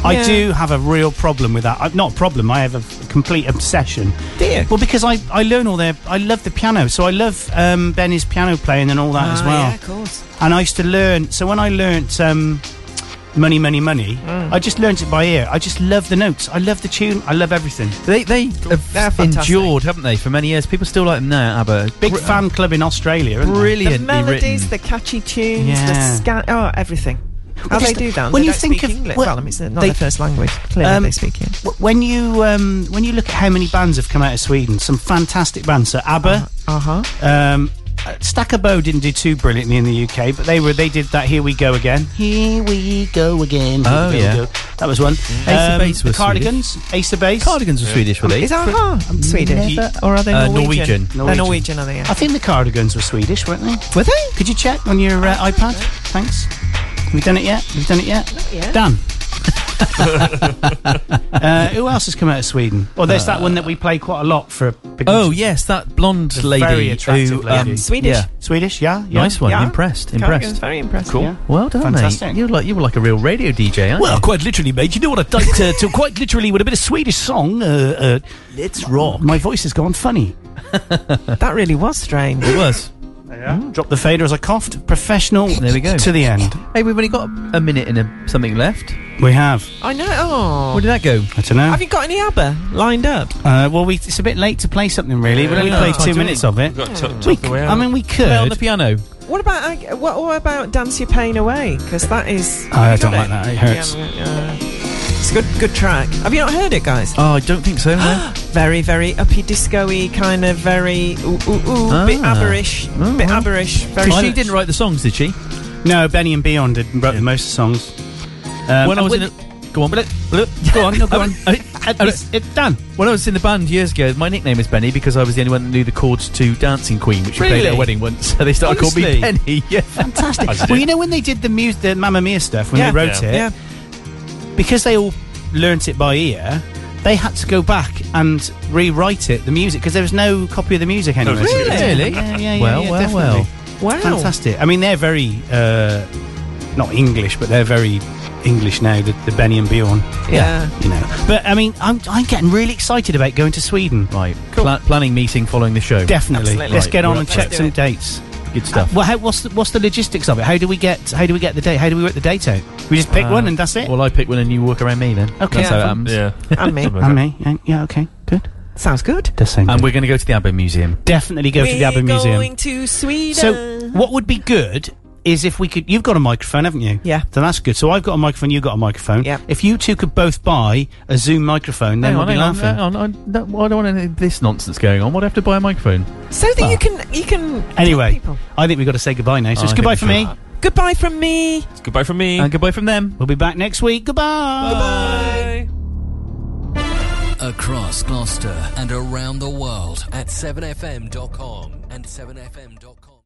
C: I
E: Yeah.
C: do have a real problem with that. I, not a problem. I have a f- complete obsession.
E: Do you?
C: Well, because I, I learn all their. I love the piano, so I love um, Benny's piano playing and all that as
E: Ah,
C: well.
E: Yeah, of course.
C: And I used to learn. So when I learnt um, money, money, money,
E: Mm.
C: I just learnt it by ear. I just love the notes. I love the tune. I love everything.
F: They they
E: They're
F: have
E: fantastic.
F: endured, haven't they, for many years? People still like them now. ABBA,
C: Big
F: Br-
C: fan club in Australia. isn't there?
E: The
F: brilliantly
E: melodies,
F: written.
E: the catchy tunes,
C: Yeah.
E: the scan, oh, everything. How
C: Because
E: they
C: the-
E: do that? and
C: when
E: they
C: you
E: don't
C: think
E: speak
C: of-
E: English,
C: well,
E: well, I mean, it's not
C: they-
E: their first language. Clearly,
C: Um,
E: they speak it.
C: W- When you um, when you look at how many bands have come out of Sweden, some fantastic bands. So ABBA,
E: Uh huh.
C: Um, Stacker Bow didn't do too brilliantly in the UK, but they were they did that. Here we go again. Here we go again. Here
F: Oh,
C: we
F: yeah.
C: go. that was one. Um,
F: Ace of Base
C: the
F: was
C: Cardigans. Ace of Base.
F: Cardigans were Swedish, were they?
E: Is that huh? Swedish
C: Never-
E: or are they
F: Uh,
E: Norwegian?
F: Norwegian.
E: They're Norwegian, are they?
C: I
E: Yeah.
C: think the Cardigans were Swedish, weren't they?
E: Were they?
C: Could you check on your uh, iPad? Thanks. Have we done it yet? Have we done it yet? Not
M: yet.
C: Done. <laughs> uh, who else has come out of Sweden? Well, there's that one that we play quite a lot for. Big
F: Oh yes, that blonde
C: The
F: lady.
C: very attractive
F: who,
C: lady.
F: um,
E: Swedish.
F: yeah.
C: Swedish, yeah, yeah.
F: Nice one.
E: Yeah.
F: Impressed.
E: Cardigans,
F: Impressed.
E: Very impressive.
C: Cool. Yeah.
F: Well done,
C: Fantastic.
F: mate. You were like you were like a real radio DJ, aren't
A: Well,
F: you?
A: quite literally, mate. You know what I'd like to, to quite literally with a bit of Swedish song. Uh, uh, Let's rock.
C: My voice has gone funny.
E: That really was strange.
F: It was.
C: Drop the fader as I coughed. Professional.
F: There we go.
C: To the end.
F: Hey, we've only got a minute and a something left.
C: We have.
E: I know. Oh.
F: Where did that go?
C: I don't know.
E: Have you got any ABBA lined up?
C: Uh, well, we, it's a bit late to play something, really. We'll only
F: no,
C: play
F: it's
C: two
F: fine,
C: minutes of it.
D: Got tucked
C: We
D: tucked
C: c-
D: away.
C: I mean, we could.
F: Play on the piano.
E: What about I- what, what about Dance Your Pain Away? Because that is.
C: I
E: you got
C: don't like that, it hurts.
E: Yeah, yeah. It's a good, good track. Have you not heard it, guys?
F: Oh, I don't think <gasps> so. No.
E: Very, very uppy disco-y, kind of very ooh ooh ooh, bit
F: Ah.
E: abberish,
F: Oh,
E: bit
F: well.
E: abberish. Very.
F: Because she didn't write the songs, did she?
C: no, Benny and Beyond did, wrote the most songs. Um,
F: when I
C: and
F: was in, Oh,
C: with-
F: a, go on,
C: go on, no, go on.
F: <laughs> I- I- I-
C: It's, it's done.
F: When I was in the band years ago, my nickname is Benny because I was the only one that knew the chords to Dancing Queen, which we played at a
C: Really?
F: wedding once. <laughs> So they started calling me Benny. <laughs> Yeah.
C: Fantastic. well, you know when they did the mus- the Mamma Mia stuff when
E: Yeah.
C: they wrote
D: Yeah.
C: it,
E: Yeah.
C: because they all learnt it by ear, they had to go back and rewrite it, the music, because there was no copy of the music anywhere.
D: really?
F: Oh, Really?
C: Yeah, yeah, yeah,
F: well,
C: yeah,
F: well,
C: definitely.
F: well.
E: Wow.
C: Fantastic. I mean, they're very uh, not English, but they're very English now. The, the Benny and Bjorn,
E: Yeah.
C: you know. But I mean, I'm, I'm getting really excited about going to Sweden.
F: Right. Pla- planning meeting following the show.
C: Definitely.
E: Absolutely.
C: Let's
F: Right,
C: get on
F: right,
C: and
E: let's
C: check
E: do
C: some
E: it.
C: dates.
F: Good stuff.
C: Well, how, what's the, what's the logistics of it? How do we get how do we get the date? How do we work the date out? We just pick
F: Uh,
C: one and that's it.
F: Well, I pick one and you work around me then.
C: Okay.
F: That's how it
C: <laughs>
E: Yeah.
F: happens.
D: yeah.
E: And me.
C: I mean, yeah, yeah, okay, good.
E: Sounds good.
F: and we're going to go to the ABBA Museum.
C: Definitely go to the
E: We're
C: ABBA Museum.
E: going to Sweden.
C: So, what would be good is if we could. You've got a microphone, haven't you?
E: Yeah.
C: Then that's good. So I've got a microphone. You've got a microphone. Yeah. If you two could both buy a Zoom microphone, then
F: Hang
C: we'll
F: on,
C: be
F: hang on,
C: laughing.
F: hang on, Oh, I don't, well, I don't want any of this nonsense going on. What do I have to buy a microphone?
E: So that
F: Well.
E: you can you can
C: Anyway, I think we've got to say goodbye now. So
F: Oh,
C: it's
F: I think
C: goodbye
F: we
C: from me.
F: should.
E: Goodbye from me.
D: Goodbye from me.
F: And goodbye from them.
C: We'll be back next week. Goodbye.
A: Across Gloucester and around the world at 7fm.com and 7fm.com.